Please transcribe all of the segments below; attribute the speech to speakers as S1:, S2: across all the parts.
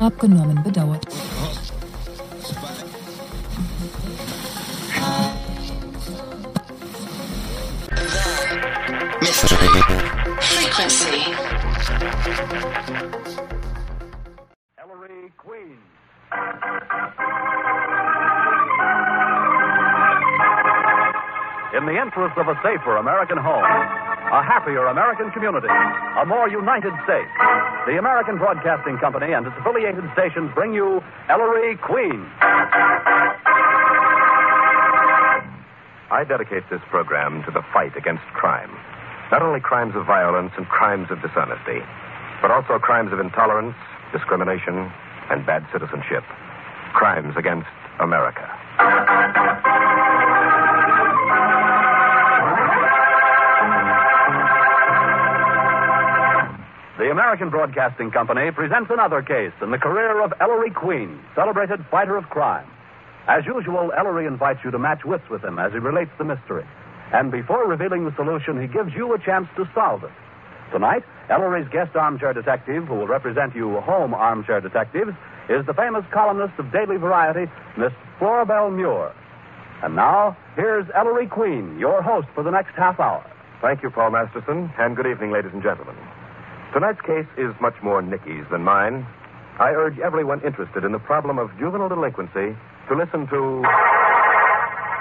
S1: Abgenommen bedauert.
S2: Mystery. Frequency.
S3: Ellery Queen. In the interest of a safer American home, a happier American community, a more united state, the American Broadcasting Company and its affiliated stations bring you Ellery Queen.
S4: I dedicate this program to the fight against crime. Not only crimes of violence and crimes of dishonesty, but also crimes of intolerance, discrimination, and bad citizenship. Crimes against America.
S3: The American Broadcasting Company presents another case in the career of Ellery Queen, celebrated fighter of crime. As usual, Ellery invites you to match wits with him as he relates the mystery. And before revealing the solution, he gives you a chance to solve it. Tonight, Ellery's guest armchair detective, who will represent you home armchair detectives, is the famous columnist of Daily Variety, Miss Floribel Muir. And now, here's Ellery Queen, your host for the next half hour.
S4: Thank you, Paul Masterson, and good evening, ladies and gentlemen. Tonight's case is much more Nicky's than mine. I urge everyone interested in the problem of juvenile delinquency to listen to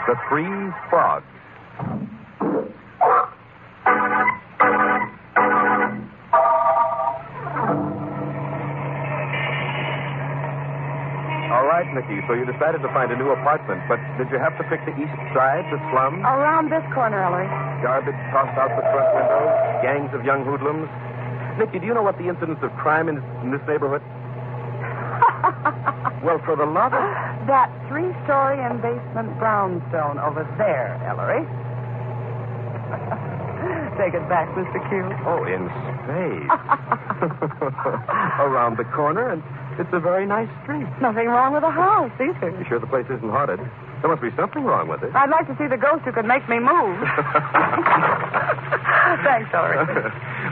S4: The Three Frogs. All right, Nicky, so you decided to find a new apartment, but did you have to pick the east side, the slums?
S5: Around this corner, Ellery.
S4: Garbage tossed out the front windows, gangs of young hoodlums. Nicky, do you know what the incidence of crime in, in this neighborhood? well, for the love of...
S5: That three story and basement brownstone over there, Ellery. Take it back, Mr. Q.
S4: Oh, in space. Around the corner, and it's a very nice street.
S5: Nothing wrong with the house
S4: You
S5: either.
S4: sure the place isn't haunted? There must be something wrong with it.
S5: I'd like to see the ghost who could make me move. Thanks, Ellery.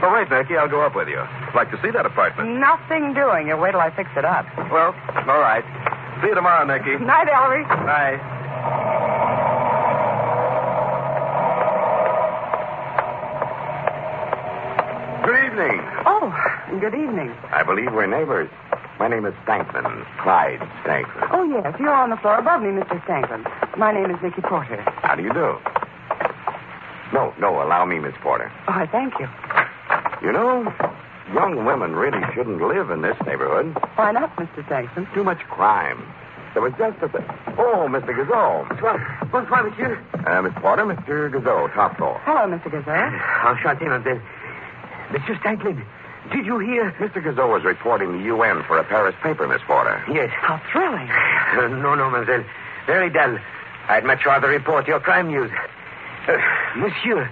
S4: All right, Nicky, I'll go up with you. Like to see that apartment.
S5: Nothing doing. You wait till I fix it up.
S4: Well, all right. See you tomorrow, Nicky.
S5: Night, Ellery.
S4: Bye. Good evening.
S5: Oh, good evening.
S6: I believe we're neighbors. My name is Stankman, Clyde Stankman.
S5: Oh, yes, you're on the floor above me, Mr. Stanklin. My name is Nicky Porter.
S6: How do you do? No, no, allow me, Miss Porter.
S5: Oh, I thank you.
S6: You know, young women really shouldn't live in this neighborhood.
S5: Why not, Mr. Stanklin?
S6: Too much crime. There was just a... Oh, Mr. Gazot. What's wrong? What's wrong with you? Uh, Miss Porter, Mr. Gazot, top floor.
S5: Hello, Mr. Gazelle.
S6: Enchanté, Mr. Mr. Stanklin, did you hear... Mr. Gazot was reporting the UN for a Paris paper, Miss Porter. Yes.
S5: How thrilling.
S6: no, no, mademoiselle. Very dull. I'd much rather report your crime news.
S2: Monsieur,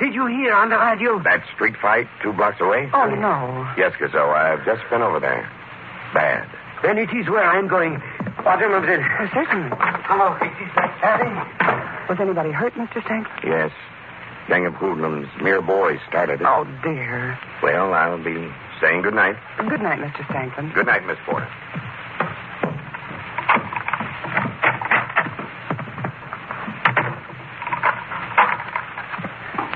S2: did you hear on the radio?
S6: That street fight two blocks away?
S5: Oh, no.
S6: Yes, Gazot. I've just been over there. Bad.
S2: Then it is where I'm going. Automobile.
S5: Certainly.
S2: Oh, it is like that.
S5: Was anybody hurt, Mr. Stanks?
S6: Yes. Gang of hoodlums, mere boys, started it.
S5: Oh, dear.
S6: Well, I'll be saying good night.
S5: Good night, Mr. Stanklin.
S6: Good night, Miss Porter.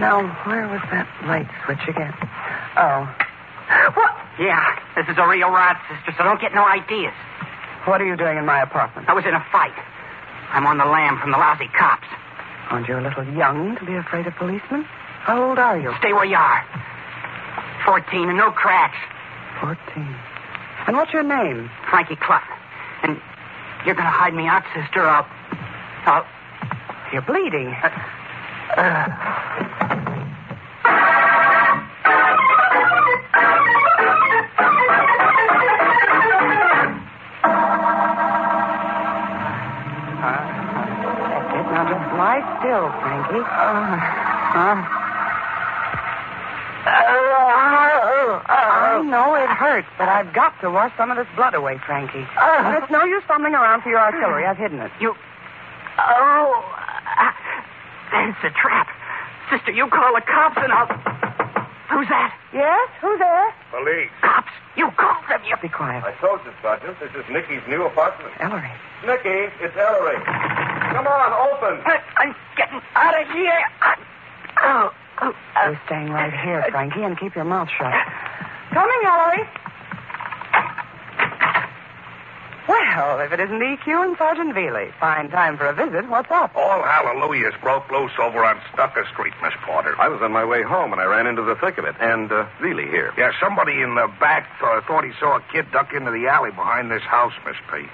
S5: Now, where was that light switch again? Oh. What?
S2: Yeah, this is a real riot, sister, so don't get no ideas.
S5: What are you doing in my apartment?
S2: I was in a fight. I'm on the lam from the lousy cops.
S5: Aren't you a little young to be afraid of policemen? How old are you?
S2: Stay where you are. Fourteen and no cracks.
S5: Fourteen. And what's your name?
S2: Frankie Cluck. And you're going to hide me out, sister. I'll. I'll.
S5: You're bleeding.
S2: Uh, uh.
S5: uh, Lie still, Frankie.
S2: uh.
S5: Uh, uh. I know Oh, it hurts, but I've got to wash some of this blood away, Frankie. Uh, it's no use fumbling around for your artillery. I've hidden it.
S2: Uh-huh. You. Oh. Uh, that's a trap. Sister, you call the cops and I'll. Who's that?
S5: Yes? Who's there?
S4: Police.
S2: Cops. You call them. You
S5: be quiet.
S4: I told you, Sergeant. This is Nicky's new apartment.
S5: Ellery.
S4: Nicky, it's Ellery. Come on, open.
S2: I'm getting out of here. Oh, oh, uh,
S5: oh. You're staying right here, Frankie, and keep your mouth shut. Coming, Ellery. Well, if it isn't EQ and Sergeant Veely. Fine time for a visit. What's up?
S4: All hallelujahs broke loose over on Stucker Street, Miss Porter.
S7: I was on my way home, and I ran into the thick of it. And uh, Veely here.
S4: Yeah, somebody in the back th- thought he saw a kid duck into the alley behind this house, Miss P.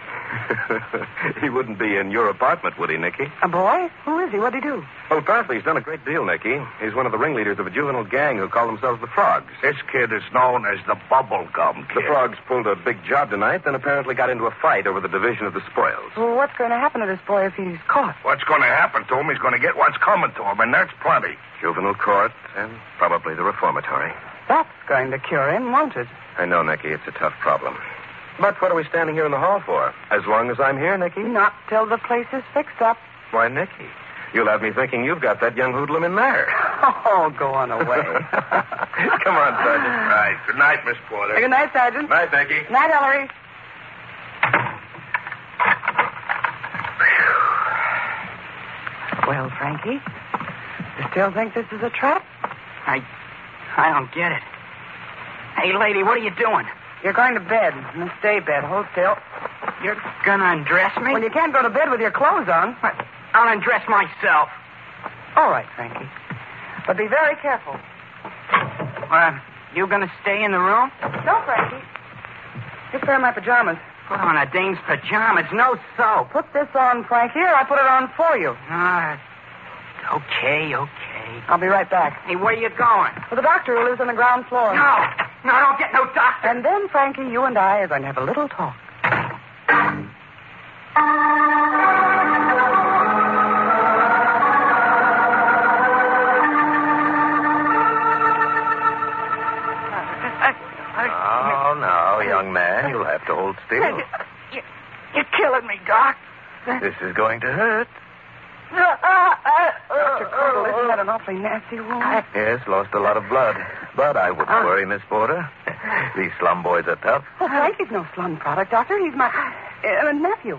S7: he wouldn't be in your apartment, would he, Nicky?
S5: A boy? Who is he? What'd he do?
S7: Well, apparently he's done a great deal, Nicky. He's one of the ringleaders of a juvenile gang who call themselves the Frogs.
S4: This kid is known as the Bubblegum Kid.
S7: The Frogs pulled a big job tonight, then apparently got into a fight over the division of the spoils.
S5: Well, what's going to happen to this boy if he's caught?
S4: What's going to happen to him? He's going to get what's coming to him, and that's plenty.
S7: Juvenile court and probably the reformatory.
S5: That's going to cure him, won't it?
S7: I know, Nicky. It's a tough problem. But what are we standing here in the hall for? As long as I'm here, Nicky?
S5: Not till the place is fixed up.
S7: Why, Nicky, you'll have me thinking you've got that young hoodlum in there.
S5: Oh, go on away.
S7: Come on, Sergeant.
S4: All right. Good night, Miss Porter.
S5: Good night, Sergeant.
S4: Night, Nicky.
S5: Night, Ellery. Well, Frankie, you still think this is a trap?
S2: I, I don't get it. Hey, lady, what are you doing?
S5: You're going to bed. Now stay bed. Hold still.
S2: You're gonna undress me?
S5: Well, you can't go to bed with your clothes on.
S2: I'll undress myself.
S5: All right, Frankie. But be very careful.
S2: Uh, you gonna stay in the room?
S5: No, Frankie. Just wear my pajamas.
S2: Put on a dame's pajamas. No soap.
S5: Put this on, Frankie, or I put it on for you.
S2: Uh, okay, okay.
S5: I'll be right back.
S2: Hey, where are you going?
S5: To the doctor who lives on the ground floor.
S2: No. No, I don't get no doctor.
S5: And then, Frankie, you and I are going to have a little talk.
S7: Oh, no, young man. You'll have to hold still.
S2: You, you're killing me, Doc.
S7: This is going to hurt.
S5: Uh, Dr. Cordell, uh, isn't that an awfully nasty
S2: uh,
S5: wound?
S7: Yes, lost a lot of blood. But I wouldn't worry, Miss Porter. These slum boys are tough.
S5: Oh, Frankie's no slum product, Doctor. He's my uh, nephew.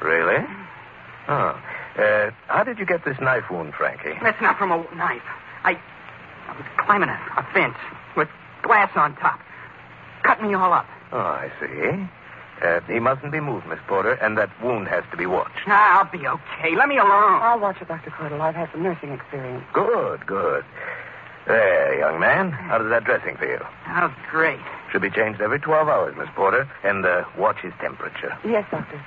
S7: Really? Oh. Uh, how did you get this knife wound, Frankie?
S2: That's not from a knife. I, I was climbing a, a fence with glass on top. Cut me all up.
S7: Oh, I see. Uh, he mustn't be moved, Miss Porter, and that wound has to be watched.
S2: Nah, I'll be okay. Let me alone.
S5: I'll watch it, Dr. Cordell. I've had some nursing experience.
S7: Good, good. There, young man. How does that dressing feel?
S2: Oh, great.
S7: Should be changed every 12 hours, Miss Porter, and uh, watch his temperature.
S5: Yes, Doctor.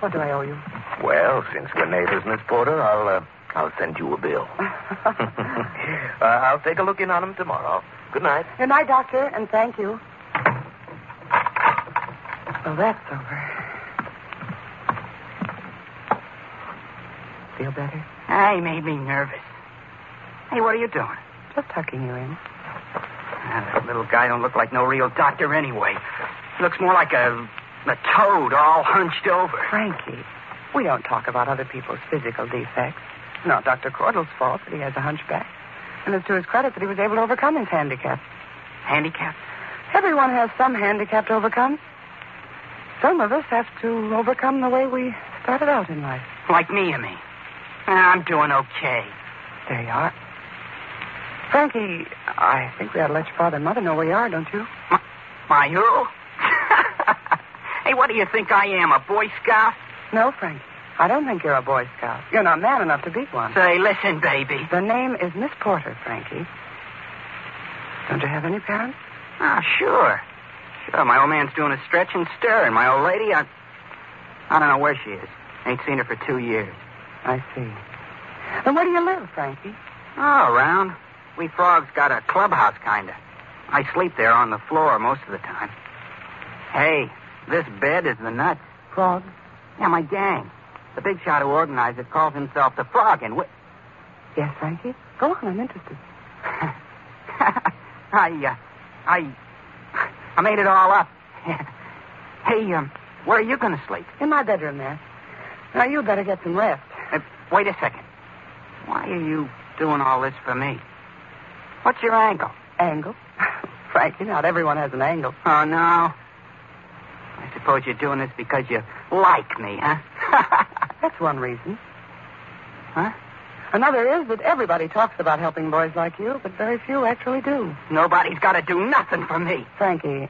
S5: What do I owe you?
S7: Well, since we're neighbors, Miss Porter, I'll uh, I'll send you a bill. uh, I'll take a look in on him tomorrow. Good night.
S5: Good night, Doctor, and thank you. Well, that's over. Feel better?
S8: Ah, he made me nervous. Hey, what are you doing?
S5: Just tucking you in.
S8: Ah, that little guy don't look like no real doctor anyway. He looks more like a, a toad all hunched over.
S5: Frankie, we don't talk about other people's physical defects. It's not Dr. Cordell's fault that he has a hunchback. And it's to his credit that he was able to overcome his handicap.
S8: Handicap?
S5: Everyone has some handicap to overcome. Some of us have to overcome the way we started out in life.
S8: Like me, you mean? Ah, I'm doing okay.
S5: There you are. Frankie, I think we ought to let your father and mother know where you are, don't you?
S8: My, my hero? hey, what do you think I am, a Boy Scout?
S5: No, Frankie. I don't think you're a Boy Scout. You're not man enough to be one.
S8: Say, listen, baby.
S5: The name is Miss Porter, Frankie. Don't you have any parents?
S8: Ah, sure. Sure, my old man's doing a stretch and stir, and my old lady, I, I don't know where she is. Ain't seen her for two years.
S5: I see. Then where do you live, Frankie?
S8: Oh, around. We frogs got a clubhouse, kinda. I sleep there on the floor most of the time. Hey, this bed is the nuts.
S5: Frog?
S8: Yeah, my gang. The big shot who organized it calls himself the Frog, and we...
S5: Yes, Frankie? Go on, I'm interested.
S8: I, uh, I, I made it all up. hey, um, where are you going to sleep?
S5: In my bedroom there. Now, you'd better get some rest.
S8: Uh, wait a second. Why are you doing all this for me? What's your angle?
S5: Angle? Frankie, not everyone has an angle.
S8: Oh, no. I suppose you're doing this because you like me, huh?
S5: That's one reason.
S8: Huh?
S5: Another is that everybody talks about helping boys like you, but very few actually do.
S8: Nobody's got to do nothing for me.
S5: Frankie,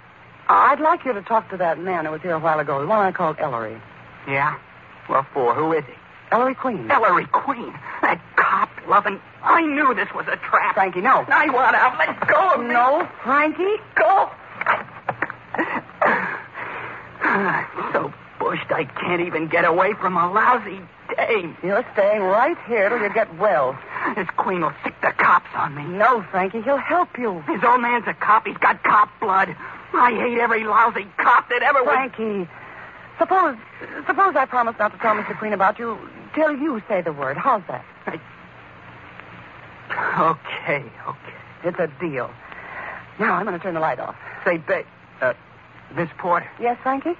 S5: I'd like you to talk to that man who was here a while ago, the one I called Ellery.
S8: Yeah? Well, for who is he?
S5: Ellery Queen.
S8: Ellery Queen. That cop loving. I knew this was a trap.
S5: Frankie, no.
S8: I want out. Let go of me.
S5: No, Frankie,
S8: go. I'm so bushed I can't even get away from a lousy day.
S5: You're staying right here till you get well.
S8: This queen will sick the cops on me.
S5: No, Frankie, he'll help you.
S8: His old man's a cop. He's got cop blood. I hate every lousy cop that ever was.
S5: Frankie, suppose suppose I promise not to tell Mr. Queen about you till you say the word. How's that?
S8: I... Okay, okay.
S5: It's a deal. Now I'm going to turn the light off.
S8: Say, ba- uh, Miss Porter.
S5: Yes, Frankie.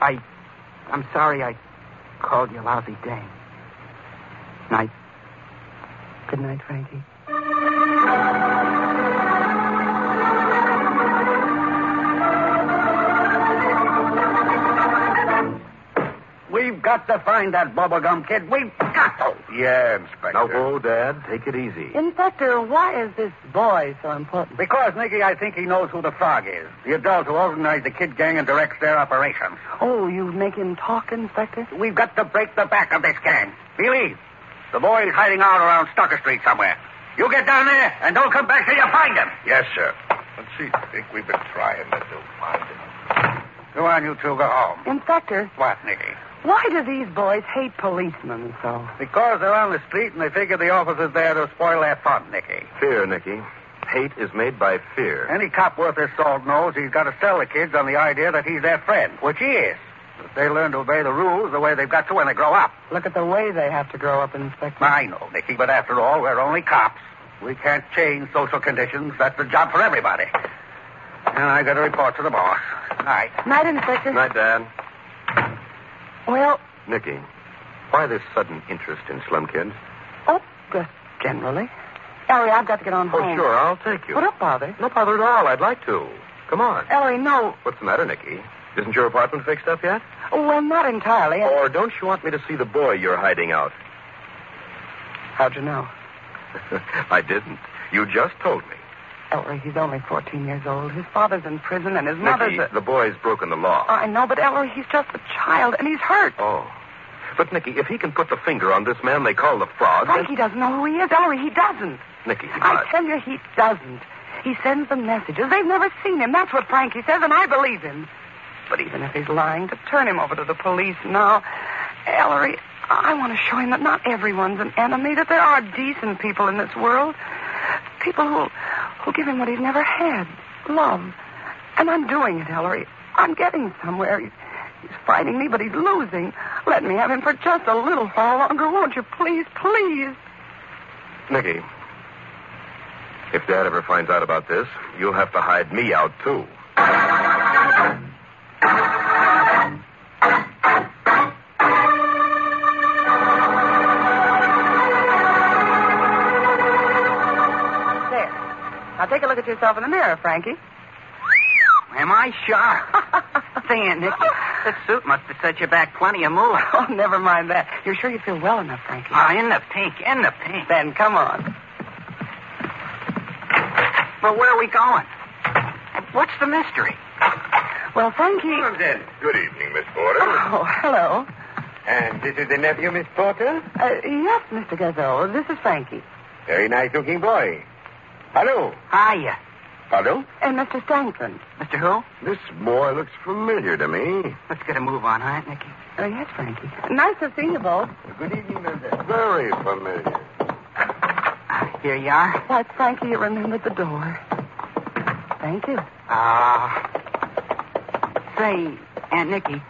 S8: I, I'm sorry I called you lousy dame. Night.
S5: Good night, Frankie.
S6: We've got to find that bubblegum kid. We've got to.
S9: Yeah, Inspector.
S4: Now, whoa, Dad. Take it easy.
S5: Inspector, why is this boy so important?
S6: Because, Nicky, I think he knows who the frog is. The adult who organized the kid gang and directs their operations.
S5: Oh, you make him talk, Inspector?
S6: We've got to break the back of this gang. Believe. The boy is hiding out around Stocker Street somewhere. You get down there and don't come back till you find him.
S9: Yes, sir. Let's see. I think we've been trying that they'll find him. Go on, you two. Go home.
S5: Inspector,
S9: What, Nicky?
S5: why do these boys hate policemen so?
S6: Because they're on the street and they figure the officers there to spoil their fun, Nicky.
S4: Fear, Nicky. Hate is made by fear.
S6: Any cop worth his salt knows he's got to sell the kids on the idea that he's their friend, which he is. If they learn to obey the rules the way they've got to when they grow up.
S5: Look at the way they have to grow up, Inspector.
S6: I know, Nicky, but after all, we're only cops. We can't change social conditions. That's the job for everybody. And I got a report to the boss. Night.
S5: Night, Inspector.
S4: Night, Dad.
S5: Well,
S4: Nicky, why this sudden interest in slum kids?
S5: oh, just generally. Ellery, I've got to get on
S4: Oh,
S5: home.
S4: sure, I'll take you.
S5: Well, don't bother.
S4: No bother at all. I'd like to. Come on.
S5: Ellery, no.
S4: What's the matter, Nicky? Isn't your apartment fixed up yet?
S5: Well, not entirely.
S4: Or don't you want me to see the boy you're hiding out?
S5: How'd you know?
S4: I didn't. You just told me.
S5: Ellery, he's only 14 years old. His father's in prison and his mother's
S4: Nicky,
S5: a...
S4: the boy's broken the law.
S5: I know, but Ellery, he's just a child and he's hurt.
S4: Oh. But, Nicky, if he can put the finger on this man they call the frog.
S5: Frankie doesn't know who he is. Ellery, he doesn't.
S4: Then... Nicky,
S5: I
S4: I-
S5: tell you, he doesn't. He sends them messages. They've never seen him. That's what Frankie says, and I believe him. But even if he's lying, to turn him over to the police now. Ellery, I want to show him that not everyone's an enemy, that there are decent people in this world. People who'll, who'll give him what he's never had love. And I'm doing it, Ellery. I'm getting somewhere. He's fighting me, but he's losing. Let me have him for just a little while longer, won't you? Please, please.
S6: Nicky, if Dad ever finds out about this, you'll have to hide me out, too.
S5: There. Now take a look at yourself in the mirror, Frankie.
S2: Am I sharp? Thing it, Nicky. That suit must have set you back plenty of moolah.
S5: Oh, never mind that. You're sure you feel well enough, Frankie?
S2: Oh, in the pink, in the pink.
S5: Then come on.
S2: But where are we going? And What's the mystery?
S5: Well, Frankie.
S4: Well, then, good evening, Miss Porter.
S5: Oh, hello.
S4: And this is the nephew, Miss Porter?
S5: Uh, yes, Mr. Gazelle. This is Frankie.
S4: Very nice looking boy. Hello.
S2: Hiya.
S4: Hello?
S5: And Mr. Stanklin.
S2: Mr. Who?
S10: This boy looks familiar to me.
S2: Let's get a move on, all right, Nicky?
S5: Oh, yes, Frankie. Nice to see you both.
S4: Good evening, Mildred.
S10: Very familiar.
S2: Here you are.
S5: Why, Frankie, you remembered the door. Thank you.
S2: Ah. say, Aunt Nicky,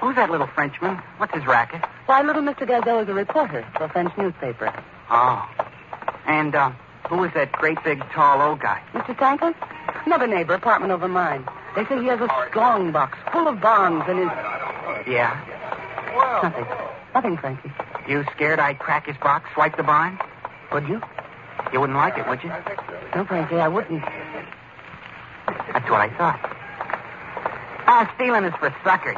S2: who's that little Frenchman? What's his racket?
S5: Why, little Mr. Gazelle is a reporter for a French newspaper.
S2: Oh. And, uh, who is that great big tall old guy?
S5: Mr. Stanklin? Another neighbor, apartment over mine. They say he has a strong box full of bonds in his.
S2: Yeah.
S5: Nothing. Nothing, Frankie.
S2: You scared I'd crack his box, swipe the barn?
S5: Would you?
S2: You wouldn't like it, would you?
S5: No, Frankie, I wouldn't.
S2: That's what I thought. Ah, stealing is for suckers.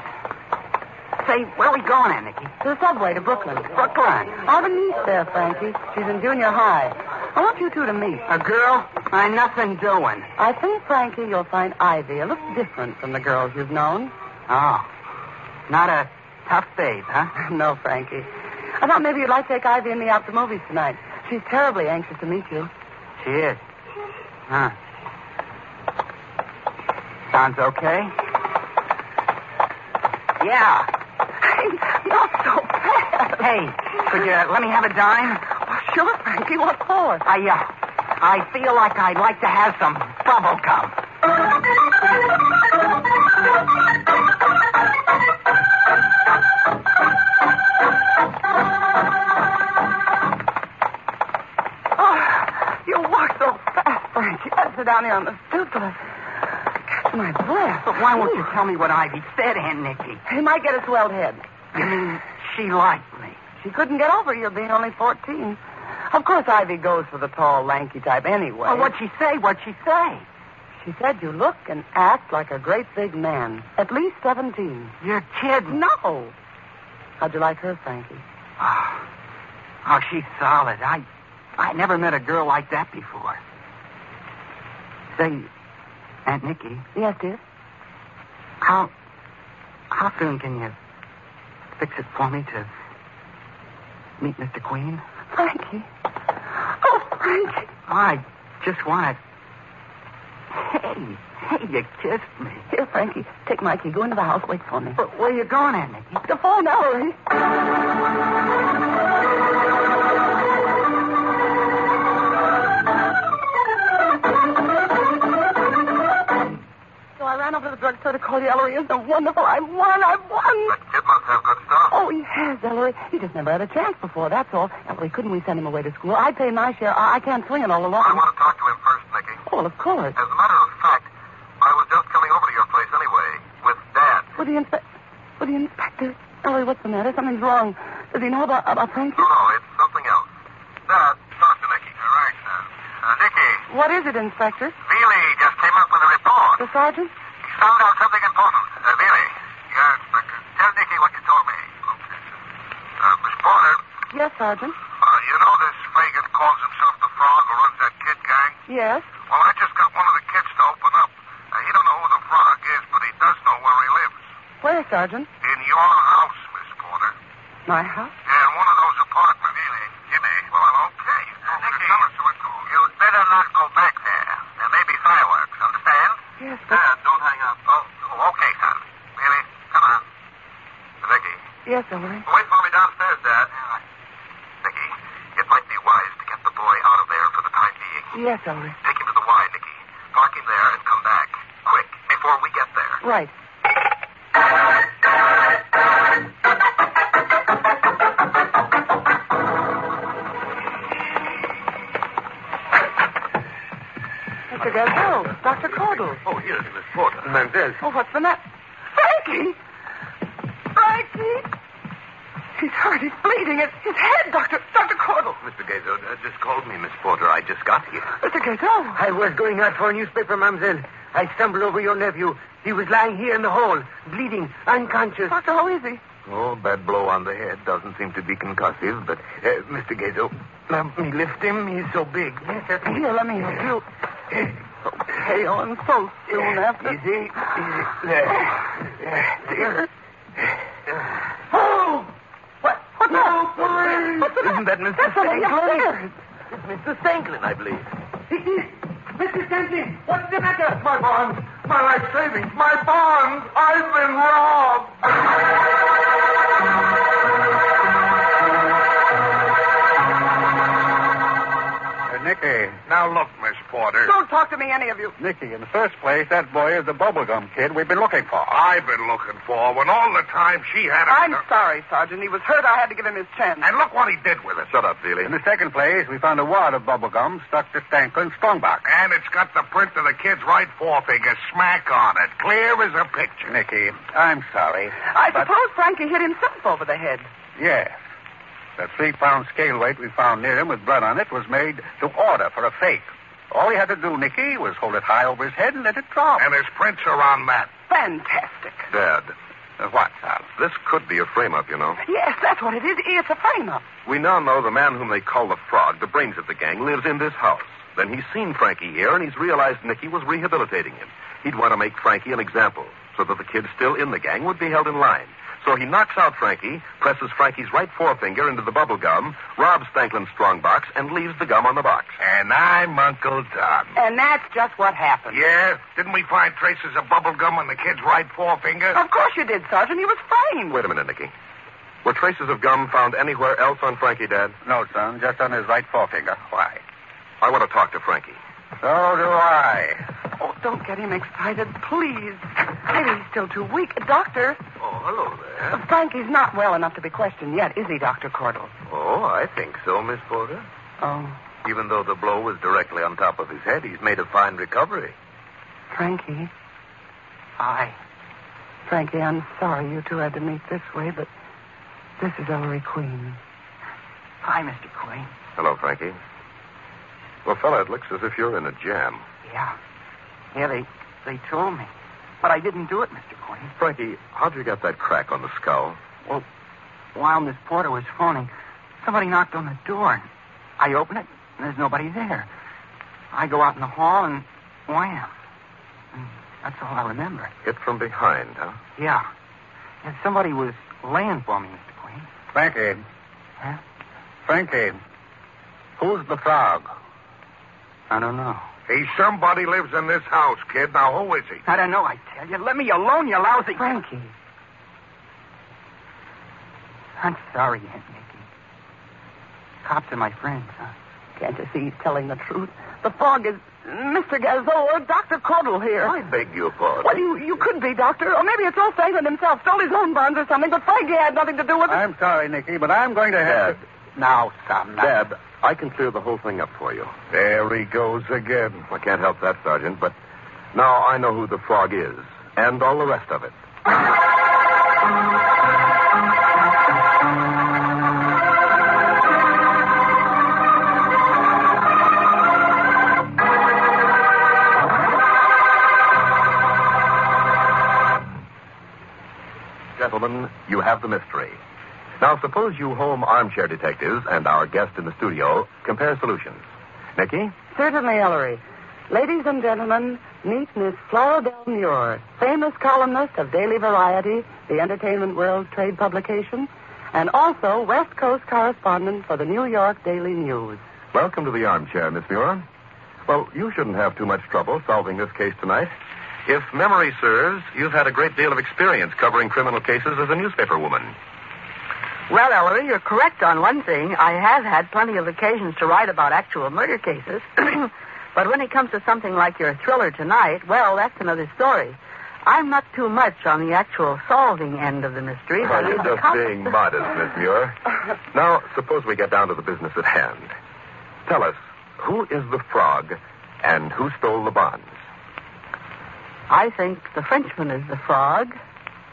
S2: Say, where are we going, Aunt Nicky?
S5: To the subway to Brooklyn.
S2: Brooklyn.
S5: I have a niece there, Frankie. She's in junior high. I want you two to meet.
S2: A girl? I ain't nothing doing.
S5: I think, Frankie, you'll find Ivy a little different from the girls you've known.
S2: Oh. Not a tough babe, huh?
S5: no, Frankie. I thought maybe you'd like to take Ivy and me out to movies tonight. She's terribly anxious to meet you.
S2: She is. Huh. Sounds okay? Yeah.
S5: Not so bad.
S2: Hey, could you uh, let me have a dime?
S5: Well, sure, Frankie. What for?
S2: I, uh, I feel like I'd like to have some bubble gum.
S5: Oh, you walk so fast, Frankie. I sit down here on the stoop and I catch my breath.
S2: But why won't you tell me what Ivy said, Aunt Nicky?
S5: He might get a swelled head.
S2: You mean she liked me?
S5: She couldn't get over you being only 14. Of course, Ivy goes for the tall, lanky type anyway.
S2: Well, what'd she say? What'd she say?
S5: She said you look and act like a great big man, at least 17.
S2: You're kidding.
S5: No. How'd you like her, Frankie? Ah.
S2: Oh, oh she's solid. I, I never met a girl like that before. Say, Aunt Nicky,
S5: Yes, dear.
S2: how, how soon can you fix it for me to meet Mr. Queen?
S5: Frankie. Oh, Frankie.
S2: I just want to. Hey, hey, you kissed me.
S5: Here, Frankie. Take Mikey. Go into the house. Wait for me.
S2: But where you going, Aunt Nicky?
S5: The phone, Ellery. So I ran over to the drugstore to call you, Ellery. Isn't it wonderful? I won. I won.
S6: It must have good stuff.
S5: Oh, he has, Ellery. He just never had a chance before, that's all. Ellery, couldn't we send him away to school? I pay my share. I, I can't swing it all alone.
S6: to talk to him first, Nicky.
S5: Oh, well, of
S6: As
S5: course.
S6: a matter of fact, I was just coming over to your place anyway, with Dad.
S5: Would the inspector... Would the inspector... Ellery, what's the matter? Something's wrong. Does he know about, about Frankie?
S6: No, no, it's something else. Dad, talk to Nicky. All right, Dad. Uh, Nicky,
S5: What is it, Inspector?
S6: Veely just came up with a report.
S5: The sergeant?
S6: He's found out something important. Uh, Veely. Yeah, Inspector. Tell Nicky what you told me. Uh, Miss Porter,
S5: Yes, Sergeant.
S6: uh, you know this Fagan calls himself the Frog who runs that kid gang?
S5: Yes.
S6: Well, I just got one of the kids to open up. Uh, he don't know who the Frog is, but he does know where he lives.
S5: Where, Sergeant?
S6: In your house, Miss Porter.
S5: My house.
S6: Yeah, in one of those apartments. Really? Jimmy. Well, okay. Nicky, you'd better not go back there. There may be fireworks, understand?
S5: Yes, but...
S6: Dad, don't hang up. Oh, oh, okay, son. Really? Come on. Nicky,
S5: Yes, Ellery.
S6: wait for me downstairs, Dad. Nicky, it might be wise to get the boy out of there for the time being.
S5: Yes, Ellery.
S6: Take him to the Y, Nicky. Park him there and come back. Quick, before we get there.
S5: Right.
S6: Nicky,
S5: Mr. Gazelle, Dr. Cordell.
S9: Oh, here's Miss Porter.
S11: Mendez.
S5: Oh, what's the matter? Frankie! Frankie! He's hurt. He's bleeding. It's his head, Doctor. Dr. Cordell.
S9: Mr. Gazo uh, just called me, Miss Porter. I just got here.
S5: Mr. Gazelle.
S8: I was going out for a newspaper, mademoiselle. I stumbled over your nephew. He was lying here in the hall, bleeding, unconscious.
S5: Doctor, how is he?
S9: Oh, bad blow on the head. Doesn't seem to be concussive, but, uh, Mr. Gazo, let me lift him. He's so big.
S5: Yes, sir. Here, let me help you. Okay, on so soon after.
S9: Easy, easy. There. There.
S5: Oh! What? What now? What's the
S9: Isn't that Mr.
S5: That's the lady
S9: Stanklin?
S5: upstairs.
S9: It's Mr. Stanklin, I believe.
S8: Mr. Stanley, what's the matter? My bonds, my life savings, my bonds. I've been robbed.
S6: Uh, Nicky, now look, Miss Porter.
S5: Don't talk to me, any of you.
S6: Nicky, in the first place, that boy is the bubblegum kid we've been looking for.
S9: I've been looking for one all the time she had a...
S5: I'm sorry, Sergeant. He was hurt. I had to give him his chance.
S9: And look what he did with it. Shut up, Feely.
S6: In the second place, we found a wad of bubblegum stuck to Stanklin's strongbox.
S9: And it's got the print of the kid's right forefinger smack on it, clear as a picture.
S6: Nicky, I'm sorry.
S5: I
S6: but-
S5: suppose Frankie hit himself over the head.
S6: Yes. The three pound scale weight we found near him with blood on it was made to order for a fake. All he had to do, Nicky, was hold it high over his head and let it drop.
S9: And his prints are on that.
S5: Fantastic.
S4: Dad,
S6: Uh, what, Sal?
S4: this could be a frame up, you know.
S5: Yes, that's what it is. It's a frame-up.
S4: We now know the man whom they call the Frog, the brains of the gang, lives in this house. Then he's seen Frankie here, and he's realized Nicky was rehabilitating him. He'd want to make Frankie an example, so that the kids still in the gang would be held in line. So he knocks out Frankie, presses Frankie's right forefinger into the bubble gum, robs Stanklin's strong box, and leaves the gum on the box.
S9: And I'm Uncle Tom.
S5: And that's just what happened.
S9: Yeah? Didn't we find traces of bubble gum on the kid's right forefinger?
S5: Of course you did, Sergeant. He was framed.
S4: Wait a minute, Nicky. Were traces of gum found anywhere else on Frankie, Dad?
S6: No, son, just on his right forefinger. Why?
S4: I want to talk to Frankie.
S6: So do I.
S5: Oh, don't get him excited, please. Maybe he's still too weak. Doctor,
S4: Oh, hello there.
S5: Frankie's not well enough to be questioned yet, is he, Dr. Cordell?
S4: Oh, I think so, Miss Porter.
S5: Oh,
S4: Even though the blow was directly on top of his head, he's made a fine recovery.
S5: Frankie. I. Frankie, I'm sorry you two had to meet this way, but this is Ellery Queen.
S8: Hi, Mr. Queen.
S4: Hello, Frankie. Well, fella, it looks as if you're in a jam.
S8: Yeah. Yeah, they, they told me. But I didn't do it, Mr. Queen.
S4: Frankie, how'd you get that crack on the skull?
S8: Well, while Miss Porter was phoning, somebody knocked on the door. And I open it, and there's nobody there. I go out in the hall, and wham. And that's all I remember.
S4: Hit from behind, huh?
S8: Yeah. And somebody was laying for me, Mr. Queen.
S6: Frankie,
S8: Huh?
S6: Frankie, who's the frog?
S8: I don't know.
S9: Hey, somebody lives in this house, kid. Now, who is he?
S8: I don't know, I tell you. Let me alone, you lousy.
S5: Frankie.
S8: I'm sorry, Aunt Nicky. Cops are my friends, huh?
S5: Can't you see he's telling the truth? The fog is Mr. Gazelle or Dr. Cordell here.
S4: I beg your pardon.
S5: Well, you, you could be, Doctor. Or maybe it's all Franklin himself. Stole his own bonds or something, but Frankie had nothing to do with it.
S6: I'm sorry, Nicky, but I'm going to have.
S4: Dad,
S8: Now, son. now-
S4: Dad, I can clear the whole thing up for you.
S9: There he goes again.
S4: I can't help that, Sergeant, but now I know who the frog is and all the rest of it. Gentlemen, you have the mystery. Now, suppose you home armchair detectives and our guest in the studio compare solutions. Nicky?
S5: Certainly, Ellery. Ladies and gentlemen, meet Miss Flora Del Muir, famous columnist of Daily Variety, the Entertainment World Trade publication, and also West Coast correspondent for the New York Daily News.
S4: Welcome to the armchair, Miss Muir. Well, you shouldn't have too much trouble solving this case tonight. If memory serves, you've had a great deal of experience covering criminal cases as a newspaper woman.
S12: Well, Ellery, you're correct on one thing. I have had plenty of occasions to write about actual murder cases. but when it comes to something like your thriller tonight, well, that's another story. I'm not too much on the actual solving end of the mystery.
S4: Well,
S12: but
S4: you're
S12: on
S4: just
S12: the
S4: being modest, Miss Muir. Now, suppose we get down to the business at hand. Tell us, who is the frog And who stole the bonds?
S12: I think the Frenchman is the frog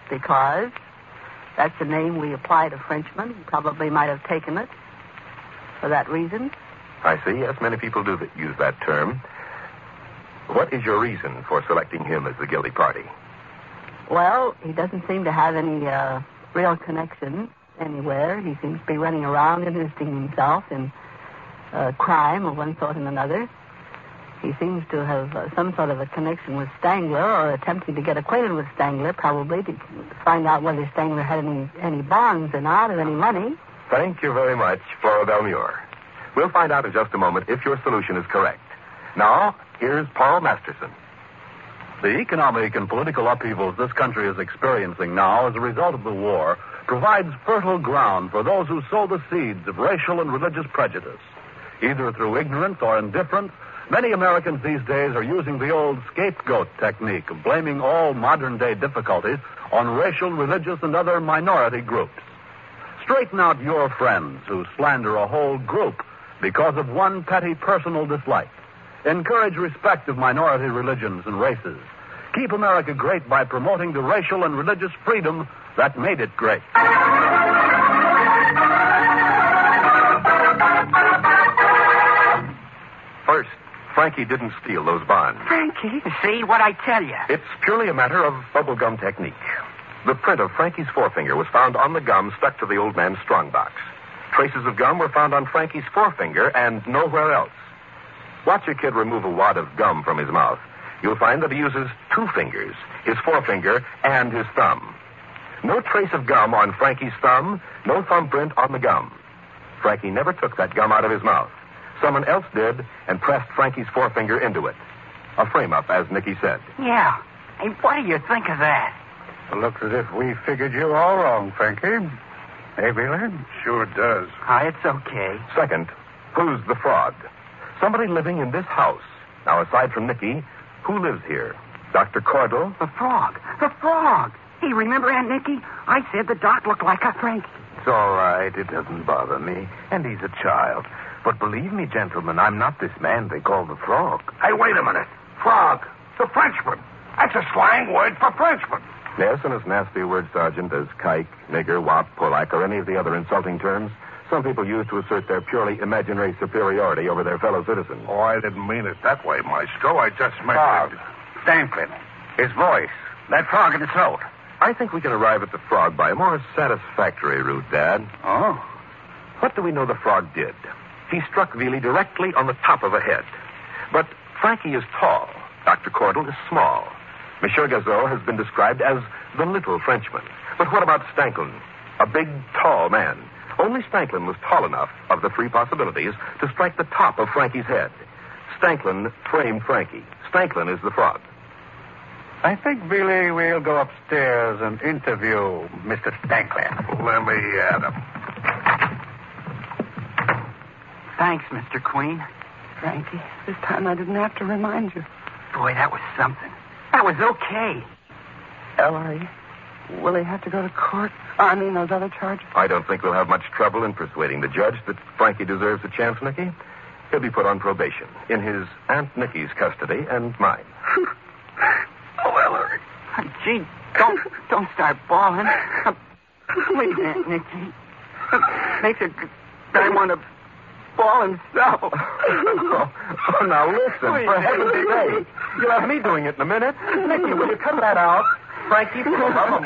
S12: because that's the name we apply to Frenchmen. He probably might have taken it for that reason.
S4: I see. Yes, many people do that, use that term. What is your reason for selecting him as the guilty party?
S12: Well, he doesn't seem to have any uh, real connection anywhere. He seems to be running around interesting himself in uh, crime of one sort and another. He seems to have uh, some sort of a connection with Stangler, or attempting to get acquainted with Stangler, probably to find out whether Stangler had any any bonds or not, or any money.
S4: Thank you very much, Flora Belmure. We'll find out in just a moment if your solution is correct. Now, here's Paul Masterson.
S3: The economic and political upheavals this country is experiencing now as a result of the war provides fertile ground for those who sow the seeds of racial and religious prejudice. Either through ignorance or indifference, many Americans these days are using the old scapegoat technique of blaming all modern day difficulties on racial, religious, and other minority groups. Straighten out your friends who slander a whole group because of one petty personal dislike. Encourage respect of minority religions and races. Keep America great by promoting the racial and religious freedom that made it great.
S4: First, Frankie didn't steal those bonds.
S5: Frankie? See what I tell you.
S4: It's purely a matter of bubblegum technique. The print of Frankie's forefinger was found on the gum stuck to the old man's strongbox. Traces of gum were found on Frankie's forefinger and nowhere else. Watch a kid remove a wad of gum from his mouth. You'll find that he uses two fingers, his forefinger and his thumb. No trace of gum on Frankie's thumb, no thumbprint on the gum. Frankie never took that gum out of his mouth. Someone else did and pressed Frankie's forefinger into it. A frame up, as Nicky said.
S5: Yeah. Hey, what do you think of that?
S6: Well, looks as if we figured you all wrong, Frankie. Hey, Wheeler? Sure does.
S5: Ah, it's okay.
S4: Second, who's the fraud? Somebody living in this house. Now, aside from Nicky, who lives here? Dr. Cordell?
S5: The frog. The frog. Hey, remember Aunt Nicky? I said the doc looked like a Frankie.
S9: It's all right. It doesn't bother me. And he's a child. But believe me, gentlemen, I'm not this man they call the frog.
S6: Hey, wait a minute. Frog. The Frenchman. That's a slang word for Frenchman.
S4: Yes, and as nasty a word, Sergeant, as kike, nigger, wop, polak, or any of the other insulting terms some people use to assert their purely imaginary superiority over their fellow citizens.
S6: Oh, I didn't mean it that way, Maestro. I just meant frog. it. Franklin. His voice. That frog in his throat.
S4: I think we can arrive at the frog by a more satisfactory route, Dad.
S6: Oh?
S4: What do we know the frog did? He struck Veely directly on the top of the head. But Frankie is tall. Dr. Cordell is small. Monsieur Gazot has been described as the little Frenchman. But what about Stanklin? A big, tall man. Only Stanklin was tall enough, of the three possibilities, to strike the top of Frankie's head. Stanklin framed Frankie. Stanklin is the fraud.
S6: I think, Billy, we'll go upstairs and interview Mr. Stanklin. Let me at him.
S8: Thanks, Mr. Queen.
S5: Frankie, this time I didn't have to remind you.
S8: Boy, that was something. That was okay.
S5: Ellery, will he have to go to court? Oh, I mean, those other charges?
S4: I don't think we'll have much trouble in persuading the judge that Frankie deserves a chance, Nicky. He'll be put on probation in his Aunt Nicky's custody and mine.
S8: oh, Ellery. Oh, gee, don't, don't start bawling. Uh, Wait a minute, Nicky. Uh, Makes a guy want to ball himself.
S4: oh, oh, now listen, Wait. for heaven's sake. You'll have me doing it in a minute. Nicky, will you cut that out? Frankie, for the love of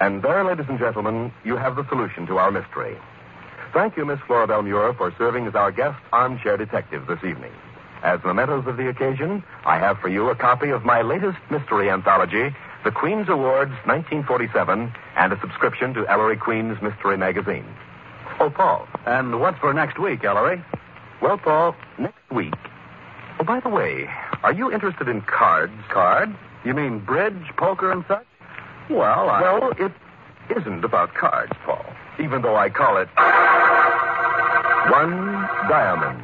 S4: And there, ladies and gentlemen, you have the solution to our mystery. Thank you, Miss Flora Belmure, for serving as our guest armchair detective this evening. As mementos of the occasion, I have for you a copy of my latest mystery anthology, the Queen's Awards 1947, and a subscription to Ellery Queen's Mystery Magazine. Oh, Paul.
S3: And what's for next week, Ellery?
S4: Well, Paul, next week. Oh, by the way, are you interested in cards?
S3: Card? You mean bridge, poker, and such?
S4: Well, I... Well, it isn't about cards, Paul, even though I call it One Diamond.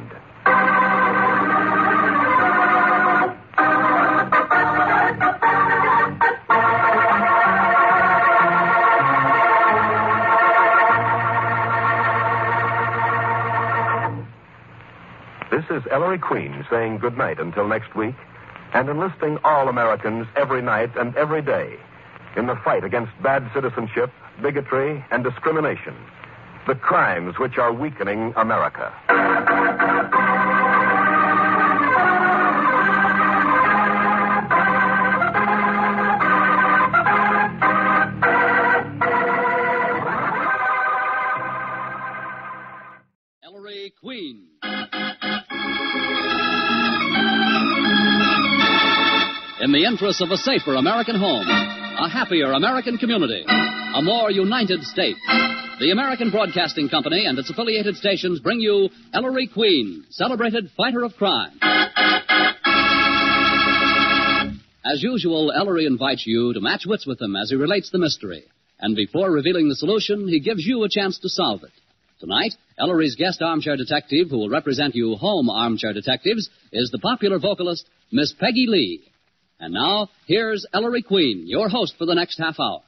S4: Mrs. Ellery Queen saying good night until next week and enlisting all Americans every night and every day in the fight against bad citizenship, bigotry, and discrimination, the crimes which are weakening America.
S13: Ellery Queen. In the interests of a safer American home, a happier American community, a more united state, the American Broadcasting Company and its affiliated stations bring you Ellery Queen, celebrated fighter of crime. As usual, Ellery invites you to match wits with him as he relates the mystery. And before revealing the solution, he gives you a chance to solve it. Tonight, Ellery's guest armchair detective, who will represent you home armchair detectives, is the popular vocalist, Miss Peggy Lee. And now, here's Ellery Queen, your host for the next half hour.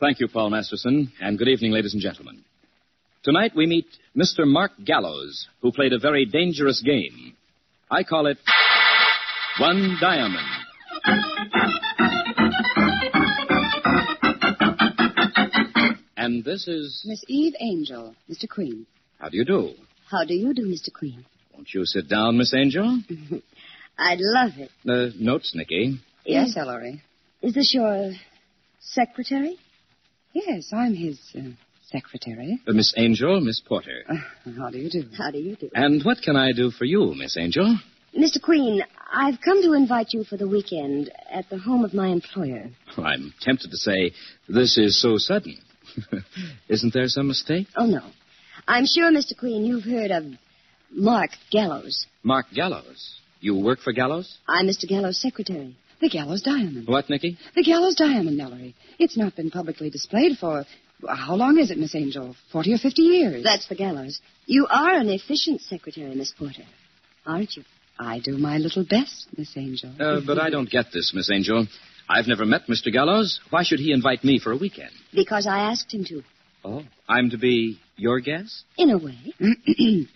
S14: Thank you, Paul Masterson, and good evening, ladies and gentlemen. Tonight we meet Mr. Mark Gallows, who played a very dangerous game. I call it One Diamond. And this is.
S15: Miss Eve Angel, Mr. Queen.
S14: How do you do?
S15: How do you do, Mr. Queen?
S14: Won't you sit down, Miss Angel?
S15: I love it.
S14: Uh, notes, Nicky.
S15: Yes, Ellery. Is this your secretary? Yes, I'm his uh, secretary.
S14: Uh, Miss Angel, Miss Porter.
S15: How do you do? How do you do?
S14: And what can I do for you, Miss Angel?
S15: Mr. Queen, I've come to invite you for the weekend at the home of my employer.
S14: Well, I'm tempted to say, this is so sudden. Isn't there some mistake?
S15: Oh, no. I'm sure, Mr. Queen, you've heard of Mark Gallows.
S14: Mark Gallows. You work for Gallows?
S15: I'm Mr. Gallows' secretary. The Gallows Diamond.
S14: What, Nicky?
S15: The Gallows Diamond, Ellery. It's not been publicly displayed for. How long is it, Miss Angel? 40 or 50 years. That's the gallows. You are an efficient secretary, Miss Porter, aren't you? I do my little best, Miss Angel.
S14: Uh, but I don't get this, Miss Angel. I've never met Mr. Gallows. Why should he invite me for a weekend?
S15: Because I asked him to,
S14: Oh. I'm to be your guest?
S15: in a way.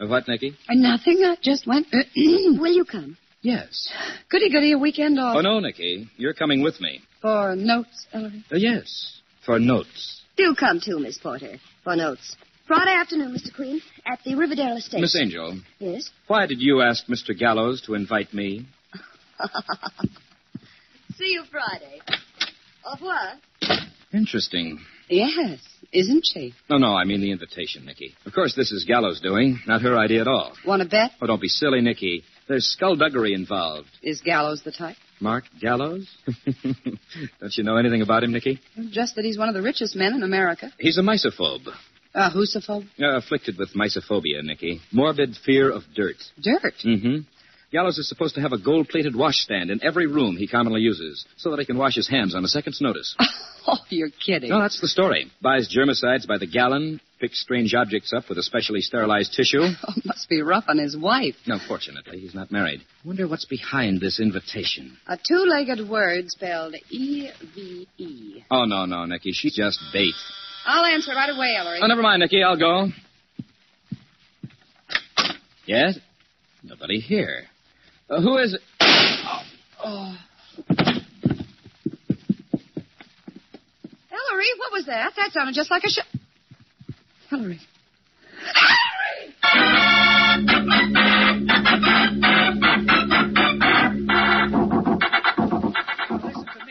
S14: Uh, what, Nicky?
S15: Nothing. I just went. Will you come?
S14: Yes.
S15: Goody goody, a weekend off.
S16: Uh.
S14: Oh, no, Nicky. You're coming with me.
S15: For notes, Ellery.
S14: Uh, yes, for notes.
S15: Do come too, Miss Porter, for notes. Friday afternoon, Mr. Queen, at the Riverdale Estate.
S14: Miss Angel,
S15: Yes?
S14: why did you ask Mr. Gallows to invite me?
S15: See you Friday. Au revoir.
S14: Interesting.
S15: Yes, isn't she?
S14: No, no, I mean the invitation, Nicky. Of course, this is Gallows' doing, not her idea at all.
S16: Want to bet?
S14: Oh, don't be silly, Nicky. There's skullduggery involved.
S16: Is Gallows the type?
S14: Mark Gallows? don't you know anything about him, Nicky?
S16: Just that he's one of the richest men in America.
S14: He's a misophobe,
S16: A hoosophobe?
S14: uh, afflicted with misophobia, Nicky. Morbid fear of dirt.
S16: Dirt.
S14: Mm-hmm. Gallows is supposed to have a gold-plated washstand in every room he commonly uses, so that he can wash his hands on a second's notice.
S16: Oh, you're kidding.
S14: No, that's the story. Buys germicides by the gallon, picks strange objects up with a specially sterilized tissue.
S16: Must be rough on his wife.
S14: No, fortunately, he's not married. Wonder what's behind this invitation.
S16: A two legged word spelled E V E.
S14: Oh, no, no, Nicky. She's just bait.
S16: I'll answer right away, Ellery.
S14: Oh, never mind, Nicky. I'll go. Yes? Nobody here. Uh, who is it?
S16: Oh. Ellery, what was that? That sounded just like a shot. Ellery.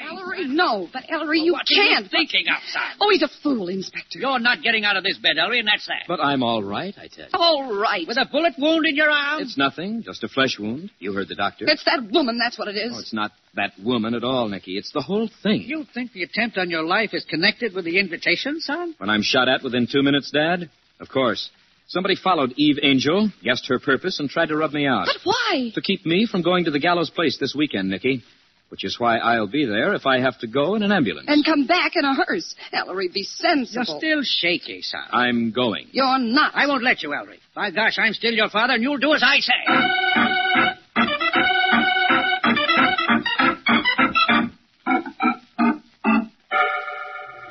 S16: Ellery, no. But, Ellery, you
S17: What are
S16: can't.
S17: you thinking outside?
S16: Oh, he's a fool, Inspector.
S17: You're not getting out of this bed, Ellery, and that's that.
S14: But I'm all right, I
S17: Oh,
S14: tell you.
S16: All right.
S17: With a bullet wound in your arm?
S14: It's nothing, just a flesh wound. You heard the doctor.
S16: It's that woman, that's what it is.
S14: Oh, it's not that woman at all, Nicky. It's the whole thing.
S17: You think the attempt on your life is connected with the invitation, son?
S14: When I'm shot at within two minutes, Dad? Of course. Somebody followed Eve Angel, guessed her purpose, and tried to rub me out.
S16: Why?
S14: To keep me from going to the gallows place this weekend, Nicky. Which is why I'll be there if I have to go in an ambulance.
S16: And come back in a hearse. Ellery, be sensible.
S17: You're still shaky, son.
S14: I'm going.
S16: You're not.
S17: I won't let you, Ellery. By gosh, I'm still your father, and you'll do as I say.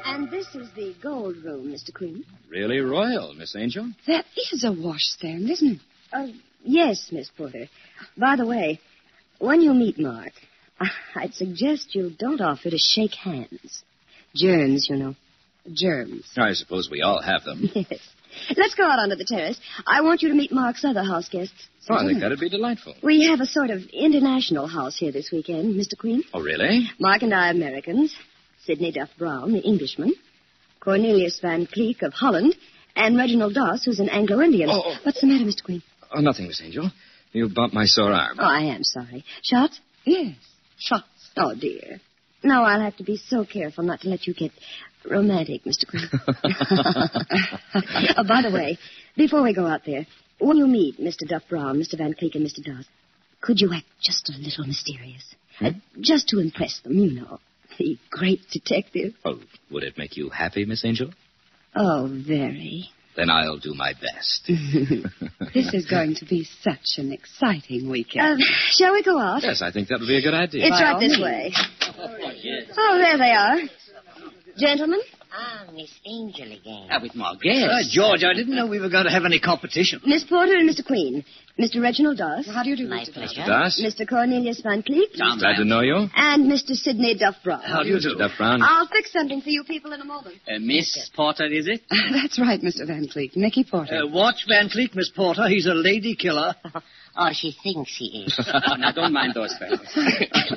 S15: And this is the gold room, Mr. Queen.
S14: Really royal, Miss Angel.
S16: That is a washstand, isn't it?
S15: Uh, Yes, Miss Porter. By the way, when you meet Mark, I'd suggest you don't offer to shake hands. Germs, you know. Germs.
S13: I suppose we all have them.
S15: Yes. Let's go out onto the terrace. I want you to meet Mark's other house guests.
S13: Oh, I think that'd be delightful.
S15: We have a sort of international house here this weekend, Mr. Queen.
S13: Oh, really?
S15: Mark and I are Americans. Sidney Duff Brown, the Englishman. Cornelius Van Cleek of Holland. And Reginald Doss, who's an Anglo-Indian.
S13: Oh, oh.
S15: What's the matter, Mr. Queen?
S13: Oh, nothing, Miss Angel. You bumped my sore arm.
S15: Oh, I am sorry. Shots?
S16: Yes, shots.
S15: Oh, dear. Now I'll have to be so careful not to let you get romantic, Mr. Quinn. Uh, by the way, before we go out there, when you meet Mr. Duff Brown, Mr. Van Cleek, and Mr. Dawes, could you act just a little mysterious? Uh, just to impress them, you know. The great detective.
S13: Oh, would it make you happy, Miss Angel?
S15: Oh, very.
S13: Then I'll do my best.
S16: This is going to be such an exciting
S15: Uh,
S16: weekend.
S15: shall we go out?
S13: Yes, I think that would be a good idea.
S15: It's right this way. Oh, there they are. Gentlemen?
S18: Ah, Miss Angel again.
S17: Ah, with my guests. George, I didn't know we were going to have any competition.
S15: Miss Porter and Mr. Queen. Mr. Reginald Doss.
S16: How do you do,
S18: My pleasure.
S13: Doss?
S15: Mr. Cornelius Van Cleek.
S13: Glad to know you.
S15: And Mr. Sidney Duff Brown.
S13: How do you do? Duff Brown.
S15: I'll fix something for you people in a moment.
S17: Uh, Miss Porter, is it?
S16: That's right, Mr. Van Cleek. Nicky Porter.
S17: Uh, watch Van Cleek, Miss Porter. He's a lady killer.
S16: Oh,
S18: Or she thinks he is.
S19: now, don't mind those fellows.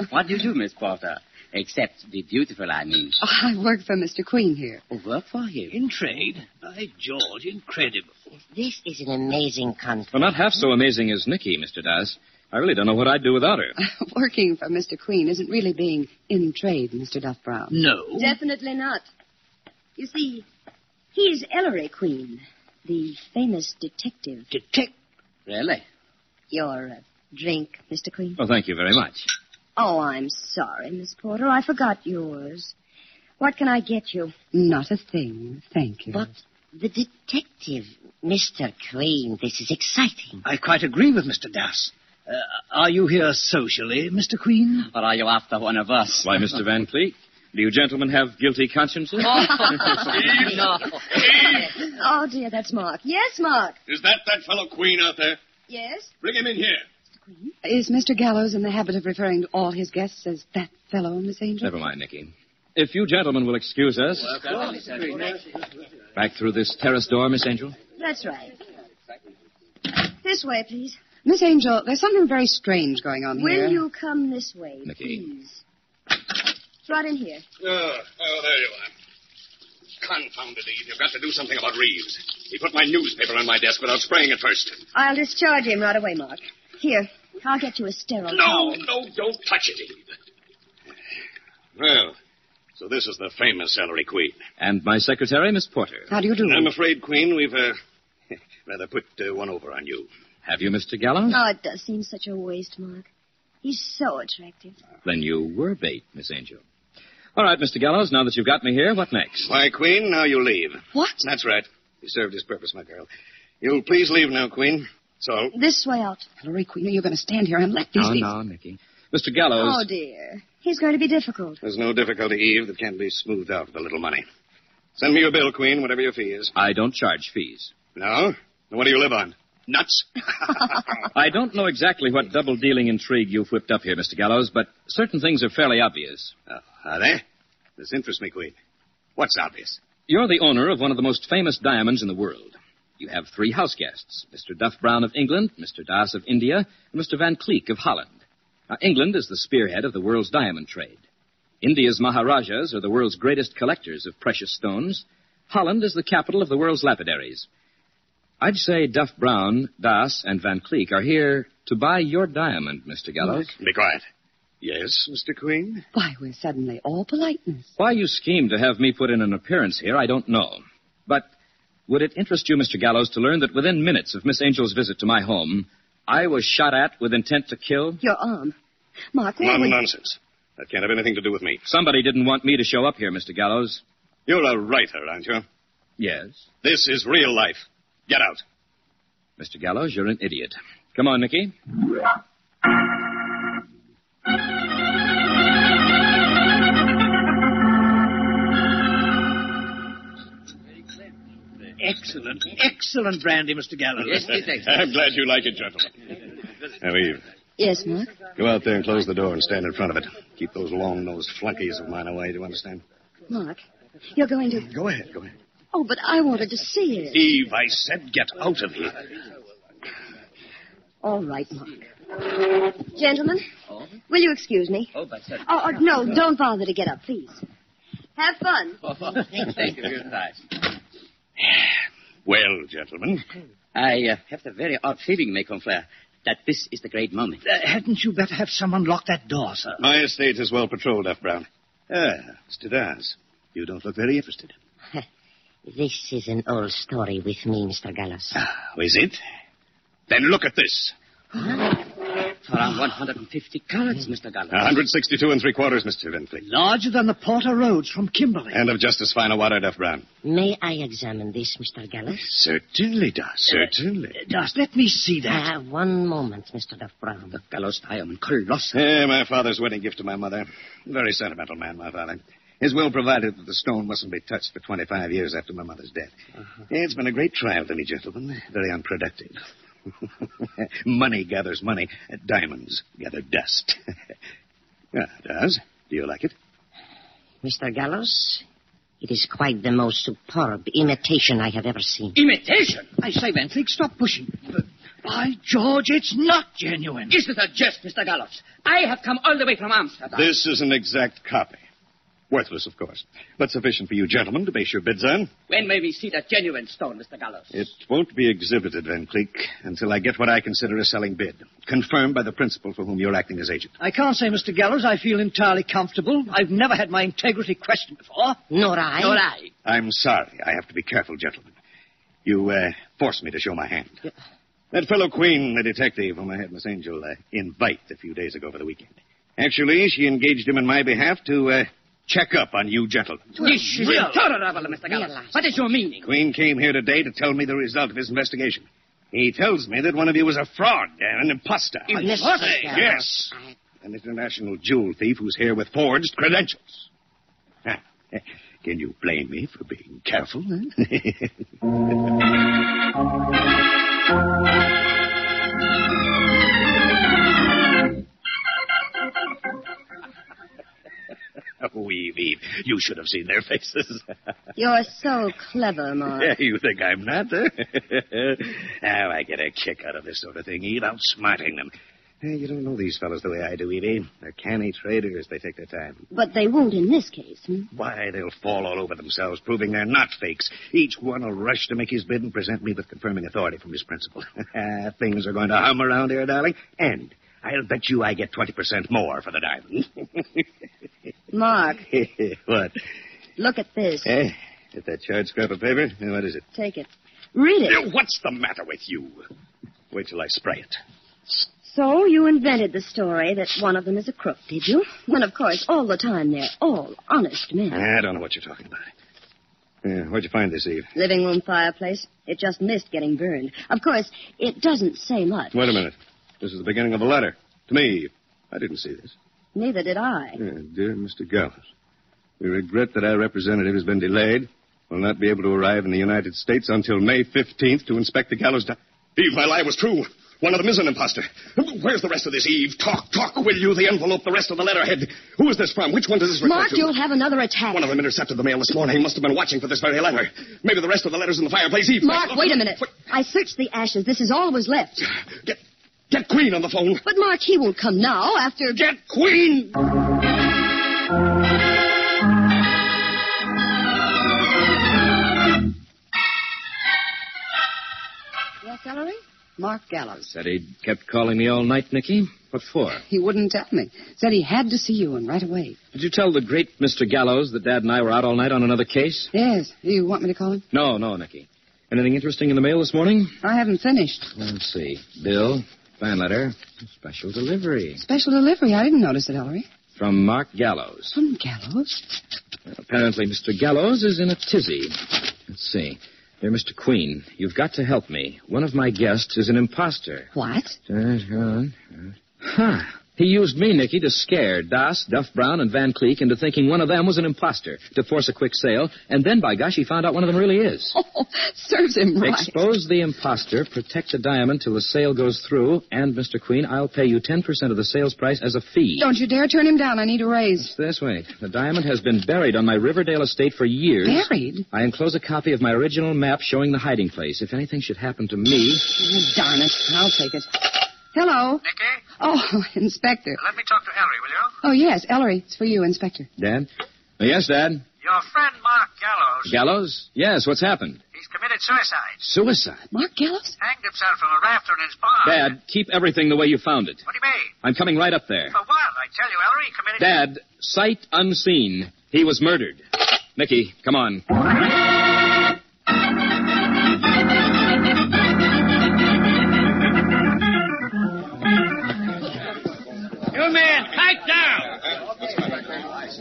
S19: what do you do, Miss Porter? Except be beautiful, I mean.
S16: Oh, I work for Mr. Queen here.
S17: Oh,
S19: Work for him.
S17: In trade? By George, incredible.
S18: This is an amazing conference.
S14: Well, not half so amazing as Nicky, Mr. Doss. I really don't know what I'd do without her.
S16: Working for Mr. Queen isn't really being in trade, Mr. Duff Brown.
S17: No.
S15: Definitely not. You see, he's Ellery Queen, the famous detective.
S17: Detect?
S19: Really?
S15: Your uh, drink, Mr. Queen.
S14: Well, thank you very much.
S15: Oh, I'm sorry, Miss Porter. I forgot yours. What can I get you?
S16: Not a thing, thank you.
S18: But the detective, Mr. Crane, this is exciting.
S17: I quite agree with Mr. Doss. Uh, are you here socially, Mr. Queen?
S19: Or are you after one of us?
S14: Why, Mr. Van Cleek, do you gentlemen have guilty consciences?
S19: Oh.
S18: no.
S15: Oh, dear, that's Mark. Yes, Mark.
S20: Is that that fellow Queen out there?
S15: Yes?
S20: Bring him in here.
S16: Is Mr. Gallows in the habit of referring to all his guests as that fellow, Miss Angel?
S14: Never mind, Nicky. If you gentlemen will excuse us, back through this terrace door, Miss Angel.
S15: That's right. This way, please.
S16: Miss Angel, there's something very strange going on here.
S15: Will you come this way,
S14: Nicky.
S15: please? It's right in here.
S20: Oh, oh, there you are. Confounded Eve. You've got to do something about Reeves. He put my newspaper on my desk without spraying it first.
S15: I'll discharge him right away, Mark. Here, I'll get you a sterile
S20: No, Oh,
S15: towel.
S20: no, don't touch it, Eve. Well, so this is the famous Ellery Queen.
S14: And my secretary, Miss Porter.
S16: How do you do?
S20: I'm afraid, Queen, we've uh, rather put uh, one over on you.
S14: Have you, Mr. Gallows?
S15: Oh, it does seem such a waste, Mark. He's so attractive.
S14: Then you were bait, Miss Angel. All right, Mr. Gallows, now that you've got me here, what next?
S20: Why, Queen, now you leave.
S16: What?
S20: That's right. He served his purpose, my girl. You'll please leave now, Queen. So,
S15: This way out.
S16: Hillary Queen, you're going to stand here and let these
S14: No,
S16: things...
S14: no, Nicky. Mr. Gallows.
S15: Oh, dear. He's going to be difficult.
S20: there's no difficulty, Eve, that can't be smoothed out with a little money. Send me your bill, Queen, whatever your fee is.
S14: I don't charge fees.
S20: No? Then what do you live on? Nuts?
S14: I don't know exactly what double dealing intrigue you've whipped up here, Mr. Gallows, but certain things are fairly obvious.
S20: Oh, are they? This interests me, Queen. What's obvious?
S14: You're the owner of one of the most famous diamonds in the world. You have three house guests Mr. Duff Brown of England, Mr. Das of India, and Mr. Van Cleek of Holland. Now, England is the spearhead of the world's diamond trade. India's Maharajas are the world's greatest collectors of precious stones. Holland is the capital of the world's lapidaries. I'd say Duff Brown, Das, and Van Cleek are here to buy your diamond, Mr. Gallows.
S20: Be quiet. Yes, Mr. Queen?
S16: Why, we're suddenly all politeness.
S14: Why you schemed to have me put in an appearance here, I don't know. But would it interest you, Mr. Gallows, to learn that within minutes of Miss Angel's visit to my home, I was shot at with intent to kill?
S15: Your arm. Mark, where
S20: None
S15: were you?
S20: nonsense. That can't have anything to do with me.
S14: Somebody didn't want me to show up here, Mr. Gallows.
S20: You're a writer, aren't you?
S14: Yes.
S20: This is real life. Get out.
S14: Mr. Gallows, you're an idiot. Come on, Nicky.
S17: Excellent, excellent. excellent brandy, Mr. Gallows.
S20: Yes, it is. I'm glad you like it, gentlemen.
S21: Now, Eve,
S15: Yes, Mark.
S21: go out there and close the door and stand in front of it. Keep those long-nosed flunkies of mine away. Do you understand?
S15: Mark, you're going to.
S21: Go ahead, go ahead.
S15: Oh, but I wanted to see it.
S21: Eve, I said get out of here.
S15: All right, Mark. Gentlemen, will you excuse me?
S19: Oh, but sir.
S15: Oh, oh, no, don't bother to get up, please. Have fun.
S19: Thank you very much.
S21: Well,
S17: Mm.
S21: gentlemen.
S19: I uh, have the very odd feeling, Macon Flair, that this is the great moment.
S17: Uh, hadn't you better have someone lock that door, sir?
S21: My estate is well patrolled, F. Brown. Ah, Mr. Dars, you don't look very interested.
S18: This is an old story with me, Mr. Gallows.
S21: Oh, is it? Then look at this.
S19: Around 150 carats, Mr. Gallows.
S21: 162 and three quarters, Mr. Vinfleet.
S17: Larger than the Porter Roads from Kimberley.
S21: And of just as fine a water, F. Brown.
S18: May I examine this, Mr. Gallows?
S21: Certainly, Dars,
S18: Uh,
S21: certainly.
S17: Dars, Uh, let me see that.
S18: Ah, one moment, Mr. Duff Brown.
S19: The Gallows diamond, colossal.
S21: Eh, my father's wedding gift to my mother. Very sentimental man, my father. His will provided that the stone mustn't be touched for 25 years after my mother's death.
S18: Uh-huh.
S21: It's been a great trial to me, gentlemen. Very unproductive. money gathers money. Diamonds gather dust. yeah, it does. Do you like it?
S18: Mr. Gallows, it is quite the most superb imitation I have ever seen.
S17: Imitation? I say, Van Cleek, stop pushing. But by George, it's not genuine.
S19: Is it a jest, Mr. Gallows? I have come all the way from Amsterdam.
S21: This is an exact copy. Worthless, of course, but sufficient for you gentlemen to base your bids on.
S19: When may we see the genuine stone, Mr. Gallows?
S21: It won't be exhibited, Van Cleek, until I get what I consider a selling bid, confirmed by the principal for whom you're acting as agent.
S17: I can't say, Mr. Gallows, I feel entirely comfortable. I've never had my integrity questioned before.
S18: Nor I.
S19: Nor I.
S21: I'm sorry. I have to be careful, gentlemen. You uh, forced me to show my hand. That fellow Queen, the detective whom I had Miss Angel uh, invite a few days ago for the weekend. Actually, she engaged him in my behalf to uh, check up on you gentlemen.
S19: This is intolerable, Mr. Gallows. What is your meaning?
S21: Queen came here today to tell me the result of his investigation. He tells me that one of you is a fraud and an imposter.
S18: Mr. Gallows.
S21: Yes. An international jewel thief who's here with forged credentials. Now, eh, Can you blame me for being careful, then? oh, Eve, Eve, you should have seen their faces.
S15: You're so clever, Mark.
S21: Yeah, you think I'm not, huh? now I get a kick out of this sort of thing, Eve, outsmarting them. Eh, You don't know these fellows the way I do, Evie. They're canny traders. They take their time.
S15: But they won't in this case. Hmm?
S21: Why, they'll fall all over themselves, proving they're not fakes. Each one will rush to make his bid and present me with confirming authority from his principal. Things are going to hum around here, darling. And I'll bet you I get 20% more for the diamond.
S15: Mark,
S21: what?
S15: look at this.
S21: Eh? Get that charred scrap of paper? Eh, What is it?
S15: Take it. Read
S21: Eh,
S15: it.
S21: What's the matter with you? Wait till I spray it.
S15: So you invented the story that one of them is a crook, did you? When, of course, all the time they're all honest men.
S21: I don't know what you're talking about. Eh, where'd you find this, Eve?
S15: Living room fireplace. It just missed getting burned. Of course, it doesn't say much.
S21: Wait a minute. This is the beginning of a letter. To me, I didn't see this.
S15: Neither did I.
S21: Yeah, dear Mr. Gallows, we regret that our representative has been delayed. Will not be able to arrive in the United States until May 15th to inspect the gallows. Di-
S20: Eve, my lie was true. One of them is an imposter. Where's the rest of this, Eve? Talk, talk, will you? The envelope, the rest of the letterhead. Who is this from? Which one does this refer
S15: Mark,
S20: to?
S15: you'll have another attack.
S20: One of them intercepted the mail this morning. He must have been watching for this very letter. Maybe the rest of the letters in the fireplace, Eve.
S15: Mark,
S20: Oh,
S15: wait a minute. I searched the ashes. This is all was left.
S20: Get, get Queen on the phone.
S15: But, Mark, he won't come now after.
S20: Get Queen!
S16: Yes, Ellery? Mark Gallows.
S14: Said he'd kept calling me all night, Nicky. What for?
S16: He wouldn't tell me. Said he had to see you, and right away.
S14: Did you tell the great Mr. Gallows that Dad and I were out all night on another case?
S16: Yes. You want me to call him?
S14: No, no, Nicky. Anything interesting in the mail this morning?
S16: I haven't finished.
S14: Let's see. Bill, fan letter, special delivery
S16: Special delivery. I didn't notice it, Ellery.
S14: from Mark Gallows.
S16: From Gallows?
S14: Apparently, Mr. Gallows is in a tizzy. Let's see. Dear Mr. Queen, you've got to help me. One of my guests is an imposter.
S16: What?
S14: Huh. He used me, Nicky, to scare Das, Duff Brown, and Van Cleek into thinking one of them was an imposter to force a quick sale, and then, by gosh, he found out one of them really is.
S16: Serves him right.
S14: Expose the imposter, protect the diamond till the sale goes through, and, Mr. Queen, I'll pay you 10% of the sales price as a fee.
S16: Don't you dare turn him down. I need a raise.
S14: It's this way. The diamond has been buried on my Riverdale estate for years.
S16: Buried?
S14: I enclose a copy of my original map showing the hiding place. If anything should happen to me.
S16: Oh, darn it. I'll take it. Hello.
S22: Nicky,
S16: Oh, Inspector.
S22: let me talk to Ellery, will you?
S16: Oh, yes, Ellery. It's for you, Inspector.
S14: Dad? yes, Dad.
S22: Your friend Mark Gallows.
S14: Gallows? Yes, what's happened?
S22: He's committed suicide.
S14: Suicide.
S16: Mark Gallows?
S22: Hanged himself from a rafter in his barn.
S14: Dad, keep everything the way you found it.
S22: What do you mean?
S14: I'm coming right up there.
S22: For what? I tell you, Ellery, he committed.
S14: Dad, sight unseen. He was murdered. Nicky, come on.
S17: You man, pipe down.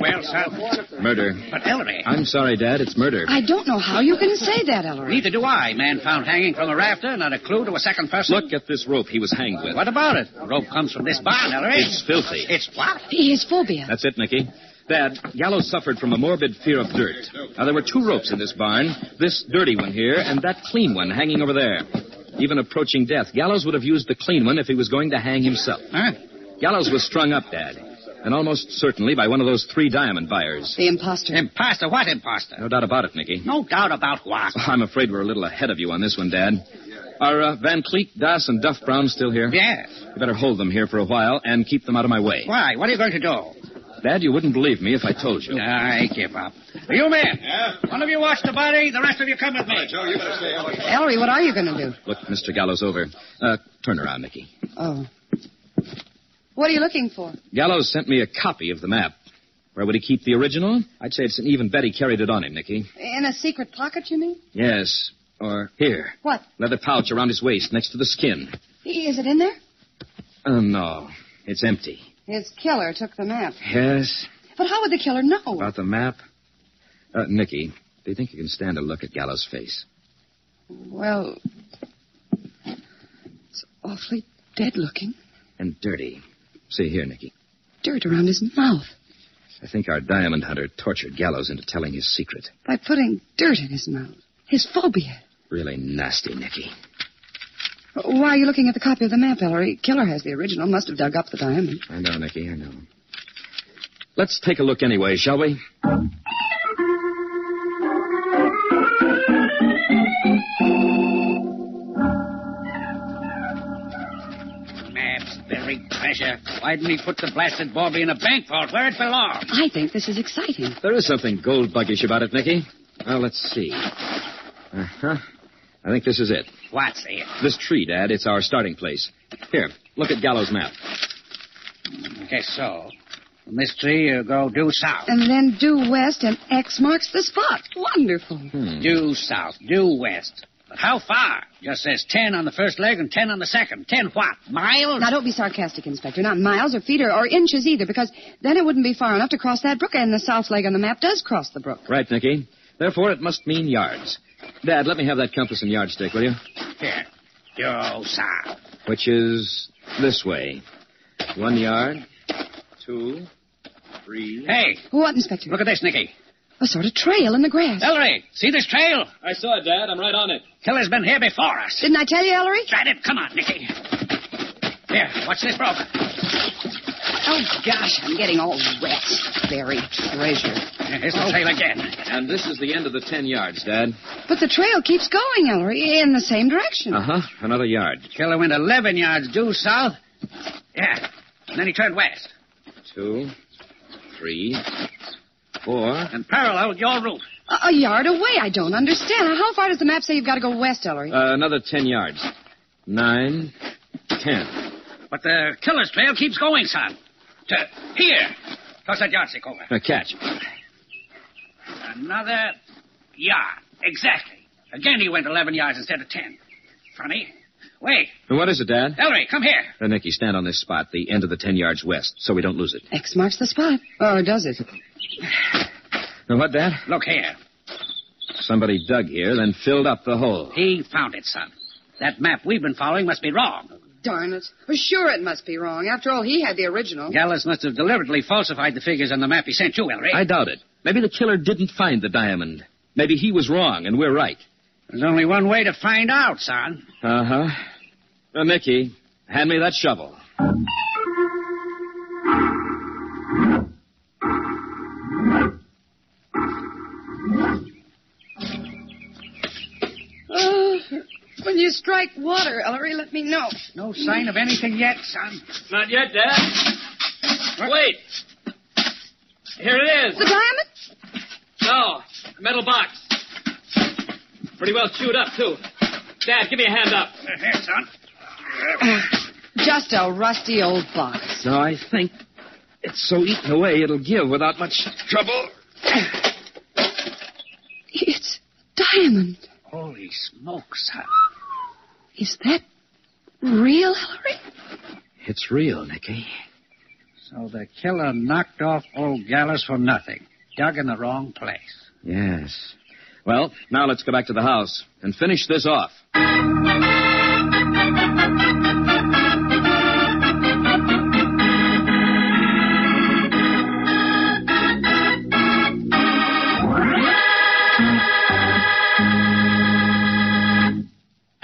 S17: Well, son.
S14: Murder.
S17: But Ellery,
S14: I'm sorry, Dad. It's murder.
S16: I don't know how you can say that, Ellery.
S17: neither do I. Man found hanging from a rafter, not a clue to a second person.
S14: Look at this rope he was hanged with.
S17: What about it? The rope comes from this barn, Ellery.
S14: It's filthy.
S17: It's what?
S16: He has phobia.
S14: That's it, Nicky. Dad, Gallows suffered from a morbid fear of dirt. Now, there were two ropes in this barn this dirty one here and that clean one hanging over there. Even approaching death, Gallows would have used the clean one if he was going to hang himself.
S17: Huh?
S14: Gallows was strung up, Dad, and almost certainly by one of those three diamond buyers.
S16: The imposter.
S17: Imposter? What imposter?
S14: No doubt about it, Nicky.
S17: No doubt about what.
S14: I'm afraid we're a little ahead of you on this one, Dad. Are uh, Van Cleek, Das, and Duff Brown still here?
S17: Yes.
S14: You better hold them here for a while and keep them out of my way.
S17: Why? What are you going to do?
S14: Dad, you wouldn't believe me if I told you.
S17: I give up. You men. One of you watch the body. The rest of you come with me. Joe, you better stay.
S16: Ellery, what are you going to do?
S14: Look Mr. Gallows over. Uh, turn around, Nicky.
S16: Oh. What are you looking for?
S14: Gallows sent me a copy of the map. Where would he keep the original? I'd say it's an even bet he carried it on him, Nicky.
S16: In a secret pocket, you mean?
S14: Yes. Or here.
S16: What?
S14: Leather pouch around his waist next to the skin.
S16: Is it in there?
S14: Oh, no. It's empty.
S16: His killer took the map.
S14: Yes.
S16: But how would the killer know?
S14: About the map? Uh, Nicky, do you think you can stand a look at Gallows' face?
S16: Well, it's awfully dead looking.
S14: And dirty. See here, Nicky.
S16: Dirt around his mouth
S14: I think our diamond hunter tortured Gallows into telling his secret.
S16: by putting dirt in his mouth. His phobia.
S14: Really nasty, Nicky.
S16: Why are you looking at the copy of the map, Ellery? Killer has the original. Must have dug up the diamond.
S14: I know, Nicky, I know. Let's take a look anyway, shall we?
S17: Map's buried treasure. Why didn't he put the blasted bauble in a bank vault where it belongs?
S16: I think this is exciting.
S14: There is something gold buggish about it, Nicky. Well, let's see. Uh huh. I think this is it.
S17: What's it?
S14: This tree, Dad, it's our starting place. Here, look at Gallows' map.
S17: I guess so. From this tree, you go due south.
S16: And then due west and X marks the spot. Wonderful.
S17: Due south, due west. But how far? Just says ten on the first leg and ten on the second. Ten what? Miles?
S16: Now, don't be sarcastic, Inspector. Not miles or feet or, or inches either, because then it wouldn't be far enough to cross that brook, and the south leg on the map does cross the brook.
S14: Right, Nicky. Therefore, it must mean yards. Dad, let me have that compass and yardstick, will you?
S17: Here. Due south.
S14: Which is this way. One yard, two, three.
S17: Hey,
S16: What, Inspector?
S17: look at this, Nicky.
S16: A sort of trail in the grass.
S17: Ellery, see this trail?
S14: I saw it, Dad. I'm right on it.
S17: Killer's been here before us.
S16: Didn't I tell you, Ellery?
S17: Tried it. Come on, Nicky. Here, watch this broke.
S16: Oh, gosh, I'm getting all wet. Buried treasure.
S17: Here's the trail again.
S14: And this is the end of the ten yards, Dad.
S16: But the trail keeps going, Ellery, in the same direction.
S14: Uh huh. Another yard.
S17: Killer went 11 yards due south. Yeah. And then he turned west.
S14: Two, three, four.
S17: And parallel with your route.
S16: A, a yard away. I don't understand. How far does the map say you've got to go west, Ellery?
S14: Uh, another ten yards. Nine, ten.
S17: But the killer's trail keeps going, son. To here. Toss that yardstick over.
S14: A catch.
S17: Another yard. Exactly. Again he went 11 yards instead of 10. Funny. Wait.
S14: And what is it, Dad?
S17: Ellery, come here.
S14: Uh, Nicky, stand on this spot, the end of the ten yards west, so we don't lose it.
S16: X marks the spot. Or does it?
S14: Now what, Dad?
S17: Look here.
S14: Somebody dug here, then filled up the hole.
S17: He found it, son. That map we've been following must be wrong.
S16: Darn it. Well, sure, it must be wrong. After all, he had the original.
S17: Gallus must have deliberately falsified the figures on the map he sent you, Ellery.
S14: I doubt it. Maybe the killer didn't find the diamond. Maybe he was wrong and we're right.
S17: There's only one way to find out, son.
S14: Uh-huh. Uh, Mickey, hand me that shovel.
S16: Oh, when you strike water, Ellery, let me know.
S17: No sign of anything yet, son.
S13: Not yet, Dad. Wait. Here it is.
S16: The diamond?
S13: No, a metal box. Pretty well chewed up, too. Dad, give me a hand up. Here, son.
S16: Just a rusty old box.
S14: So I think it's so eaten away it'll give without much trouble.
S16: It's diamond.
S17: Holy smoke, son.
S16: Is that real, Ellery?
S14: It's real, Nicky.
S17: So the killer knocked off old Gallus for nothing. Dug in the wrong place.
S14: Yes. Well, now let's go back to the house and finish this off.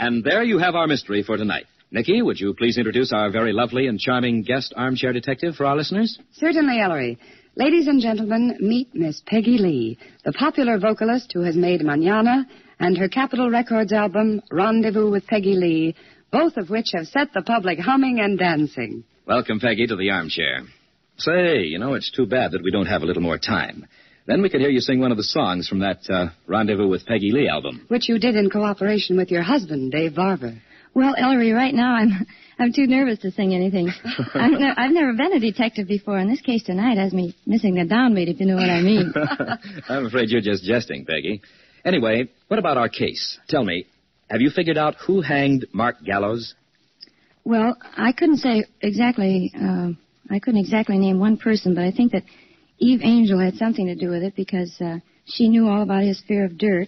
S14: And there you have our mystery for tonight. Nicky, would you please introduce our very lovely and charming guest armchair detective for our listeners?
S16: Certainly, Ellery. Ladies and gentlemen, meet Miss Peggy Lee, the popular vocalist who has made Manana and her Capitol Records album, Rendezvous with Peggy Lee, both of which have set the public humming and dancing.
S14: Welcome, Peggy, to the armchair. Say, you know, it's too bad that we don't have a little more time. Then we could hear you sing one of the songs from that uh, Rendezvous with Peggy Lee album.
S16: Which you did in cooperation with your husband, Dave Barber.
S23: Well, Ellery, right now I'm I'm too nervous to sing anything. I'm ne- I've never been a detective before, and this case tonight has me missing the downbeat, if you know what I mean.
S14: I'm afraid you're just jesting, Peggy. Anyway, what about our case? Tell me, have you figured out who hanged Mark Gallows?
S23: well, I couldn't say exactly. Uh, I couldn't exactly name one person, but I think that Eve Angel had something to do with it because uh, she knew all about his fear of dirt,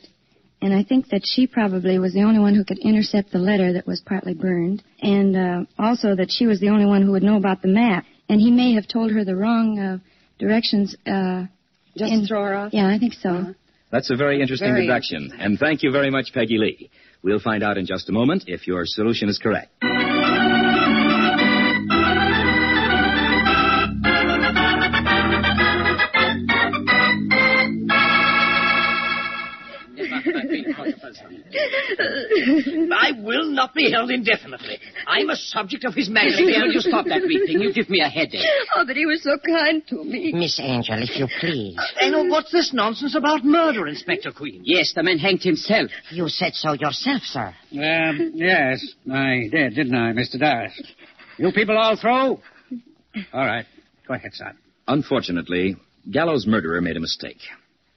S23: and I think that she probably was the only one who could intercept the letter that was partly burned, and uh, also that she was the only one who would know about the map. And he may have told her the wrong uh, directions. Uh,
S16: Just throw her off?
S23: Yeah, I think so.
S14: That's a very interesting
S23: Very
S14: deduction. And thank you very much, Peggy Lee. We'll find out in just a moment if your solution is correct.
S15: I will not be held indefinitely. I'm a subject of His Majesty. Will you stop that weeping? You give me a headache.
S16: Oh, but he was so kind to me.
S15: Miss Angel, if you please. And oh, what's this nonsense about murder, Inspector Queen? Yes, the man hanged himself. You said so yourself, sir.
S17: Um, yes, I did, didn't I, Mr. Darris? You people all through? All right. Go ahead, son.
S14: Unfortunately, Gallows' murderer made a mistake.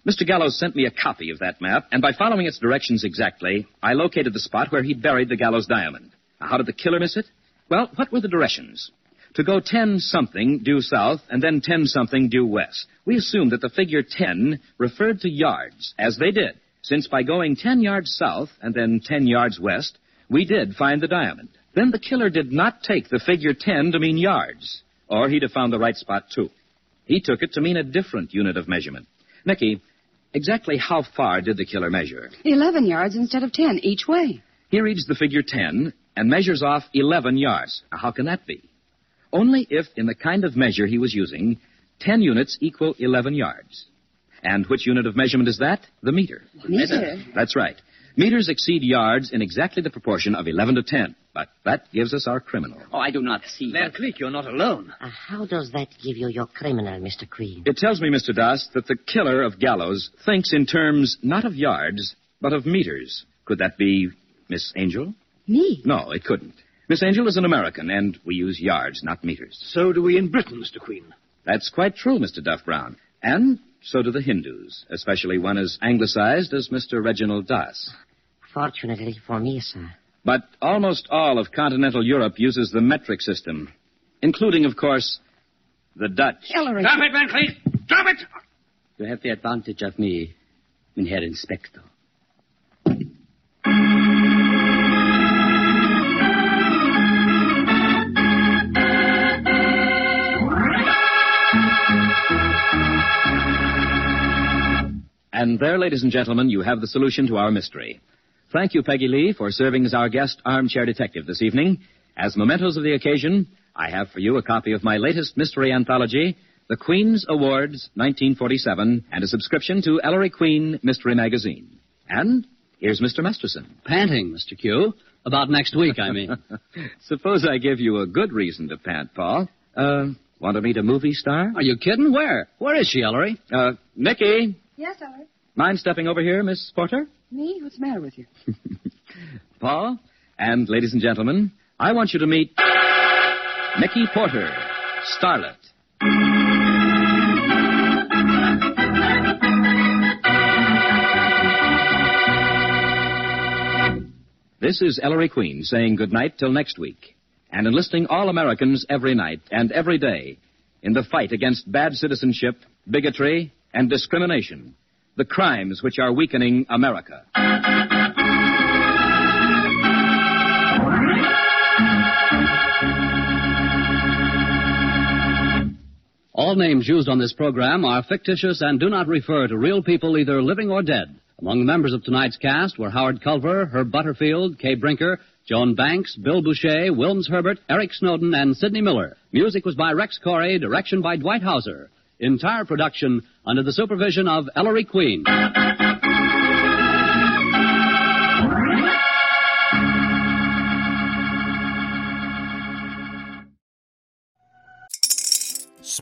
S14: Mr. Gallows sent me a copy of that map, and by following its directions exactly, I located the spot where he buried the Gallows diamond. Now, how did the killer miss it? Well, what were the directions? To go 10 something due south and then 10 something due west. We assumed that the figure 10 referred to yards, as they did, since by going 10 yards south and then 10 yards west, we did find the diamond. Then the killer did not take the figure 10 to mean yards, or he'd have found the right spot too. He took it to mean a different unit of measurement. Nicky, exactly how far did the killer measure?
S16: 11 yards instead of 10 each way.
S14: He reads the figure 10 and measures off 11 yards. Now, how can that be? Only if, in the kind of measure he was using, 10 units equal 11 yards. And which unit of measurement is that? The meter.
S16: Meter?
S14: That's right. Meters exceed yards in exactly the proportion of 11 to 10, but that gives us our criminal.
S24: Oh, I do not see. Van Cleek, you're not alone.
S25: Uh, how does that give you your criminal, Mr. Creed?
S14: It tells me, Mr. Das, that the killer of gallows thinks in terms not of yards, but of meters. Could that be Miss Angel?
S16: Me?
S14: No, it couldn't. Miss Angel is an American, and we use yards, not meters.
S15: So do we in Britain, Mr. Queen.
S14: That's quite true, Mr. Duff Brown. And so do the Hindus, especially one as anglicized as Mr. Reginald Das.
S25: Fortunately for me, sir.
S14: But almost all of continental Europe uses the metric system, including, of course, the Dutch.
S16: Ellery.
S17: Drop it, Van Cleek. Drop it.
S24: You have the advantage of me, Herr Inspector.
S14: And there, ladies and gentlemen, you have the solution to our mystery. Thank you, Peggy Lee, for serving as our guest armchair detective this evening. As mementos of the occasion, I have for you a copy of my latest mystery anthology, The Queen's Awards, 1947, and a subscription to Ellery Queen Mystery Magazine. And here's Mr. Masterson.
S13: Panting, Mr. Q. About next week, I mean.
S14: Suppose I give you a good reason to pant, Paul. Uh, want to meet a movie star?
S13: Are you kidding? Where? Where is she, Ellery?
S14: Uh, Mickey,
S16: Yes, Ellery.
S14: mind stepping over here, Miss Porter?
S16: Me? What's the matter with you?
S14: Paul, and ladies and gentlemen, I want you to meet Mickey Porter, Starlet. This is Ellery Queen saying goodnight till next week and enlisting all Americans every night and every day in the fight against bad citizenship, bigotry, and discrimination, the crimes which are weakening America.
S13: All names used on this program are fictitious and do not refer to real people, either living or dead. Among the members of tonight's cast were Howard Culver, Herb Butterfield, Kay Brinker, Joan Banks, Bill Boucher, Wilms Herbert, Eric Snowden, and Sidney Miller. Music was by Rex Corey, direction by Dwight Hauser. Entire production under the supervision of Ellery Queen.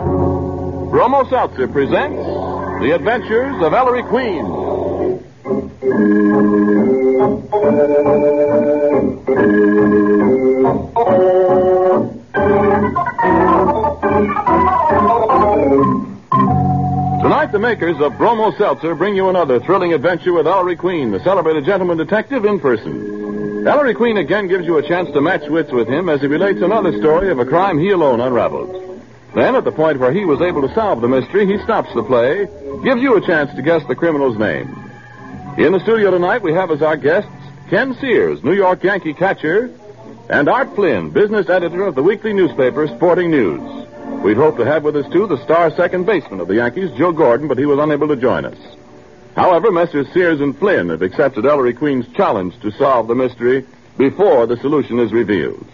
S11: Bromo Seltzer presents The Adventures of Ellery Queen. Tonight, the makers of Bromo Seltzer bring you another thrilling adventure with Ellery Queen, the celebrated gentleman detective in person. Ellery Queen again gives you a chance to match wits with him as he relates another story of a crime he alone unraveled. Then, at the point where he was able to solve the mystery, he stops the play, gives you a chance to guess the criminal's name. In the studio tonight, we have as our guests Ken Sears, New York Yankee catcher, and Art Flynn, business editor of the weekly newspaper Sporting News. We'd hoped to have with us, too, the star second baseman of the Yankees, Joe Gordon, but he was unable to join us. However, Messrs. Sears and Flynn have accepted Ellery Queen's challenge to solve the mystery before the solution is revealed.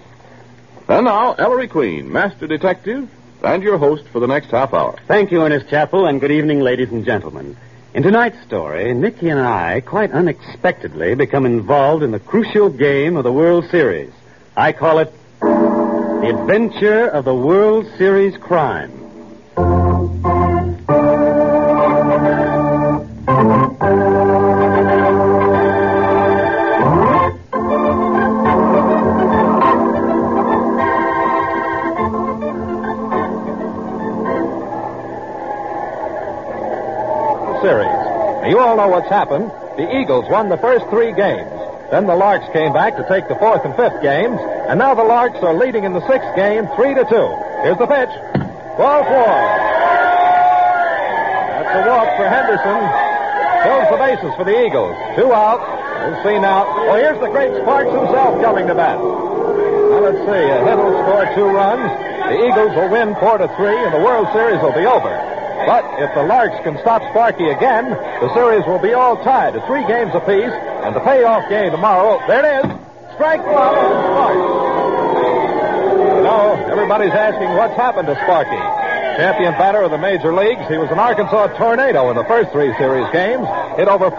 S11: And now, Ellery Queen, Master Detective, and your host for the next half hour.
S12: Thank you, Ernest Chappell, and good evening, ladies and gentlemen. In tonight's story, Nicky and I quite unexpectedly become involved in the crucial game of the World Series. I call it The Adventure of the World Series Crime.
S26: Series. Now, You all know what's happened. The Eagles won the first three games. Then the Larks came back to take the fourth and fifth games, and now the Larks are leading in the sixth game, three to two. Here's the pitch. Ball four. the walk for Henderson. Fills the bases for the Eagles. Two out. We'll see now. Oh, here's the great Sparks himself coming to bat. Now let's see. Uh, Head will score two runs. The Eagles will win four to three, and the World Series will be over. But if the Larks can stop Sparky again, the series will be all tied at three games apiece, and the payoff game tomorrow. There it is. Strike one, Sparks. You know, everybody's asking what's happened to Sparky. Champion batter of the major leagues, he was an Arkansas tornado in the first three series games. Hit over 500.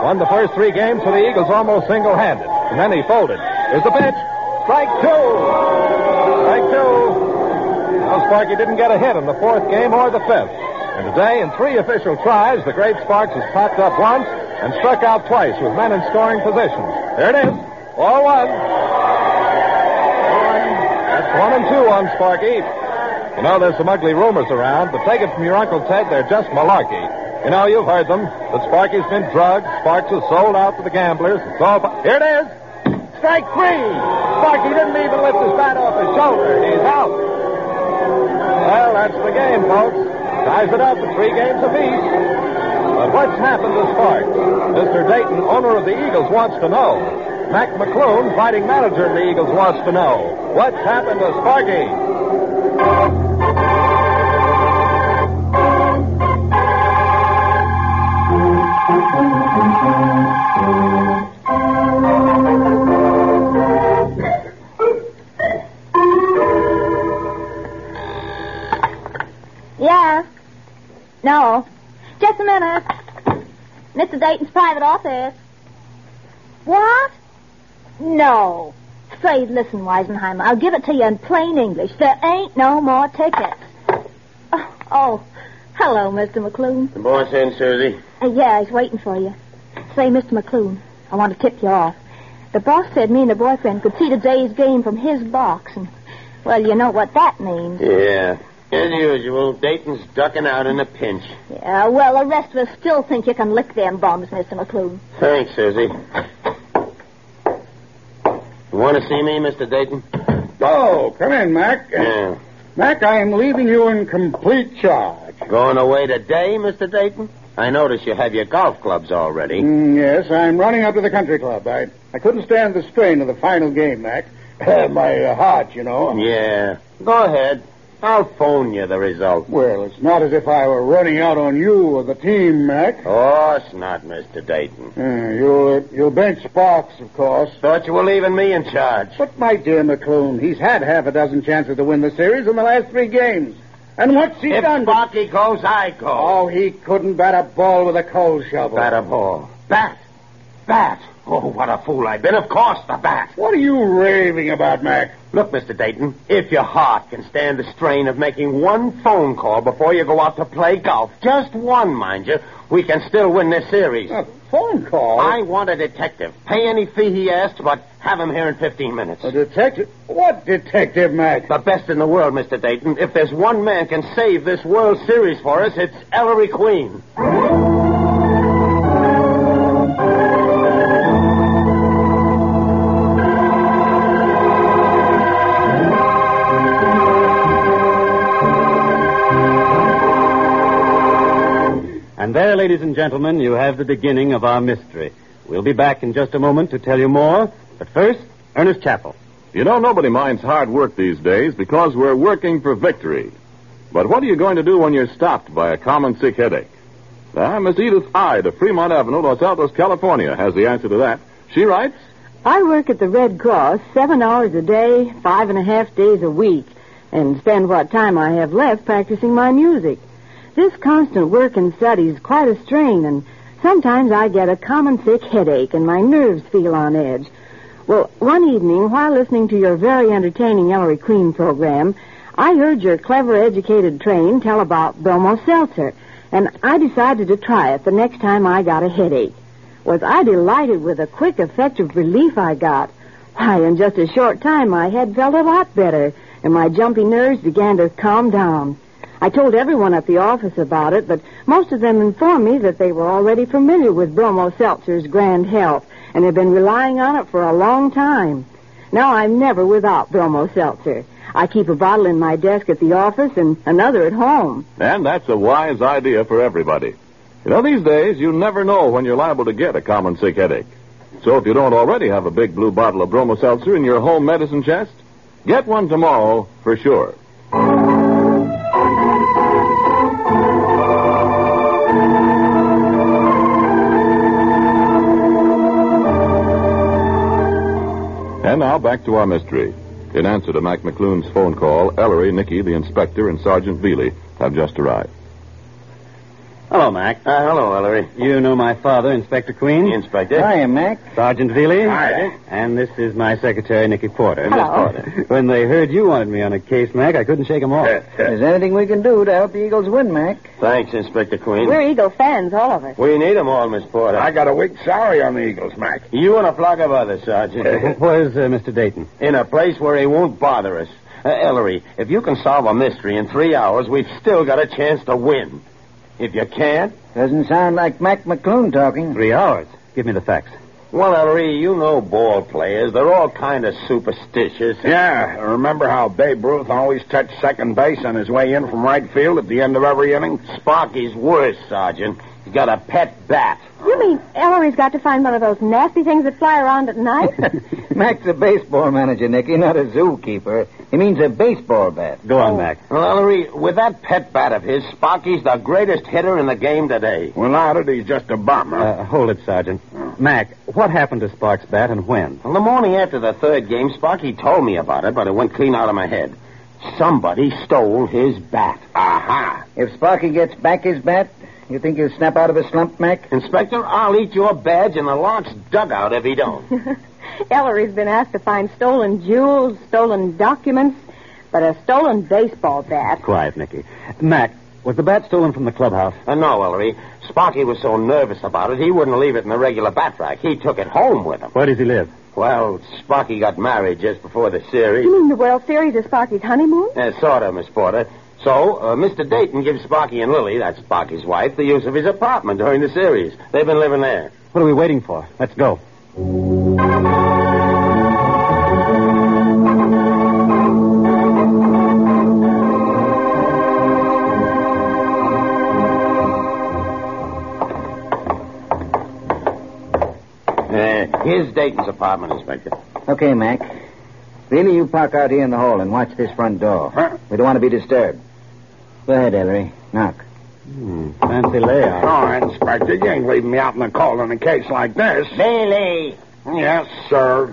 S26: Won the first three games for the Eagles almost single-handed, and then he folded. Here's the pitch. Strike two. Strike two. Now Sparky didn't get a hit in the fourth game or the fifth. And today, in three official tries, the great Sparks has popped up once and struck out twice with men in scoring position. There it is. All one. One. That's one and two on Sparky. You know, there's some ugly rumors around, but take it from your Uncle Ted, they're just malarkey. You know, you've heard them. That Sparky's been drugged, Sparks is sold out to the gamblers. It's all... Here it is. Strike three. Sparky didn't even lift his bat off his shoulder. He's out. Well, that's the game, folks. Ties it up at three games apiece. But what's happened to Sparks? Mr. Dayton, owner of the Eagles, wants to know. Mac McClune, fighting manager of the Eagles, wants to know. What's happened to Sparky?
S27: Yeah. No. Just a minute. Mr. Dayton's private office. What? No. Say, listen, Weisenheimer. I'll give it to you in plain English. There ain't no more tickets. Oh, oh. hello, Mr. McClune.
S28: The boss in, Susie.
S27: Uh, yeah, he's waiting for you. Say, Mr. McClune, I want to tip you off. The boss said me and the boyfriend could see today's game from his box, and well, you know what that means.
S28: Yeah. As usual, Dayton's ducking out in a pinch.
S27: Yeah, Uh, well, the rest of us still think you can lick them bums, Mr. McClune.
S28: Thanks, Susie. You want to see me, Mr. Dayton?
S6: Oh, come in, Mac.
S28: Yeah.
S6: Mac, I am leaving you in complete charge.
S28: Going away today, Mr. Dayton? I notice you have your golf clubs already.
S6: Mm, yes, I'm running up to the country club. I, I couldn't stand the strain of the final game, Mac. My uh, heart, you know.
S28: Yeah. Go ahead. I'll phone you the result.
S6: Well, it's not as if I were running out on you or the team, Mac.
S28: Oh, it's not, Mr. Dayton.
S6: Uh, you'll, uh, you'll bench Sparks, of course.
S28: Thought you were leaving me in charge.
S6: But, my dear McClune, he's had half a dozen chances to win the series in the last three games. And what's he
S28: if
S6: done? to-
S28: Barkey goes, I go.
S6: Oh, he couldn't bat a ball with a coal shovel.
S28: Bat a ball. Bat. Bat. Oh, what a fool I've been. Of course, the bat.
S6: What are you raving about, Mac?
S28: Look, Mr. Dayton, if your heart can stand the strain of making one phone call before you go out to play golf, just one, mind you, we can still win this series.
S6: A phone call?
S28: I want a detective. Pay any fee he asks, but have him here in 15 minutes.
S6: A detective? What detective, Mac?
S28: The best in the world, Mr. Dayton. If there's one man can save this World Series for us, it's Ellery Queen.
S12: And there, ladies and gentlemen, you have the beginning of our mystery. We'll be back in just a moment to tell you more, but first, Ernest Chappell.
S11: You know, nobody minds hard work these days because we're working for victory. But what are you going to do when you're stopped by a common sick headache? Ah, Miss Edith Ide of Fremont Avenue, Los Altos, California, has the answer to that. She writes,
S29: I work at the Red Cross seven hours a day, five and a half days a week, and spend what time I have left practicing my music. This constant work and study is quite a strain, and sometimes I get a common sick headache and my nerves feel on edge. Well, one evening, while listening to your very entertaining Ellery Queen program, I heard your clever, educated train tell about Bromo Seltzer, and I decided to try it the next time I got a headache. Was I delighted with the quick, effective relief I got? Why, in just a short time, my head felt a lot better, and my jumpy nerves began to calm down. I told everyone at the office about it, but most of them informed me that they were already familiar with Bromo Seltzer's grand help and had been relying on it for a long time. Now I'm never without Bromo Seltzer. I keep a bottle in my desk at the office and another at home.
S11: And that's a wise idea for everybody. You know, these days, you never know when you're liable to get a common sick headache. So if you don't already have a big blue bottle of bromo seltzer in your home medicine chest, get one tomorrow for sure. And now back to our mystery. In answer to Mac McClune's phone call, Ellery, Nicky, the inspector, and Sergeant Bealey have just arrived.
S12: Hello, Mac.
S28: Uh, hello, Ellery.
S12: You know my father, Inspector Queen.
S28: Inspector.
S12: I am Mac. Sergeant Veely.
S28: Hi.
S12: And this is my secretary, Nicky Porter.
S28: Hello.
S12: Porter. when they heard you wanted me on a case, Mac, I couldn't shake 'em off.
S28: There's
S29: anything we can do to help the Eagles win, Mac.
S28: Thanks, Inspector Queen.
S29: We're Eagle fans, all of us.
S28: We need 'em all, Miss Porter.
S8: I got a week's salary on the Eagles, Mac.
S28: You and a flock of others, Sergeant.
S12: Where's uh, Mr. Dayton?
S28: in a place where he won't bother us. Uh, Ellery, if you can solve a mystery in three hours, we've still got a chance to win. If you can't,
S30: Doesn't sound like Mac McClune talking.
S12: Three hours. Give me the facts.
S28: well, Ellery, you know ball players. They're all kind of superstitious.
S8: Yeah, remember how Babe Ruth always touched second base on his way in from right field at the end of every inning?
S28: Sparky's worse, Sergeant. He's got a pet bat.
S27: You mean Ellery's got to find one of those nasty things that fly around at night?
S30: Mac's a baseball manager, Nicky, not a zookeeper. He means a baseball bat.
S12: Go
S29: Oh.
S12: on, Mac.
S28: Well, Ellery, with that pet bat of his, Sparky's the greatest hitter in the game today.
S8: Well, now that he's just a bummer.
S12: Uh, hold it, Sergeant.
S28: Uh.
S12: Mac, what happened to Sparks' bat and when?
S28: Well, the morning after the third game, Sparky told me about it, but it went clean out of my head. Somebody stole his bat. Aha!
S30: If Sparky gets back his bat, you think he'll snap out of a slump, Mac?
S28: Inspector, I'll eat your badge in the Lark's dugout if he don't.
S27: Ellery's been asked to find stolen jewels, stolen documents, but a stolen baseball bat.
S12: Quiet, Nicky. Mac, was the bat stolen from the clubhouse?
S28: Uh, no, Ellery. Sparky was so nervous about it, he wouldn't leave it in the regular bat rack. He took it home with him.
S12: Where does he live?
S28: Well, Sparky got married just before the series.
S27: You mean the World Series is Sparky's honeymoon?
S28: Uh, sort of, Miss Porter. So, uh, Mr. Dayton gives Sparky and Lily, that's Sparky's wife, the use of his apartment during the series. They've been living there.
S12: What are we waiting for? Let's go.
S28: Uh, here's Dayton's apartment, Inspector.
S30: Okay, Mac. Really, you park out here in the hall and watch this front door. We don't want to be disturbed. Go ahead, Ellery. Knock.
S12: Hmm, Fancy layout.
S8: All right, Inspector, you ain't leaving me out in the cold in a case like this.
S28: Bailey!
S8: Yes, sir.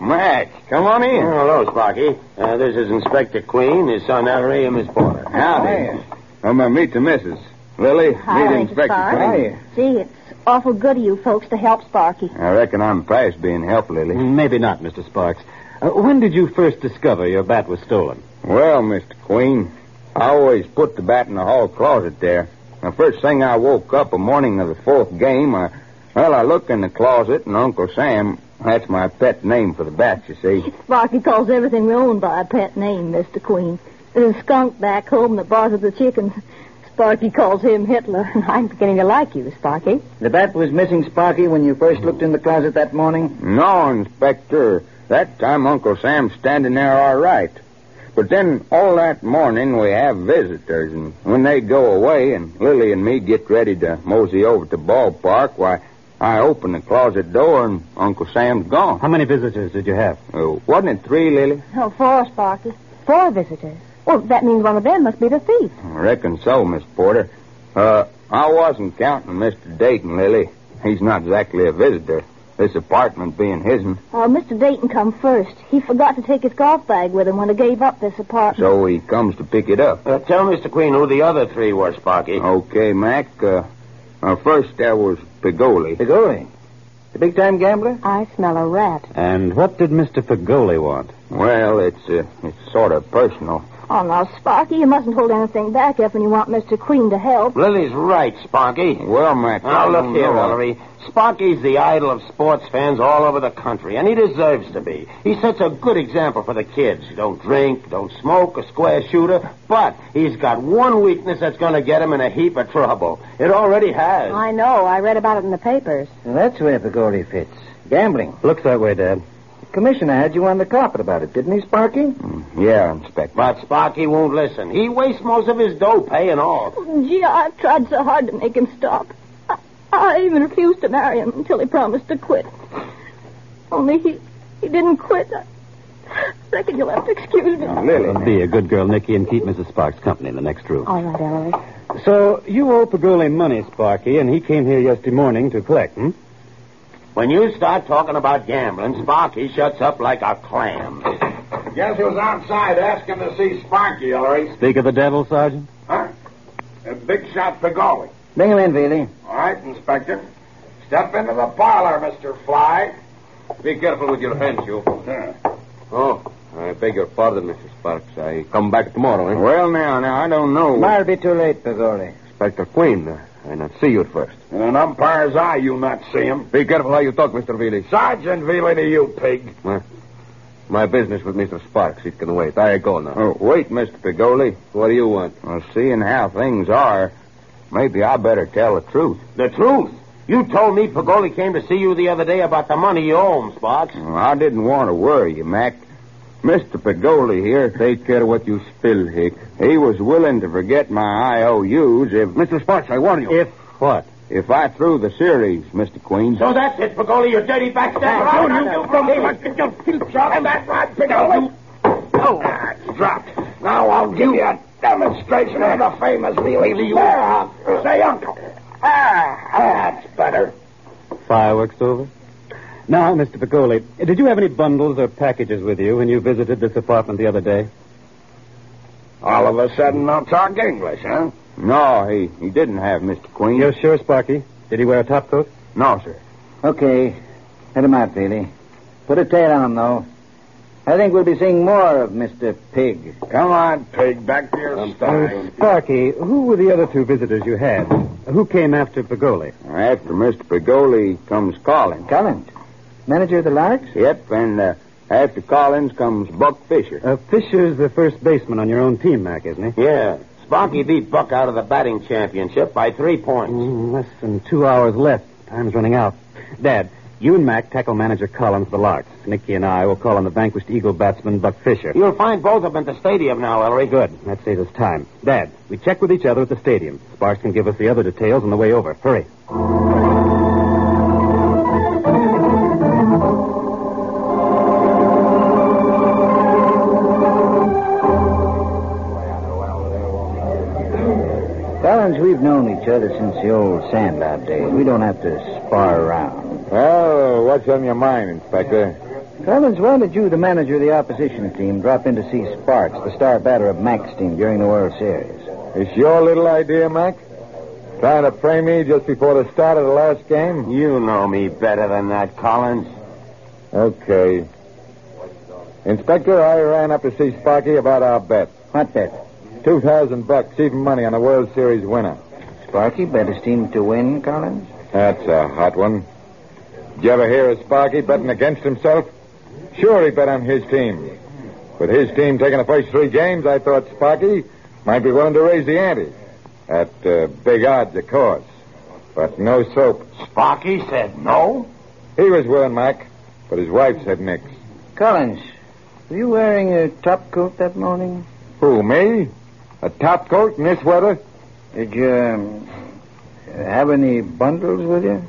S28: Mac, come on
S8: Oh,
S28: in. hello, Sparky. Uh, this is Inspector Queen, his son Ellery, and Miss Porter.
S8: Howdy. I'm going to meet the missus. Lily,
S27: Hi,
S8: meet
S27: Mr.
S8: Inspector
S27: Sparks.
S8: Queen.
S27: Gee, it's awful good of you folks to help Sparky.
S8: I reckon I'm past being helped, Lily.
S12: Maybe not, Mr. Sparks. Uh, when did you first discover your bat was stolen?
S8: Well, Mr. Queen, I always put the bat in the hall closet there. The first thing I woke up the morning of the fourth game, I, well, I looked in the closet, and Uncle Sam, that's my pet name for the bat, you see.
S27: Sparky calls everything we own by a pet name, Mr. Queen. There's a skunk back home that bothers the chickens. Sparky calls him Hitler. I'm beginning to like you, Sparky.
S30: The bat was missing Sparky when you first looked in the closet that morning?
S8: No, Inspector. That time Uncle Sam's standing there all right. But then all that morning we have visitors, and when they go away and Lily and me get ready to mosey over to ballpark, why, I open the closet door and Uncle Sam's gone.
S12: How many visitors did you have?
S8: Uh, wasn't it three, Lily?
S27: Oh, four, Sparky. Four visitors. Well, that means one of them must be the thief.
S8: I reckon so, Miss Porter. Uh, I wasn't counting Mr. Dayton, Lily. He's not exactly a visitor, this apartment being his'n.
S27: Oh, Mr. Dayton come first. He forgot to take his golf bag with him when he gave up this apartment.
S8: So he comes to pick it up.
S28: Uh, tell Mr. Queen who the other three were, Sparky.
S8: Okay, Mac. Uh, uh, first there was Pigoli.
S30: Pigoli? The big time gambler?
S27: I smell a rat.
S12: And what did Mr. Pagoli want?
S8: Well, it's uh, it's sort of personal.
S27: Oh, now, Sparky, you mustn't hold anything back if you want Mr. Queen to help.
S28: Lily's right, Sparky.
S8: Well, Mac.
S28: Now,
S8: I
S28: look
S8: don't
S28: here,
S8: know.
S28: Ellery. Sparky's the idol of sports fans all over the country, and he deserves to be. He sets a good example for the kids. He don't drink, don't smoke, a square shooter, but he's got one weakness that's going to get him in a heap of trouble. It already has.
S27: I know. I read about it in the papers.
S30: Well, that's where Pigoli fits. Gambling.
S12: Looks that way, Dad.
S30: The commissioner had you on the carpet about it, didn't he, Sparky?
S8: Yeah, Inspector.
S28: But Sparky won't listen. He wastes most of his dough paying off.
S27: Oh, gee, I've tried so hard to make him stop. I, I even refused to marry him until he promised to quit. Only he, he didn't quit. I reckon you'll have to excuse me.
S28: Uh,
S12: Lily. Be a good girl, Nicky, and keep Mrs. Sparks company in the next room.
S9: All right, Ellery.
S12: So you owe Pagoli money, Sparky, and he came here yesterday morning to collect, hmm?
S28: When you start talking about gambling, Sparky shuts up like a clam.
S6: Guess who's outside asking to see Sparky, Ellery?
S12: Speak of the devil, Sergeant.
S6: A big shot Pagoli.
S30: Bring him in, Veely.
S6: All right, Inspector. Step into the parlor, Mr. Fly.
S26: Be careful with your hands, you. Oh, I beg your pardon, Mr. Sparks. I come back tomorrow, eh?
S8: Well, now, now, I don't know.
S30: Might be too late, Pagoli.
S26: Inspector Queen, uh, I not see you at first.
S6: In an umpire's eye, you not see him.
S26: Be careful how you talk, Mr. Veely.
S6: Sergeant Veely to you, pig.
S26: My, my business with Mr. Sparks, it can wait. I go now.
S8: Oh, wait, Mr. Pigoli.
S26: What do you want?
S8: Well, seeing how things are, maybe I better tell the truth.
S28: The truth? You told me Pagoli came to see you the other day about the money you owe him, Sparks.
S8: Well, I didn't want to worry you, Mac. Mr. Pagoli here take care of what you spill, Hick. He was willing to forget my IOUs if...
S26: Mr. Sparks, I warn you.
S8: If what? If I threw the series, Mr. Queen.
S6: So that's it, Pagoli, you dirty backstabber.
S26: Now,
S6: Out,
S26: you
S6: out, out, out, out, you drop that right, Pagoli. Oh, ah, it's dropped. Now I'll give you, a demonstration of the famous Veely. You say, Uncle. Ah, that's better.
S12: Fireworks over? Now, Mr. Piccoli, did you have any bundles or packages with you when you visited this apartment the other day?
S6: All of a sudden, I'll talk English, huh?
S8: No, he, he didn't have Mr. Queen.
S12: You're sure, Sparky? Did he wear a top coat?
S8: No, sir.
S30: Okay. Let him out, Veely. Put a tail on him, though. I think we'll be seeing more of Mr. Pig.
S6: Come on, Pig, back to
S8: Um,
S6: your
S12: Uh, Sparky, who were the other two visitors you had? Who came after Pagoli?
S8: After Mr. Pigoli comes Collins.
S30: Collins? Manager of the Larks?
S8: Yep, and uh, after Collins comes Buck Fisher.
S12: Uh, Fisher's the first baseman on your own team, Mac, isn't he?
S28: Yeah. Sparky beat Buck out of the batting championship by three points.
S12: Mm, less than two hours left. Time's running out. Dad, you and Mac tackle manager Collins the Larks. Nicky and I will call on the vanquished Eagle batsman Buck Fisher.
S28: You'll find both of them at the stadium now, Ellery.
S12: Good. That saves us time. Dad, we check with each other at the stadium. Sparks can give us the other details on the way over. Hurry.
S30: Collins, we've known each other since the old sandlot days. We don't have to spar around.
S8: Well, Oh, what's on your mind, Inspector?
S30: Collins, why did you, the manager of the opposition team, drop in to see Sparks, the star batter of Mac's team during the World Series?
S8: It's your little idea, Mac? Trying to pray me just before the start of the last game?
S28: You know me better than that, Collins.
S8: Okay. Inspector, I ran up to see Sparky about our bet.
S30: What bet?
S8: Two thousand bucks, even money on a World Series winner.
S30: Sparky bet his team to win, Collins?
S8: That's a hot one. Did you ever hear of Sparky betting against himself? Sure, he bet on his team. With his team taking the first three games, I thought Sparky might be willing to raise the ante. At uh, big odds, of course. But no soap.
S28: Sparky said no.
S8: He was willing, Mac, but his wife said nix.
S30: Collins, were you wearing a top coat that morning?
S8: Who, me? A top coat in this weather?
S30: Did you um, have any bundles with you?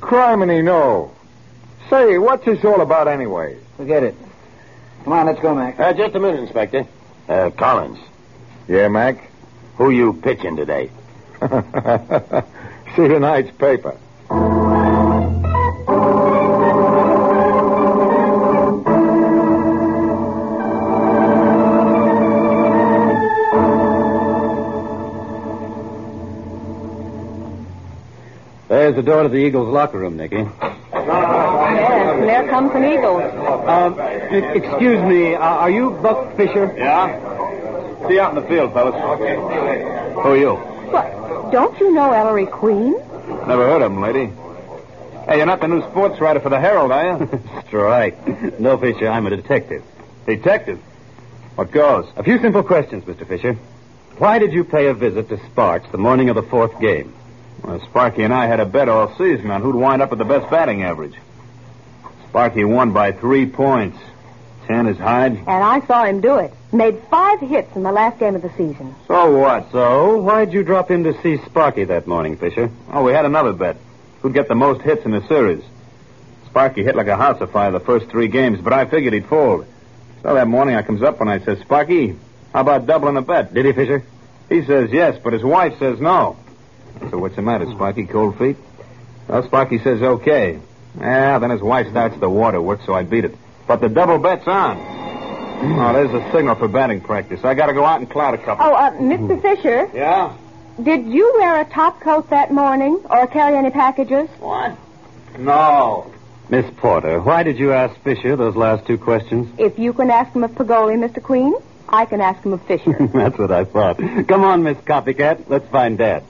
S8: Criminy, no. Say, what's this all about anyway?
S30: Forget it. Come on, let's go, Mac.
S28: Uh, just a minute, Inspector. Uh, Collins,
S8: Yeah, Mac?
S28: who you pitching today?
S8: See tonight's paper.
S12: There's the door to the Eagles' locker room, Nicky.
S6: Yes,
S9: and there comes an eagle.
S12: Um, excuse me, uh, are you Buck Fisher?
S26: Yeah? See you out in the field, fellas. Who are you?
S9: What? Don't you know Ellery Queen?
S26: Never heard of him, lady. Hey, you're not the new sports writer for the Herald, are you?
S12: That's right. No, Fisher, I'm a detective.
S26: Detective. What goes?
S12: A few simple questions, Mr. Fisher. Why did you pay a visit to Sparks the morning of the fourth game?
S26: Well, Sparky and I had a bet all season on who'd wind up with the best batting average. Sparky won by three points. Santa's hide?
S9: And I saw him do it. Made five hits in the last game of the season.
S26: So what?
S12: So, why'd you drop in to see Sparky that morning, Fisher?
S26: Oh, we had another bet. Who'd get the most hits in the series? Sparky hit like a house afire the first three games, but I figured he'd fold. So that morning I comes up and I says, Sparky, how about doubling the bet? Did he, Fisher? He says yes, but his wife says no. So what's the matter, Sparky? Cold feet? Well, Sparky says okay. Yeah, then his wife starts the waterworks, so I beat it. But the double bet's on. Oh, there's a signal for batting practice. I gotta go out and cloud a couple.
S9: Oh, uh, Mr. Fisher,
S26: Yeah?
S9: did you wear a top coat that morning or carry any packages?
S26: What? No.
S12: Miss Porter, why did you ask Fisher those last two questions?
S9: If you can ask him of Pagoli, Mr. Queen, I can ask him of Fisher.
S12: That's what I thought. Come on, Miss Copycat. Let's find Dad.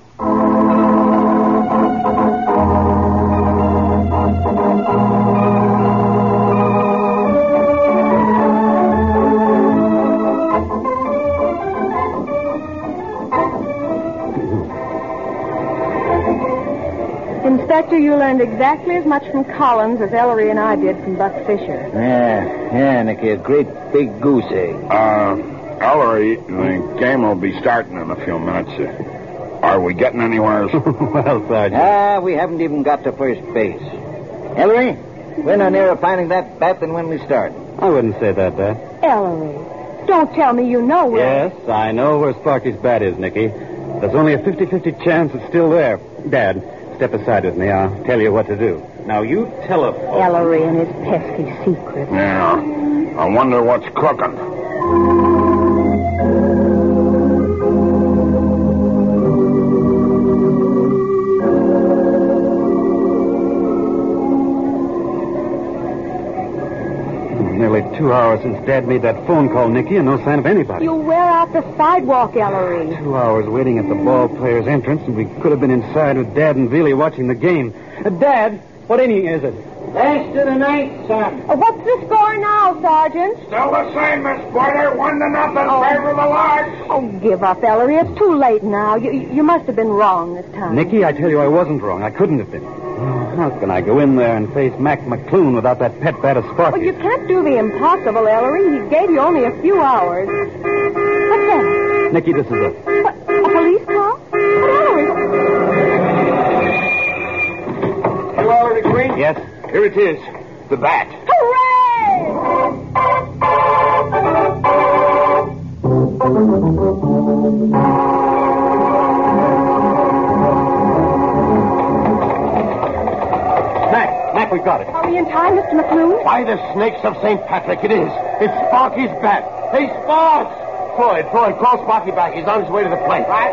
S9: Inspector, you learned exactly as much from Collins as Ellery and I did from Buck Fisher.
S30: Yeah, yeah, Nicky, a great big goose egg.
S8: Uh, Ellery, the game will be starting in a few minutes. Uh, Are we getting anywhere?
S12: well, Sergeant.
S30: Ah, we haven't even got to first base. Ellery, we're no nearer finding that bat than when we started.
S12: I wouldn't say that, Dad.
S9: Ellery, don't tell me you know where.
S12: Yes, I know where Sparky's bat is, Nicky. There's only a 50-50 chance it's still there. Dad, step aside with me. I'll tell you what to do. Now, you telephone.
S9: Ellery and his pesky secret.
S8: Yeah. I wonder what's cooking.
S12: Nearly two hours since Dad made that phone call, Nicky, and no sign of anybody.
S9: You wear out the sidewalk, Ellery.
S12: Two hours waiting at the ball player's entrance, and we could have been inside with Dad and Veely watching the game. Uh, Dad, what inning is it?
S9: Last of the night, son. Uh, what's the score now, Sergeant?
S6: Still the same, Miss Porter. One to nothing favor of the large.
S9: Oh, give up, Ellery. It's too late now. You, you must have been wrong this time.
S12: Nicky, I tell you, I wasn't wrong. I couldn't have been. Oh, How can I go in there and face Mac McClune without that pet bat of
S9: Well,
S12: Sparky?
S9: you can't do the impossible, Ellery. He gave you only a few hours. What's that?
S12: Nicky, this is it.
S9: A police car?
S26: Hello, Ellery Queen? Yes? Here it is. The bat.
S12: Mac, Mac, we got it.
S9: Are we in time, Mr. McClune?
S28: By the snakes of St. Patrick, it is. It's Sparky's bat. Hey, Sparks! Floyd, Floyd, call Sparky back. He's on his way to the plate. Right. Right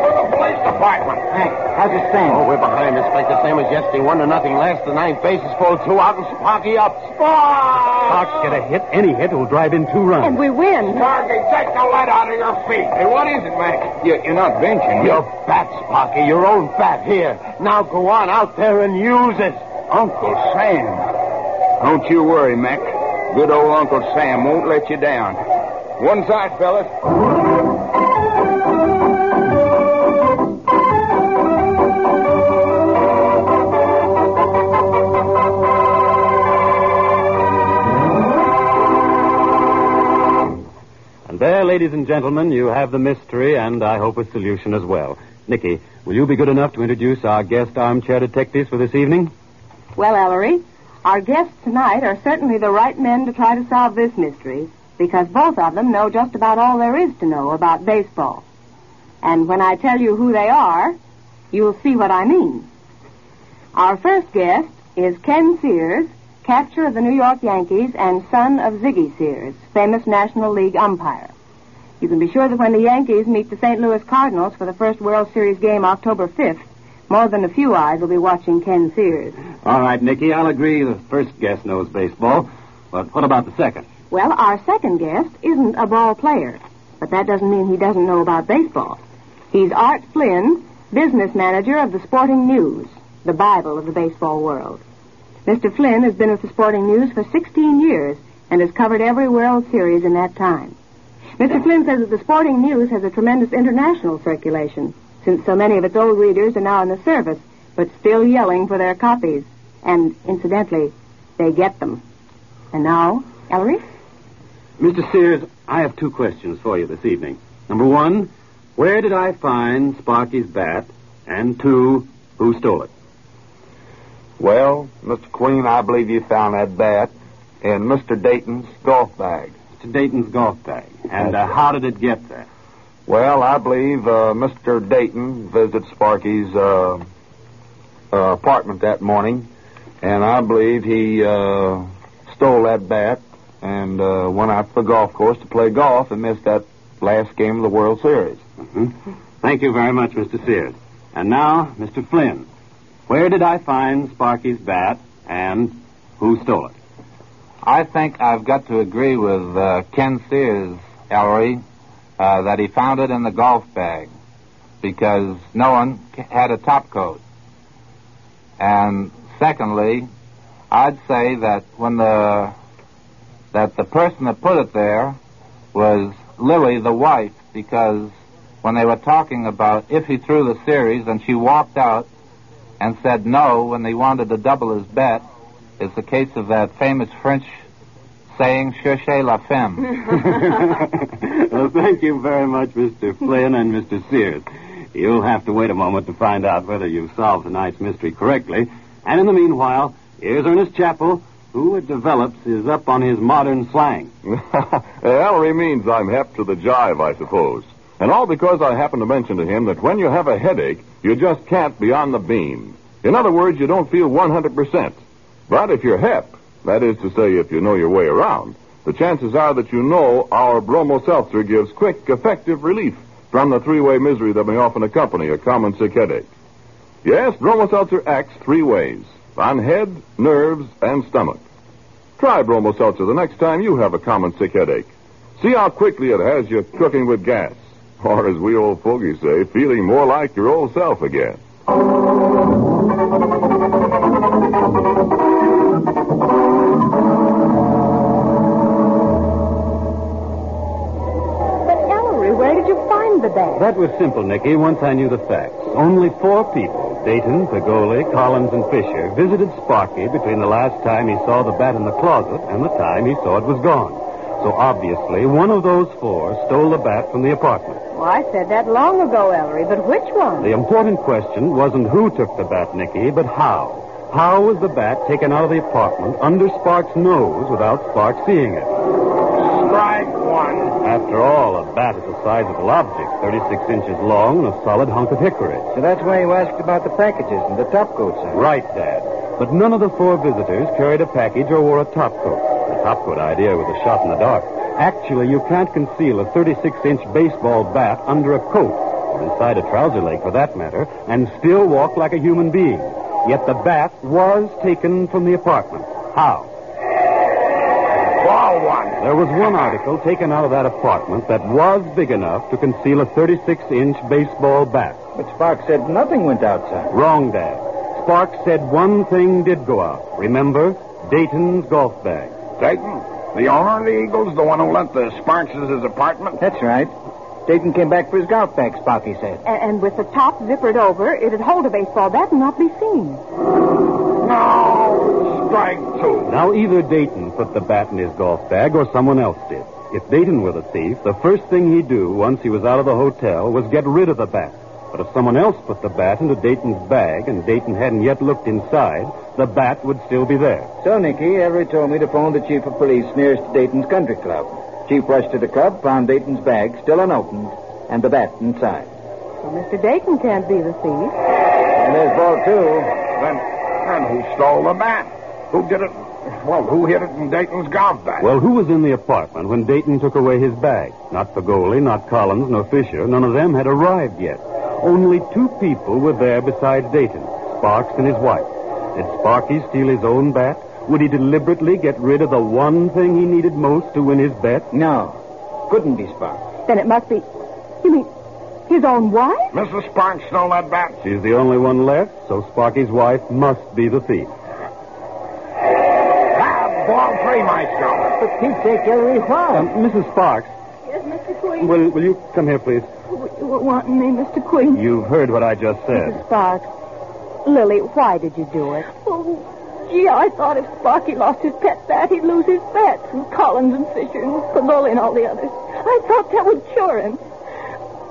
S28: for the police department. Hank, how's it stand? Oh, we're behind, Inspector. Same as yesterday. One to nothing. Last the nine bases full, two out, and Sparky up. Sparks!
S12: Sparks get a hit. Any hit will drive in two runs.
S9: And we win.
S6: Target, take the lead out of your feet.
S28: Hey, what is it, Mac? You, you're not benching.
S6: me.
S28: Your bat, Sparky. Your own bat. Here. Now go on out there and use it. Uncle Sam.
S8: Don't you worry, Mac. Good old Uncle Sam won't let you down. One side, fellas.
S12: And there, ladies and gentlemen, you have the mystery and I hope a solution as well. Nicky, will you be good enough to introduce our guest armchair detectives for this evening?
S9: Well, Ellery, our guests tonight are certainly the right men to try to solve this mystery because both of them know just about all there is to know about baseball. And when I tell you who they are, you'll see what I mean. Our first guest is Ken Sears, catcher of the New York Yankees and son of Ziggy Sears, famous National League umpire. You can be sure that when the Yankees meet the St. Louis Cardinals for the first World Series game October 5th, more than a few eyes will be watching Ken Sears.
S12: All right, Nicky, I'll agree the first guest knows baseball. But what about the second?
S9: Well, our second guest isn't a ball player, but that doesn't mean he doesn't know about baseball. He's Art Flynn, business manager of the Sporting News, the Bible of the baseball world. Mr. Flynn has been with the Sporting News for 16 years and has covered every World Series in that time. Mr. Flynn says that the Sporting News has a tremendous international circulation, since so many of its old readers are now in the service, but still yelling for their copies. And incidentally, they get them. And now,
S31: Ellery?
S12: Mr. Sears, I have two questions for you this evening. Number one, where did I find Sparky's bat? And two, who stole it?
S26: Well, Mr. Queen, I believe you found that bat in Mr. Dayton's golf bag.
S12: Mr. Dayton's golf bag. And uh, how did it get there?
S26: Well, I believe uh, Mr. Dayton visited Sparky's uh, uh, apartment that morning, and I believe he uh, stole that bat and uh, went out to the golf course to play golf and missed that last game of the World Series.
S12: Mm-hmm. Thank you very much, Mr. Sears. And now, Mr. Flynn, where did I find Sparky's bat and who stole it?
S32: I think I've got to agree with uh, Ken Sears, Ellery, uh, that he found it in the golf bag because no one c- had a top coat. And secondly, I'd say that when the that the person that put it there was Lily, the wife, because when they were talking about if he threw the series and she walked out and said no when they wanted to double his bet, it's the case of that famous French saying "cherchez la femme."
S12: well, thank you very much, Mr. Flynn and Mr. Sears. You'll have to wait a moment to find out whether you've solved tonight's mystery correctly. And in the meanwhile, here's Ernest Chappell, who, it develops, is up on his modern slang.
S11: Ellery means I'm hep to the jive, I suppose. And all because I happened to mention to him that when you have a headache, you just can't be on the beam. In other words, you don't feel 100%. But if you're hep, that is to say, if you know your way around, the chances are that you know our bromo seltzer gives quick, effective relief from the three-way misery that may often accompany a common sick headache. Yes, bromo seltzer acts three ways on head, nerves, and stomach. Try bromo seltzer the next time you have a common sick headache. See how quickly it has you cooking with gas, or as we old fogies say, feeling more like your old self again.
S9: But Ellery, where did you find the bat?
S12: That was simple, Nicky, once I knew the facts. Only four people, Dayton, Pagoli, Collins, and Fisher, visited Sparky between the last time he saw the bat in the closet and the time he saw it was gone. So obviously, one of those four stole the bat from the apartment.
S9: Well, I said that long ago, Ellery, but which one?
S12: The important question wasn't who took the bat, Nicky, but how. How was the bat taken out of the apartment under Spark's nose without Spark seeing it?
S2: Strike one.
S12: After all, a bat is the size of a lobstick, 36 inches long and a solid hunk of hickory.
S30: So that's why you asked about the packages and the top coats. huh?
S12: Right, Dad. But none of the four visitors carried a package or wore a top coat. The top coat idea was a shot in the dark. Actually, you can't conceal a 36-inch baseball bat under a coat, or inside a trouser leg for that matter, and still walk like a human being. Yet the bat was taken from the apartment. How?
S2: Ball one.
S12: There was one article taken out of that apartment that was big enough to conceal a 36 inch baseball bat. But Spark said nothing went outside. Wrong, Dad. Spark said one thing did go out. Remember? Dayton's golf bag.
S6: Dayton, the owner of the Eagles, the one who lent the Sparks his apartment?
S30: That's right. Dayton came back for his golf bag, Sparky said.
S9: A- and with the top zippered over, it'd hold a baseball bat and not be seen.
S2: Strike two.
S12: Now, either Dayton put the bat in his golf bag or someone else did. If Dayton were the thief, the first thing he'd do once he was out of the hotel was get rid of the bat. But if someone else put the bat into Dayton's bag and Dayton hadn't yet looked inside, the bat would still be there.
S30: So, Nicky, Ellery told me to phone the chief of police nearest to Dayton's country club. Chief rushed to the club, found Dayton's bag still unopened, and the bat inside.
S9: Well, Mr. Dayton can't be the thief.
S30: And there's ball two.
S6: Then, then who stole the bat? Who did it? Well, who hid it in Dayton's golf bag?
S12: Well, who was in the apartment when Dayton took away his bag? Not Pagoli, not Collins, nor Fisher. None of them had arrived yet. Only two people were there besides Dayton Sparks and his wife. Did Sparky steal his own bat? Would he deliberately get rid of the one thing he needed most to win his bet?
S30: No. Couldn't be Sparks.
S9: Then it must be. You mean his own wife?
S6: Mrs. Sparks stole that bat.
S12: She's the only one left, so Sparky's wife must be the thief.
S6: Ball three, Maestro.
S30: But Pete take Ellery why?
S12: Um, Mrs. Sparks,
S9: Yes, Mr. Queen.
S12: will, will you come here, please?
S9: W- w- want me, Mr. Queen?
S12: You've heard what I just said.
S9: Mrs. Sparks, Lily, why did you do it?
S31: Oh,
S3: Gee, I thought if Sparky lost his pet bat, he'd lose his bats, and Collins and Fisher and Panoli and all the others. I thought that would cure him.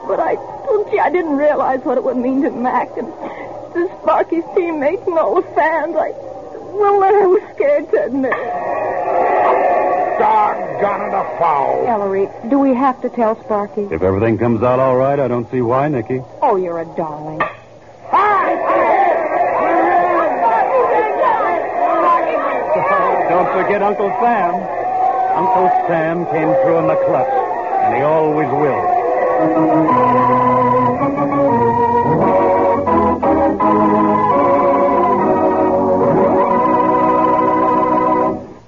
S3: But I, well, gee, I didn't realize what it would mean to Mac and to Sparky's teammates and all the fans. I, well, then I was scared to admit it.
S22: Doggone it, a foul.
S9: Ellery, do we have to tell Sparky?
S12: If everything comes out all right, I don't see why, Nicky.
S9: Oh, you're a darling.
S12: Don't forget Uncle Sam. Uncle Sam came through in the clutch, and he always will.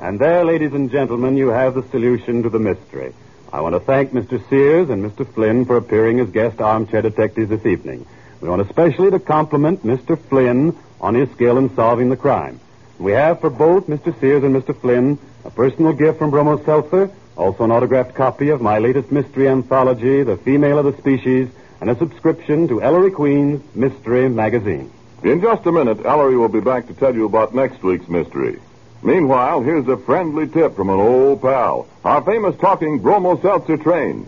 S12: And there, ladies and gentlemen, you have the solution to the mystery. I want to thank Mr. Sears and Mr. Flynn for appearing as guest armchair detectives this evening. We want especially to compliment Mr. Flynn on his skill in solving the crime. We have for both Mr. Sears and Mr. Flynn a personal gift from Bromo Seltzer, also an autographed copy of my latest mystery anthology, The Female of the Species, and a subscription to Ellery Queen's Mystery Magazine.
S11: In just a minute, Ellery will be back to tell you about next week's mystery. Meanwhile, here's a friendly tip from an old pal, our famous talking Bromo Seltzer train.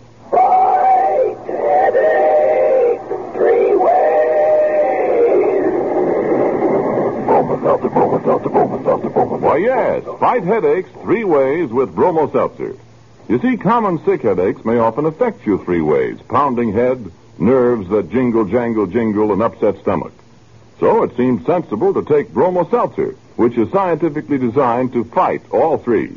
S11: Why, yes, fight headaches three ways with Bromo Seltzer. You see, common sick headaches may often affect you three ways pounding head, nerves that jingle, jangle, jingle, and upset stomach. So it seems sensible to take Bromo Seltzer, which is scientifically designed to fight all three.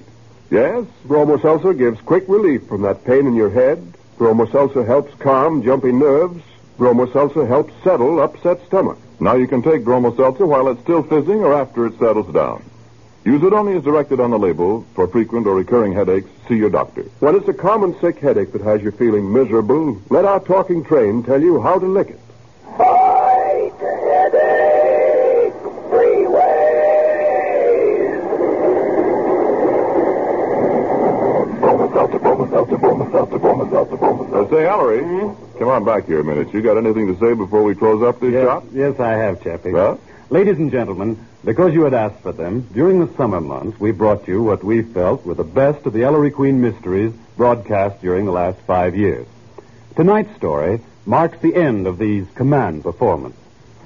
S20: Yes, Bromo Seltzer gives quick relief from that pain in your head. Bromo Seltzer helps calm jumpy nerves. Bromo Seltzer helps settle upset stomach.
S11: Now you can take Bromo Seltzer while it's still fizzing or after it settles down. Use it only as directed on the label. For frequent or recurring headaches, see your doctor.
S20: When it's a common sick headache that has you feeling miserable, let our talking train tell you how to lick it.
S11: Uh, say, Ellery, come on back here a minute. You got anything to say before we close up this
S12: yes,
S11: shop?
S12: Yes, I have, Chappie.
S11: Well?
S12: Ladies and gentlemen, because you had asked for them, during the summer months, we brought you what we felt were the best of the Ellery Queen mysteries broadcast during the last five years. Tonight's story marks the end of these command performances.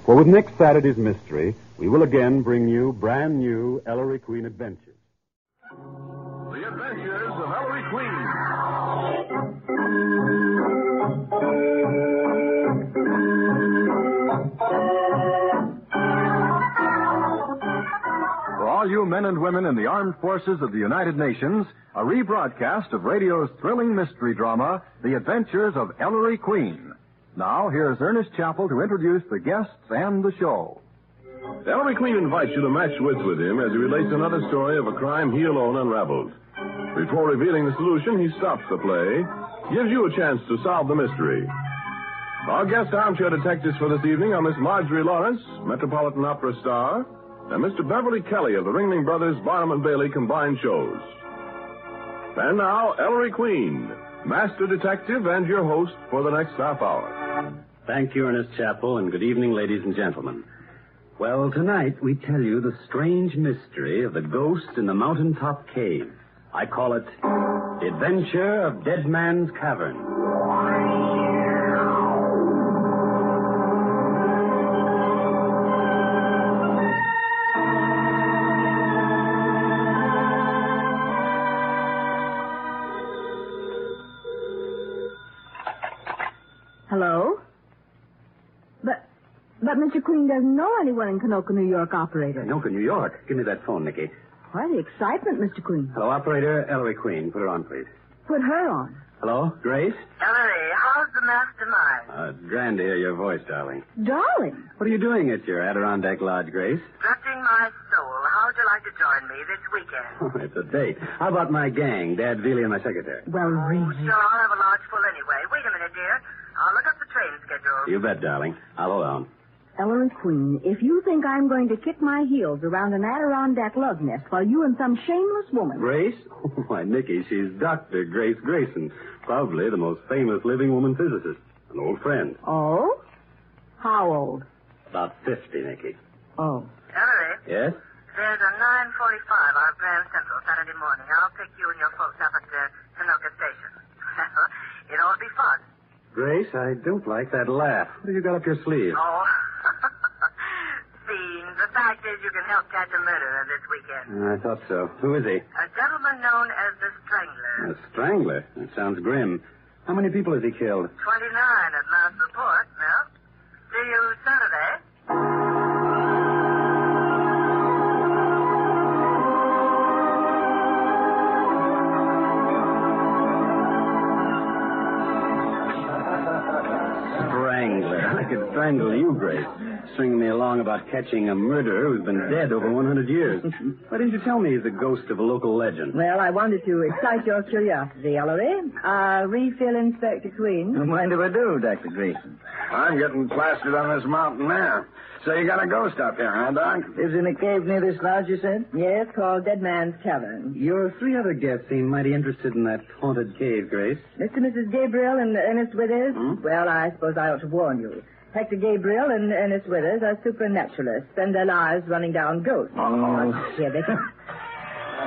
S12: For with next Saturday's mystery, we will again bring you brand new Ellery Queen adventures.
S11: The Adventures of Ellery Queen.
S21: For all you men and women in the armed forces of the United Nations, a rebroadcast of radio's thrilling mystery drama, The Adventures of Ellery Queen. Now, here's Ernest Chappell to introduce the guests and the show.
S11: Ellery Queen invites you to match wits with him as he relates another story of a crime he alone unraveled. Before revealing the solution, he stops the play, gives you a chance to solve the mystery. Our guest armchair detectives for this evening are Miss Marjorie Lawrence, Metropolitan Opera star, and Mr. Beverly Kelly of the Ringling Brothers Barnum and Bailey combined shows. And now, Ellery Queen, master detective and your host for the next half hour.
S33: Thank you, Ernest Chappell, and good evening, ladies and gentlemen. Well, tonight we tell you the strange mystery of the ghost in the mountaintop cave. I call it The Adventure of Dead Man's Cavern.
S34: Hello? But, but Mr. Queen doesn't know anyone in Canoka, New York, operator.
S33: Anoka, New York. Give me that phone, Nicky.
S34: Why the excitement, Mr. Queen?
S33: Hello, operator. Ellery Queen. Put her on, please.
S34: Put her on.
S33: Hello, Grace?
S35: Ellery, how's the mastermind?
S33: Uh, it's grand to hear your voice, darling.
S34: Darling.
S33: What are you doing at your Adirondack Lodge, Grace?
S35: Stretching my soul. How'd you like to join me this weekend?
S33: Oh, it's a date. How about my gang, Dad Veely and my secretary? Oh,
S34: Well, really.
S35: Sure, I'll have a lodge full anyway. Wait a minute, dear. I'll look up the train schedule.
S33: You bet, darling. I'll hold on.
S34: Ellery Queen, if you think I'm going to kick my heels around an Adirondack love nest while you and some shameless woman.
S33: Grace? Why, Nicky, she's Dr. Grace Grayson, probably the most famous living woman physicist, an old friend.
S34: Oh? How old?
S33: About 50, Nicky.
S34: Oh.
S35: Ellery,
S33: Yes?
S35: There's a 9.45 out of Grand Central Saturday morning. I'll pick you and your folks up at the Canoga Station. it ought to be fun.
S33: Grace, I don't like that laugh. What have you got up your sleeve?
S35: Oh. See, the fact is you can help catch a murderer this weekend.
S33: I thought so. Who is he?
S35: A gentleman known as the Strangler.
S33: A strangler. That sounds grim. How many people has he killed?
S35: 29 at last report, no? See you Saturday.
S33: Strangler. I could strangle you, Grace. String me along about catching a murderer who's been dead over 100 years. Why didn't you tell me he's the ghost of a local legend?
S36: Well, I wanted to excite your curiosity, Ellery. Uh, refill Inspector Queen.
S37: Mind if I do, Dr. Grayson? I'm getting plastered on this mountain there. So you got a ghost up here, huh, Doc? Lives in a cave near this lodge, you said?
S36: Yes, called Dead Man's Tavern.
S33: Your three other guests seem mighty interested in that haunted cave, Grace.
S36: Mr. and Mrs. Gabriel and Ernest Withers?
S37: Hmm?
S36: Well, I suppose I ought to warn you. Hector Gabriel and Ernest Withers are supernaturalists, spend their lives running down ghosts. Oh, here they come.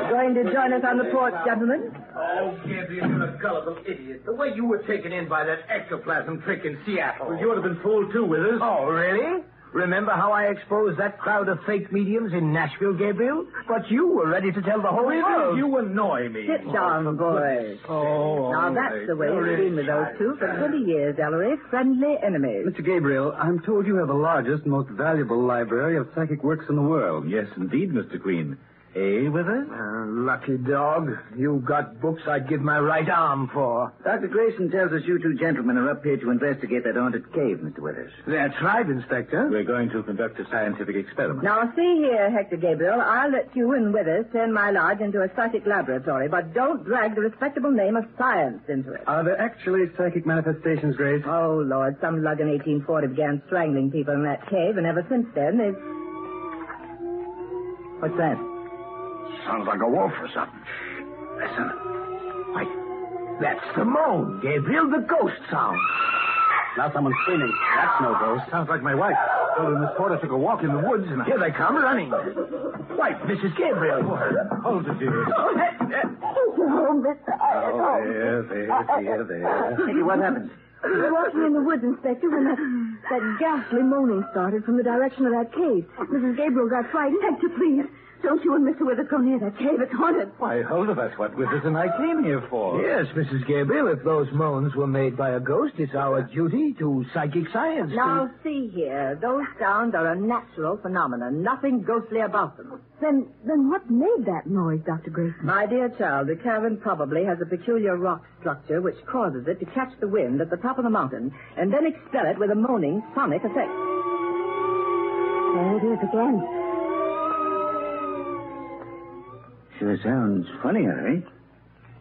S36: Going to join us on the porch, gentlemen?
S28: Oh, Gabriel, you're a gullible idiot. The way you were taken in by that ectoplasm trick in Seattle. you would have been fooled too, Withers.
S37: Oh, really? Remember how I exposed that crowd of fake mediums in Nashville, Gabriel? But you were ready to tell the whole
S28: Withers,
S37: world.
S28: you annoy me.
S36: Sit down, boys.
S28: Oh,
S36: now
S28: all
S36: that's
S28: right.
S36: the way
S28: All
S36: it's
S28: right.
S36: been with those two for 20 years, Ellery. Friendly enemies.
S33: Mr. Gabriel, I'm told you have the largest, most valuable library of psychic works in the world.
S28: Yes, indeed, Mr. Queen. Eh, Withers? lucky dog. You got books I'd give my right arm for.
S37: Dr. Grayson tells us you two gentlemen are up here to investigate that haunted cave, Mr. Withers.
S28: That's right, Inspector. We're going to conduct a scientific experiment.
S36: Now, see here, Hector Gabriel, I'll let you and Withers turn my lodge into a psychic laboratory, but don't drag the respectable name of science into it.
S33: Are there actually psychic manifestations, Grace?
S36: Oh, Lord, some lug in 1840 began strangling people in that cave, and ever since then, they've... What's that?
S37: Sounds like a wolf or something. Listen. Wait. That's the moan, Gabriel, the ghost sound.
S33: Now someone's screaming. That's no ghost.
S28: Sounds like my wife. Told her Miss Porter took a walk in the woods and here they come running. Why, Mrs. Gabriel. Hold it, dear.
S37: Oh, Mr.
S33: Oh, there, there,
S37: Uh,
S33: there, there.
S37: What happened?
S34: We were walking in the woods, Inspector, when that, that ghastly moaning started from the direction of that cave. Mrs. Gabriel got frightened. Hector, please, don't you and Mr. Withers go near that cave. It's haunted.
S28: Why, hold it. That's what Withers and I came here for.
S37: Yes, Mrs. Gabriel, if those moans were made by a ghost, it's our duty to psychic science. to-
S36: Now, see here, those sounds are a natural phenomenon, nothing ghostly about them.
S34: Then, then what made that noise, Dr. Grayson?
S36: My dear child, the cavern probably has a peculiar rock structure which causes it to catch the wind at the top of the mountain and then expel it with a moaning sonic effect.
S34: There it is again.
S37: Sure sounds funny, Harry.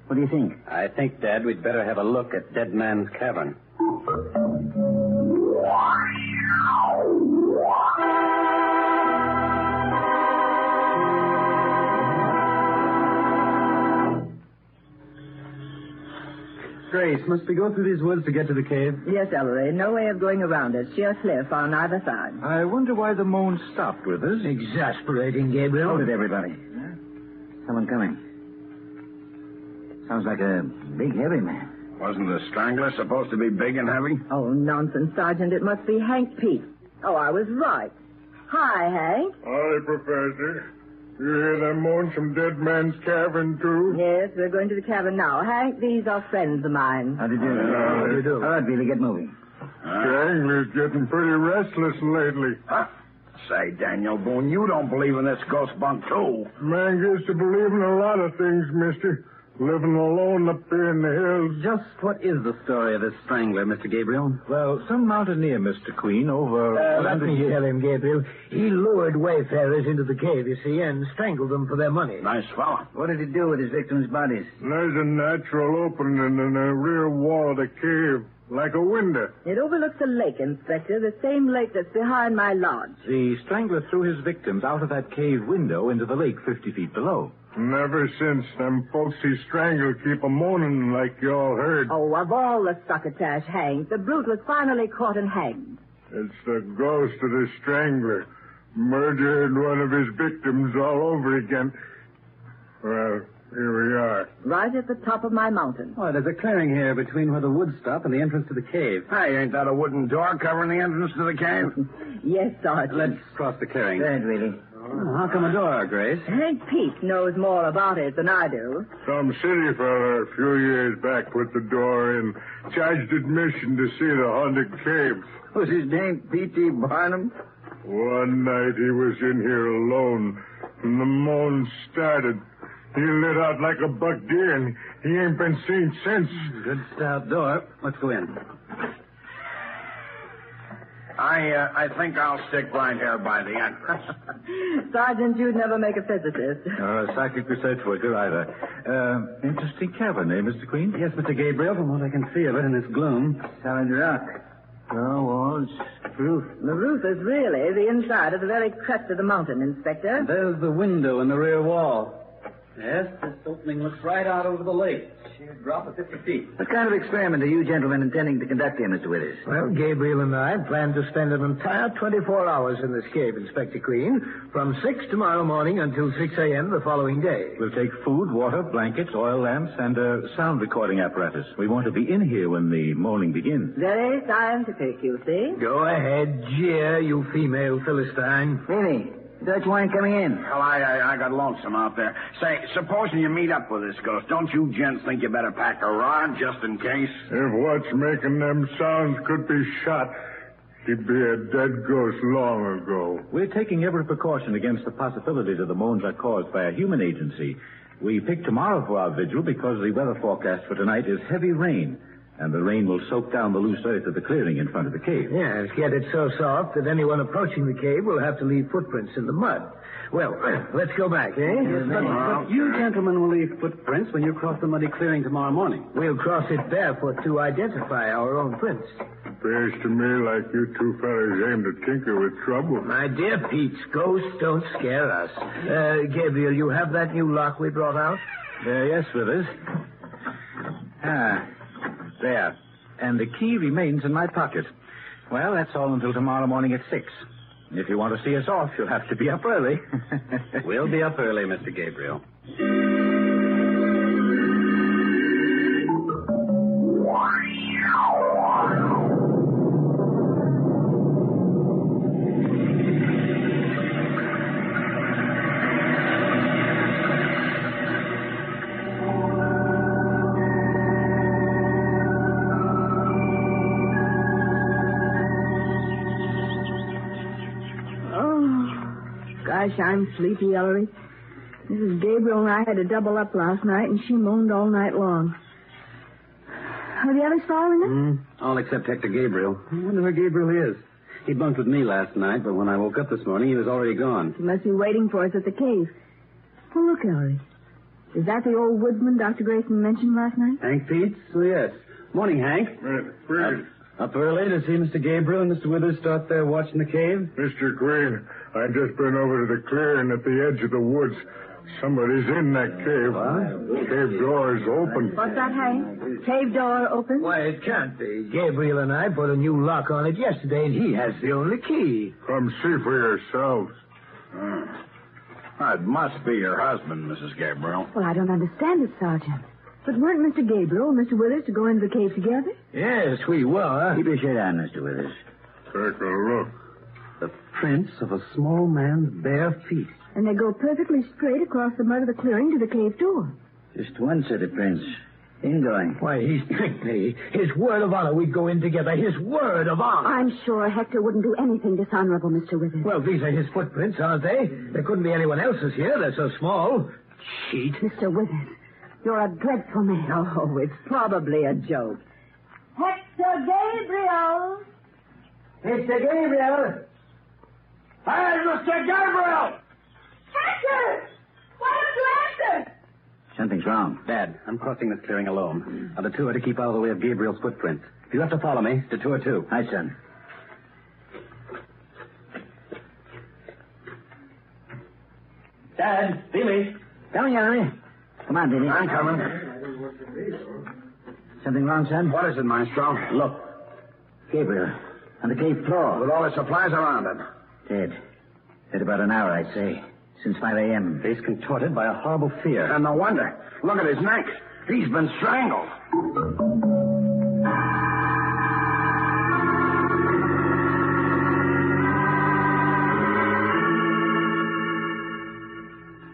S37: What do you think?
S33: I think, Dad, we'd better have a look at Dead Man's Cavern. Grace, must we go through these woods to get to the cave?
S36: Yes, Ellery, no way of going around it. Sheer cliff on either side.
S33: I wonder why the moan stopped with us.
S37: Exasperating, Gabriel. Hold it, everybody. Someone coming. Sounds like a big, heavy man. Wasn't the strangler supposed to be big and heavy?
S36: Oh, nonsense, Sergeant. It must be Hank Pete. Oh, I was right. Hi, Hank.
S18: Hi, Professor. You hear them moans from Dead Man's Cavern, too?
S36: Yes, we're going to the cabin now. Hank, these are friends of mine.
S37: How do you do? How do you do? All right, Billy, get moving.
S18: Strangler's getting pretty restless lately.
S37: Huh? Say, Daniel Boone, you don't believe in this ghost bunk, too.
S18: Man gets to believing a lot of things, mister. Living alone up here in the hills.
S33: Just what is the story of this strangler, Mr. Gabriel?
S38: Well, some mountaineer, Mr. Queen, over.
S37: Uh,
S38: a
S37: let
S38: hundred
S37: me
S38: years-
S37: tell him, Gabriel. He lured wayfarers into the cave, you see, and strangled them for their money. Nice fellow. What did he do with his victims' bodies?
S18: There's a natural opening in the rear wall of the cave, like a window.
S36: It overlooks a lake, Inspector, the same lake that's behind my lodge.
S38: The strangler threw his victims out of that cave window into the lake 50 feet below.
S18: And ever since, them folks he strangled keep a moaning like y'all heard.
S36: Oh, of all the succotash, Hank, the brute was finally caught and hanged.
S18: It's the ghost of the strangler. Murdered one of his victims all over again. Well, here we are.
S36: Right at the top of my mountain.
S33: Oh, there's a clearing here between where the woods stop and the entrance to the cave.
S36: Hey,
S33: ain't that a wooden door covering the entrance to the cave?
S36: yes, Sergeant.
S33: Let's cross the clearing.
S36: Good, really.
S33: how come a door, Grace?
S36: Hank Pete knows more about it than I do.
S18: Some city fella a few years back put the door in, charged admission to see the haunted cave.
S16: Was his name P.T. Barnum?
S18: One night he was in here alone, and the moan started. He lit out like a buck deer, and he ain't been seen since.
S33: Good stout door. Let's go in.
S14: I, uh, I think I'll stick right here by the entrance.
S36: Sergeant, you'd never make a physicist.
S21: Oh,
S33: Or a psychic research worker,
S21: um,
S33: either. Uh, interesting cavern, eh, Mr. Queen? Yes, Mr. Gabriel, from what I can see of it in this gloom.
S16: Solid rock. No walls. Roof.
S36: The roof is really the inside of the very crest of the mountain, Inspector.
S33: There's the window in the rear wall. Yes, this opening looks right out over the lake. Sheer drop of 50 feet.
S16: What kind of experiment are you gentlemen intending to conduct here, Mr. Withers?
S37: Well, Gabriel and I plan to spend an entire 24 hours in this cave, Inspector Queen, from 6 tomorrow morning until 6 a.m. the following day.
S21: We'll take food, water, blankets, oil lamps, and a sound recording apparatus. We want to be in here when the moaning begins.
S36: Very scientific, you see.
S37: Go ahead, jeer, you female Philistine.
S16: Really? Dutch wine coming in.
S14: Well, I, I, I got lonesome out there. Say, supposing you meet up with this ghost, don't you gents think you better pack a rod just in case?
S18: If what's making them sounds could be shot, he'd be a dead ghost long ago.
S21: We're taking every precaution against the possibility that the moans are caused by a human agency. We pick tomorrow for our vigil because the weather forecast for tonight is heavy rain. And the rain will soak down the loose earth of the clearing in front of the cave.
S37: Yes, get it so soft that anyone approaching the cave will have to leave footprints in the mud. Well, let's go back, eh? Yes,
S33: but, but you gentlemen will leave footprints when you cross the muddy clearing tomorrow morning.
S37: We'll cross it barefoot to identify our own prints.
S18: Appears to me like you two fellas aim to tinker with trouble.
S37: My dear Pete, ghosts don't scare us. Uh, Gabriel, you have that new lock we brought out?
S21: Uh, yes, Withers. Ah, there. And the key remains in my pocket. Well, that's all until tomorrow morning at six. If you want to see us off, you'll have to be up early.
S33: we'll be up early, Mr. Gabriel.
S34: Oh, Gosh, I'm sleepy, Ellery. Mrs. Gabriel and I had to double up last night, and she moaned all night long. Are the others following us?
S33: Mm, all except Hector Gabriel. I wonder where Gabriel is. He bunked with me last night, but when I woke up this morning, he was already gone.
S34: He must be waiting for us at the cave. Oh, look, Ellery. Is that the old woodsman Dr. Grayson mentioned last night?
S33: Hank Pete? Oh, yes. Morning, Hank.
S18: Great.
S33: Up early to see Mr. Gabriel and Mr. Withers start there watching the cave?
S18: Mr. Green, I've just been over to the clearing at the edge of the woods. Somebody's in that cave.
S33: What?
S18: Cave door is open.
S34: What's that, Hank? Cave door open?
S37: Why, it can't be. Gabriel and I put a new lock on it yesterday, and he has the only key.
S18: Come see for yourselves.
S14: Mm. It must be your husband, Mrs. Gabriel.
S34: Well, I don't understand it, Sergeant. But weren't Mr. Gabriel and Mr. Withers to go into the cave together?
S37: Yes, we were.
S16: Keep your shit on, Mr. Withers.
S18: Take a look.
S33: The prints of a small man's bare feet.
S34: And they go perfectly straight across the mud of the clearing to the cave door.
S16: Just one set of prints. Ingoing.
S37: Why, he's tricked me. His word of honor we'd go in together. His word of honor.
S34: I'm sure Hector wouldn't do anything dishonorable, Mr. Withers.
S37: Well, these are his footprints, aren't they? There couldn't be anyone else's here. They're so small. Cheat.
S34: Mr. Withers. You're a dreadful man.
S36: Oh, it's probably a joke.
S39: Hector Gabriel!
S37: Mr. Gabriel!
S14: Hi, Mr. Gabriel!
S39: Hector! Why don't you answer?
S16: Something's wrong.
S33: Dad, I'm crossing this clearing alone. I'll detour to keep out of the way of Gabriel's footprints. If you have to follow me, detour too.
S16: Hi, son.
S33: Dad, see me.
S16: Come here, Henry. Come on, baby.
S14: I'm coming.
S16: Something wrong, son?
S14: What is it, Maestro?
S16: Look. Gabriel. On the cave floor.
S14: With all the supplies around him.
S16: Dead.
S37: Been about an hour, I'd say. Since 5 a.m. Face contorted by a horrible fear. And no wonder. Look at his neck. He's been strangled.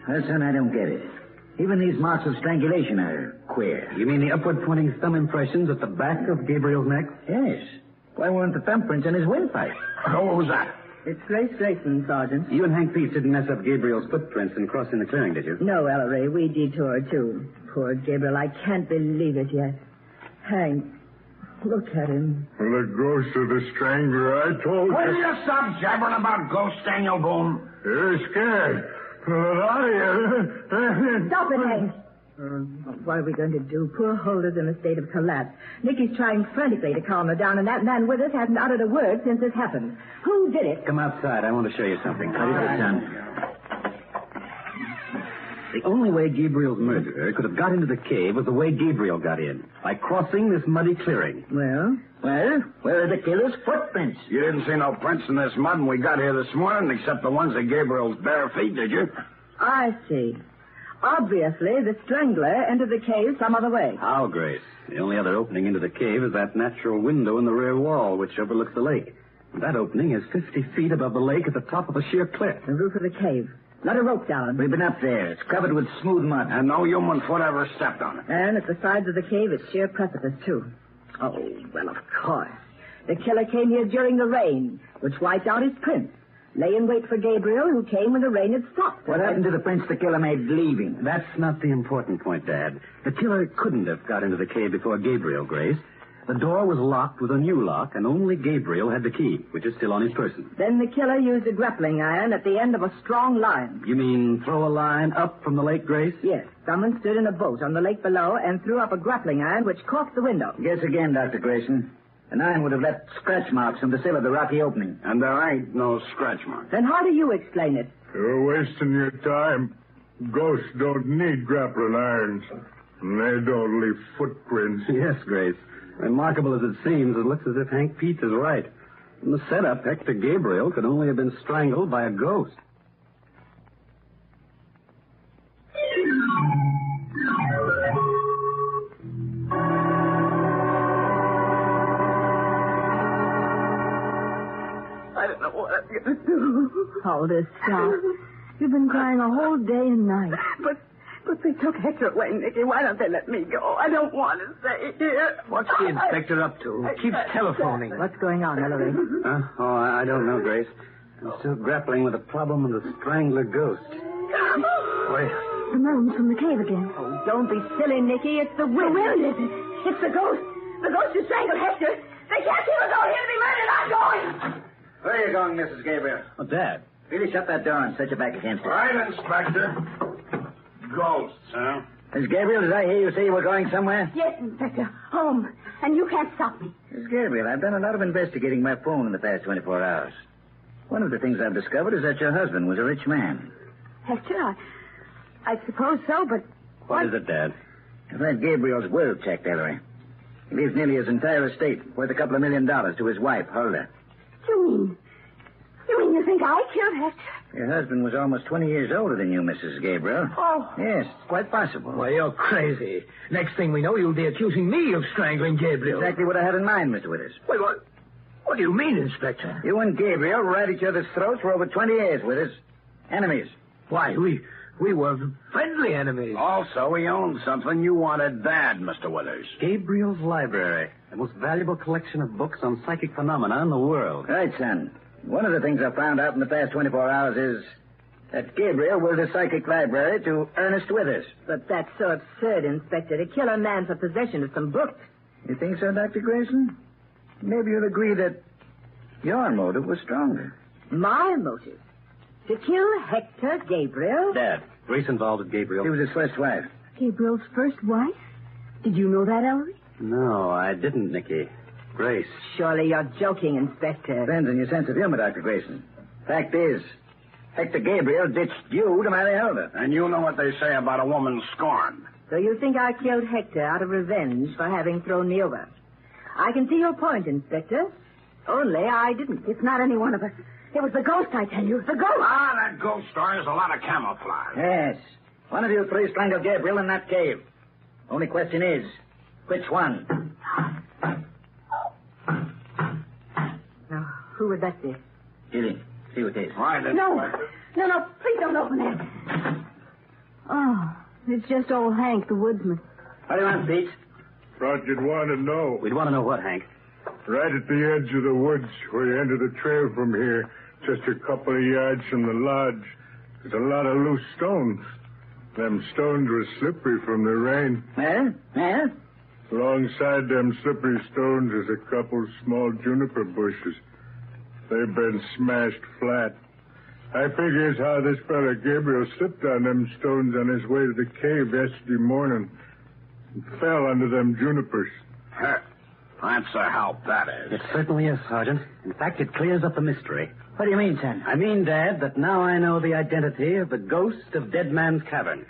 S37: Well, son, I don't get it. Even these marks of strangulation are queer.
S33: You mean the upward pointing thumb impressions at the back of Gabriel's neck?
S37: Yes. Why weren't the thumbprints in his windpipe?
S33: Oh,
S6: What was that?
S36: It's Grace Grayson, Sergeant.
S33: You and Hank Pease didn't mess up Gabriel's footprints in crossing the clearing, did you?
S36: No, Ellery, we detoured too. Poor Gabriel, I can't believe it yet. Hank, look at him.
S18: The ghost of the strangler I told
S6: Will you stop jabbering about ghosts, Daniel Boone?
S18: You're scared. But I...
S36: Stop it, Hank. Oh, What are we going to do? Poor Holder's in a state of collapse. Nicky's trying frantically to calm her down, and that man with us hasn't uttered a word since this happened. Who did it?
S33: Come outside. I want to show you something.
S37: All right.
S33: The only way Gabriel's murderer could have got into the cave was the way Gabriel got in by crossing this muddy clearing.
S36: Well?
S37: Well, where are the killer's footprints?
S6: You didn't see no prints in this mud when we got here this morning, except the ones of Gabriel's bare feet, did you?
S36: I see. Obviously, the strangler entered the cave some other way.
S33: How, Grace? The only other opening into the cave is that natural window in the rear wall, which overlooks the lake. And that opening is 50 feet above the lake at the top of a sheer cliff.
S36: The roof of the cave. Let a rope down.
S37: We've been up there. It's covered with smooth mud.
S6: And no human foot ever stepped on it.
S36: And at the sides of the cave, it's sheer precipice, too. Oh, well, of course. The killer came here during the rain, which wiped out his prints. Lay in wait for Gabriel, who came when the rain had stopped.
S37: What happened to the prints the killer made leaving?
S33: That's not the important point, Dad. The killer couldn't have got into the cave before Gabriel, Grace. The door was locked with a new lock, and only Gabriel had the key, which is still on his person.
S36: Then the killer used a grappling iron at the end of a strong line.
S33: You mean throw a line up from the lake, Grace?
S36: Yes, someone stood in a boat on the lake below and threw up a grappling iron which caught the window.
S37: Guess again, Dr. Grayson. An iron would have left scratch marks from the sill of the rocky opening.
S6: And there ain't no scratch marks.
S36: Then how do you explain it?
S18: You're wasting your time. Ghosts don't need grappling irons. And they don't leave footprints.
S33: Yes, Grace. Remarkable as it seems, it looks as if Hank Pete is right. From the setup, Hector Gabriel could only have been strangled by a ghost.
S2: I don't know what I'm going to do.
S34: Holder, stop. You've been crying a whole day and night.
S2: But, but they took Hector away, Nicky. Why don't they let me go? I don't want to stay here.
S37: What's the inspector up to? Keeps
S34: uh,
S37: telephoning.
S36: What's going on, Ellery?
S33: Huh? Oh, I I don't know, Grace. I'm still grappling with the problem of the strangler ghost. Wait.
S34: The moan's from the cave again.
S36: Oh, don't be silly, Nicky. It's the wind.
S2: The wind is it? It's the ghost. The ghost who strangled Hector. They can't keep us all here to be murdered. I'm going.
S37: Where are you going, Mrs. Gabriel?
S33: Oh, Dad.
S37: Really shut that door and set your back against it.
S6: Right, Inspector. Ghosts, huh?
S37: Miss Gabriel, did I hear you say you were going somewhere?
S34: Yes, Inspector. Home. And you can't stop me.
S37: Miss Gabriel, I've done a lot of investigating by phone in the past 24 hours. One of the things I've discovered is that your husband was a rich man.
S34: Hector, I, I suppose so, but
S33: What is it, Dad?
S37: I've had Gabriel's will checked, Ellery. He leaves nearly his entire estate, worth a couple of million dollars, to his wife, Hulda.
S34: you mean? You mean you think I killed Hector?
S37: Your husband was almost 20 years older than you, Mrs. Gabriel.
S34: Oh.
S37: Yes, quite possible.
S30: Well, you're crazy. Next thing we know, you'll be accusing me of strangling Gabriel.
S37: Exactly what I had in mind, Mr. Withers.
S30: Wait, what? What do you mean, Inspector?
S37: You and Gabriel were at each other's throats for over 20 years, Withers. Enemies.
S30: Why, we we were friendly enemies.
S6: Also, he owned something you wanted bad, Mr. Withers.
S33: Gabriel's library, the most valuable collection of books on psychic phenomena in the world.
S37: Right, son. One of the things I found out in the past 24 hours is that Gabriel willed the psychic library to Ernest Withers.
S36: But that's so absurd, Inspector, to kill a man for possession of some books.
S37: You think so, Dr. Grayson? Maybe you'll agree that your motive was stronger.
S36: My motive? To kill Hector Gabriel?
S33: Dad, Grace involved with Gabriel.
S37: She was his first wife.
S34: Gabriel's first wife? Did you know that, Ellery?
S33: No, I didn't, Nicky. Grace.
S36: Surely you're joking, Inspector.
S37: Depends on your sense of humor, Dr. Grayson. Fact is, Hector Gabriel ditched you to marry Elder.
S6: And you know what they say about a woman scorned.
S36: So you think I killed Hector out of revenge for having thrown me over? I can see your point, Inspector. Only I didn't.
S34: It's not any one of us. It was the ghost, I tell you. The ghost.
S6: Ah, that ghost story is a lot of camouflage.
S37: Yes. One of you three strangled Gabriel in that cave. Only question is, which one?
S34: Now, who would that be?
S37: Julie, see what it is.
S6: Why, then?
S34: No. No, no, please don't open that. Oh, it's just old Hank, the woodsman.
S37: What do you want, Pete?
S18: Thought you'd want to know.
S37: We'd want to know what, Hank?
S18: Right at the edge of the woods where you enter the trail from here, just a couple of yards from the lodge, there's a lot of loose stones. Them stones were slippery from the rain.
S37: Well, well,
S18: Alongside them slippery stones is a couple small juniper bushes. They've been smashed flat. I figures how this fella Gabriel slipped on them stones on his way to the cave yesterday morning and fell under them junipers.
S6: Huh. That's a help, that is.
S33: It certainly is, Sergeant. In fact, it clears up the mystery.
S37: What do you mean, son?
S33: I mean, Dad, that now I know the identity of the ghost of Dead Man's Cavern.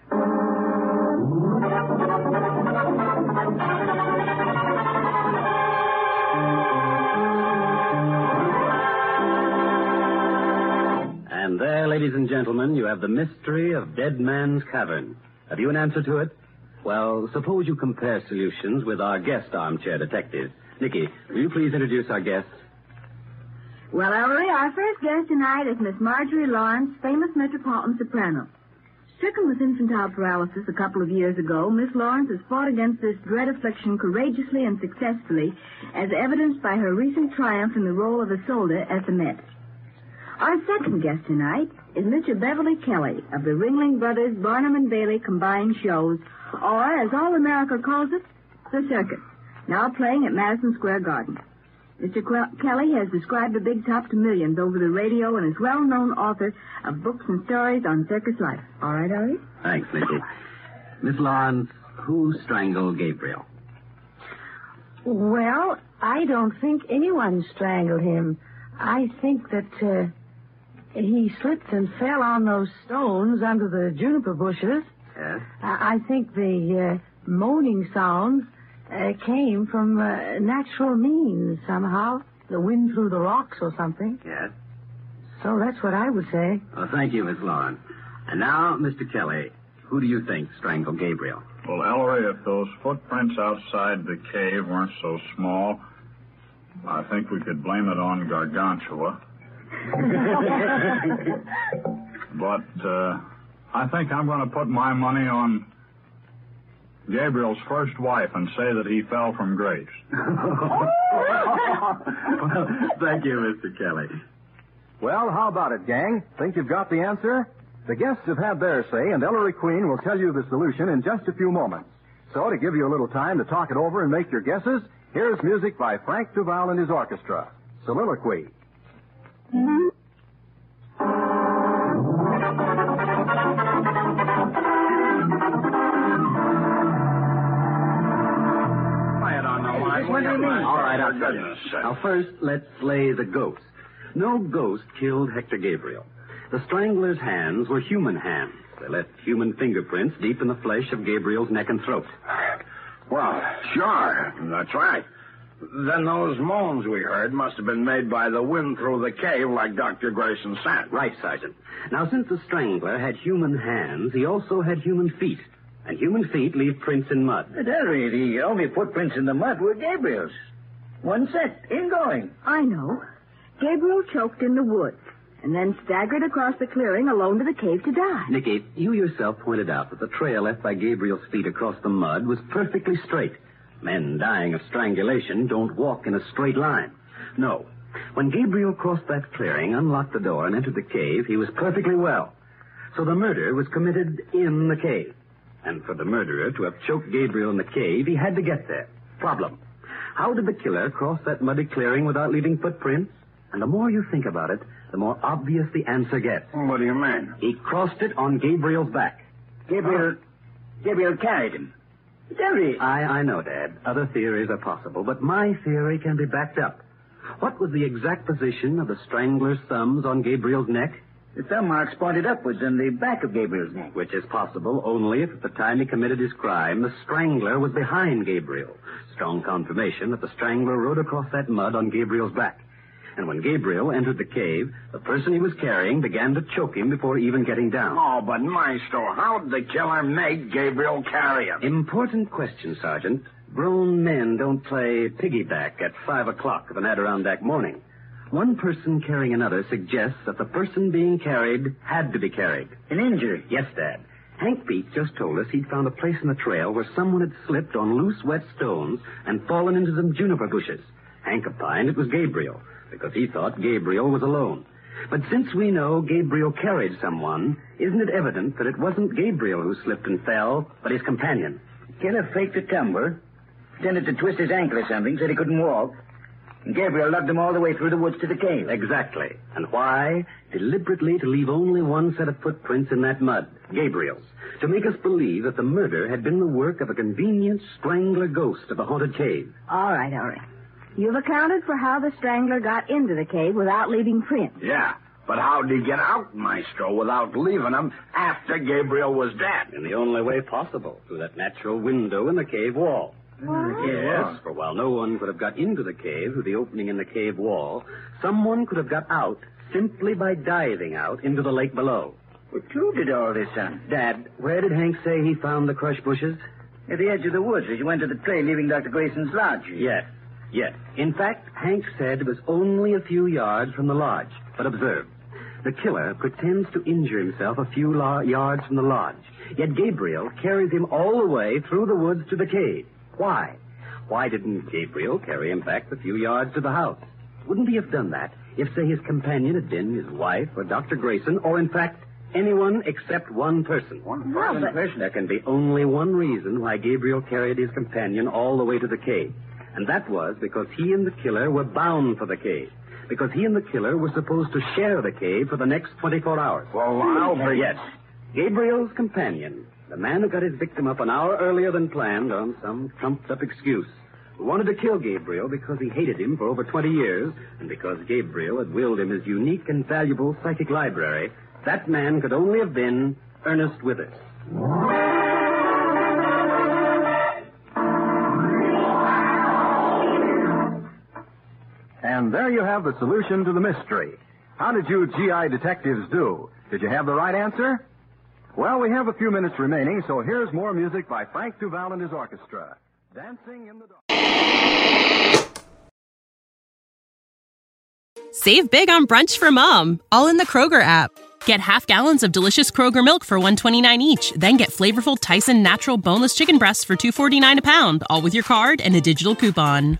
S33: And there, ladies and gentlemen, you have the mystery of Dead Man's Cavern. Have you an answer to it? Well, suppose you compare solutions with our guest armchair detective. Nikki, will you please introduce our guest?
S34: Well, Ellery, our first guest tonight is Miss Marjorie Lawrence, famous metropolitan soprano. Stricken with infantile paralysis a couple of years ago, Miss Lawrence has fought against this dread affliction courageously and successfully, as evidenced by her recent triumph in the role of Isolde at the Met. Our second guest tonight is Mr. Beverly Kelly of the Ringling Brothers Barnum and Bailey Combined Shows, or as all America calls it, the circus, now playing at Madison Square Garden. Mr. Cle- Kelly has described the Big Top to millions over the radio and is well known author of books and stories on circus life. All right, Ellie?
S33: Thanks, Nikki. Miss Lawrence, who strangled Gabriel?
S36: Well, I don't think anyone strangled him. I think that uh, he slipped and fell on those stones under the juniper bushes.
S33: Yes?
S36: I, I think the uh, moaning sounds uh, came from uh, natural means somehow. The wind through the rocks or something.
S33: Yes?
S36: So that's what I would say.
S33: Well, Oh, thank you, Miss Lawrence. And now, Mr. Kelly, who do you think strangled Gabriel?
S40: Well, Ellery, if those footprints outside the cave weren't so small, I think we could blame it on Gargantua. But uh, I think I'm going to put my money on Gabriel's first wife and say that he fell from grace.
S33: well, thank you, Mr. Kelly.
S41: Well, how about it, gang? Think you've got the answer? The guests have had their say, and Ellery Queen will tell you the solution in just a few moments. So, to give you a little time to talk it over and make your guesses, here's music by Frank Duval and his orchestra, Soliloquy.
S6: Quiet on the line.
S33: What do you mean? All right, I'll tell you.
S6: Goodness sake.
S33: Now, first, let's slay the ghost. No ghost killed Hector Gabriel. The strangler's hands were human hands. They left human fingerprints deep in the flesh of Gabriel's neck and throat.
S6: Well, sure. That's right. Then those moans we heard must have been made by the wind through the cave, like Dr. Grayson said.
S33: Right, Sergeant. Now, since the strangler had human hands, he also had human feet. And human feet leave prints in mud.
S37: At any rate, the only footprints in the mud were Gabriel's. One set, ingoing.
S34: I know. Gabriel choked in the woods and then staggered across the clearing alone to the cave to die.
S33: Nicky, you yourself pointed out that the trail left by Gabriel's feet across the mud was perfectly straight. Men dying of strangulation don't walk in a straight line. No. When Gabriel crossed that clearing, unlocked the door, and entered the cave, he was perfectly well. So the murder was committed in the cave. And for the murderer to have choked Gabriel in the cave, he had to get there. Problem. How did the killer cross that muddy clearing without leaving footprints? And the more you think about it, the more obvious the answer gets.
S6: What do you mean?
S33: He crossed it on Gabriel's back.
S37: Gabriel. Gabriel carried him. Ellery.
S33: I, I know, Dad. Other theories are possible, but my theory can be backed up. What was the exact position of the strangler's thumbs on Gabriel's neck?
S37: The thumb marks pointed upwards in the back of Gabriel's neck.
S33: Which is possible only if at the time he committed his crime, the strangler was behind Gabriel. Strong confirmation that the strangler rode across that mud on Gabriel's back. And when Gabriel entered the cave, the person he was carrying began to choke him before even getting down.
S37: Oh, but Maestro, how'd the killer make Gabriel carry him?
S33: Important question, Sergeant. Grown men don't play piggyback at five o'clock of an Adirondack morning. One person carrying another suggests that the person being carried had to be carried. An injury? Yes, Dad. Hank Beat just told us he'd found a place in the trail where someone had slipped on loose, wet stones and fallen into some juniper bushes. Hank opined it was Gabriel, because he thought Gabriel was alone. But since we know Gabriel carried someone, isn't it evident that it wasn't Gabriel who slipped and fell, but his companion?
S42: Killer faked a tumble, pretended to twist his ankle or something, said he couldn't walk. And Gabriel lugged him all the way through the woods to the cave.
S33: Exactly. And why? Deliberately to leave only one set of footprints in that mud, Gabriel's, to make us believe that the murder had been the work of a convenient strangler ghost of the haunted cave.
S34: All right, all right. You've accounted for how the strangler got into the cave without leaving prints.
S37: Yeah, but how'd he get out, Maestro, without leaving him after Gabriel was dead?
S33: In the only way possible, through that natural window in the cave wall. Yes, for while no one could have got into the cave through the opening in the cave wall, someone could have got out simply by diving out into the lake below.
S42: Well, Clue did all this, son.
S33: Dad, where did Hank say he found the crushed bushes?
S42: At the edge of the woods as you went to the trail leaving Dr. Grayson's lodge.
S33: Yes, yes. In fact, Hank said it was only a few yards from the lodge. But observe, the killer pretends to injure himself a few la- yards from the lodge, yet Gabriel carries him all the way through the woods to the cave. Why? Why didn't Gabriel carry him back the few yards to the house? Wouldn't he have done that if, say, his companion had been his wife or Dr. Grayson, or in fact, anyone except one person? One
S42: Well, person? but-
S33: There can be only one reason why Gabriel carried his companion all the way to the cave. And that was because he and the killer were bound for the cave. Because he and the killer were supposed to share the cave for the next 24 hours. Hmm.
S37: Well, I'll be-
S33: Yes. Gabriel's companion, the man who got his victim up an hour earlier than planned on some trumped up excuse, who wanted to kill Gabriel because he hated him for over 20 years and because Gabriel had willed him his unique and valuable psychic library, that man could only have been Ernest Withers.
S41: And there you have the solution to the mystery. How did you GI detectives do? Did you have the right answer? Well, we have a few minutes remaining, so here's more music by Frank Duval and his orchestra. Dancing in the
S43: Save big on brunch for mom, all in the Kroger app. Get half gallons of delicious Kroger milk for 129 each, then get flavorful Tyson natural boneless chicken breasts for 249 a pound, all with your card and a digital coupon.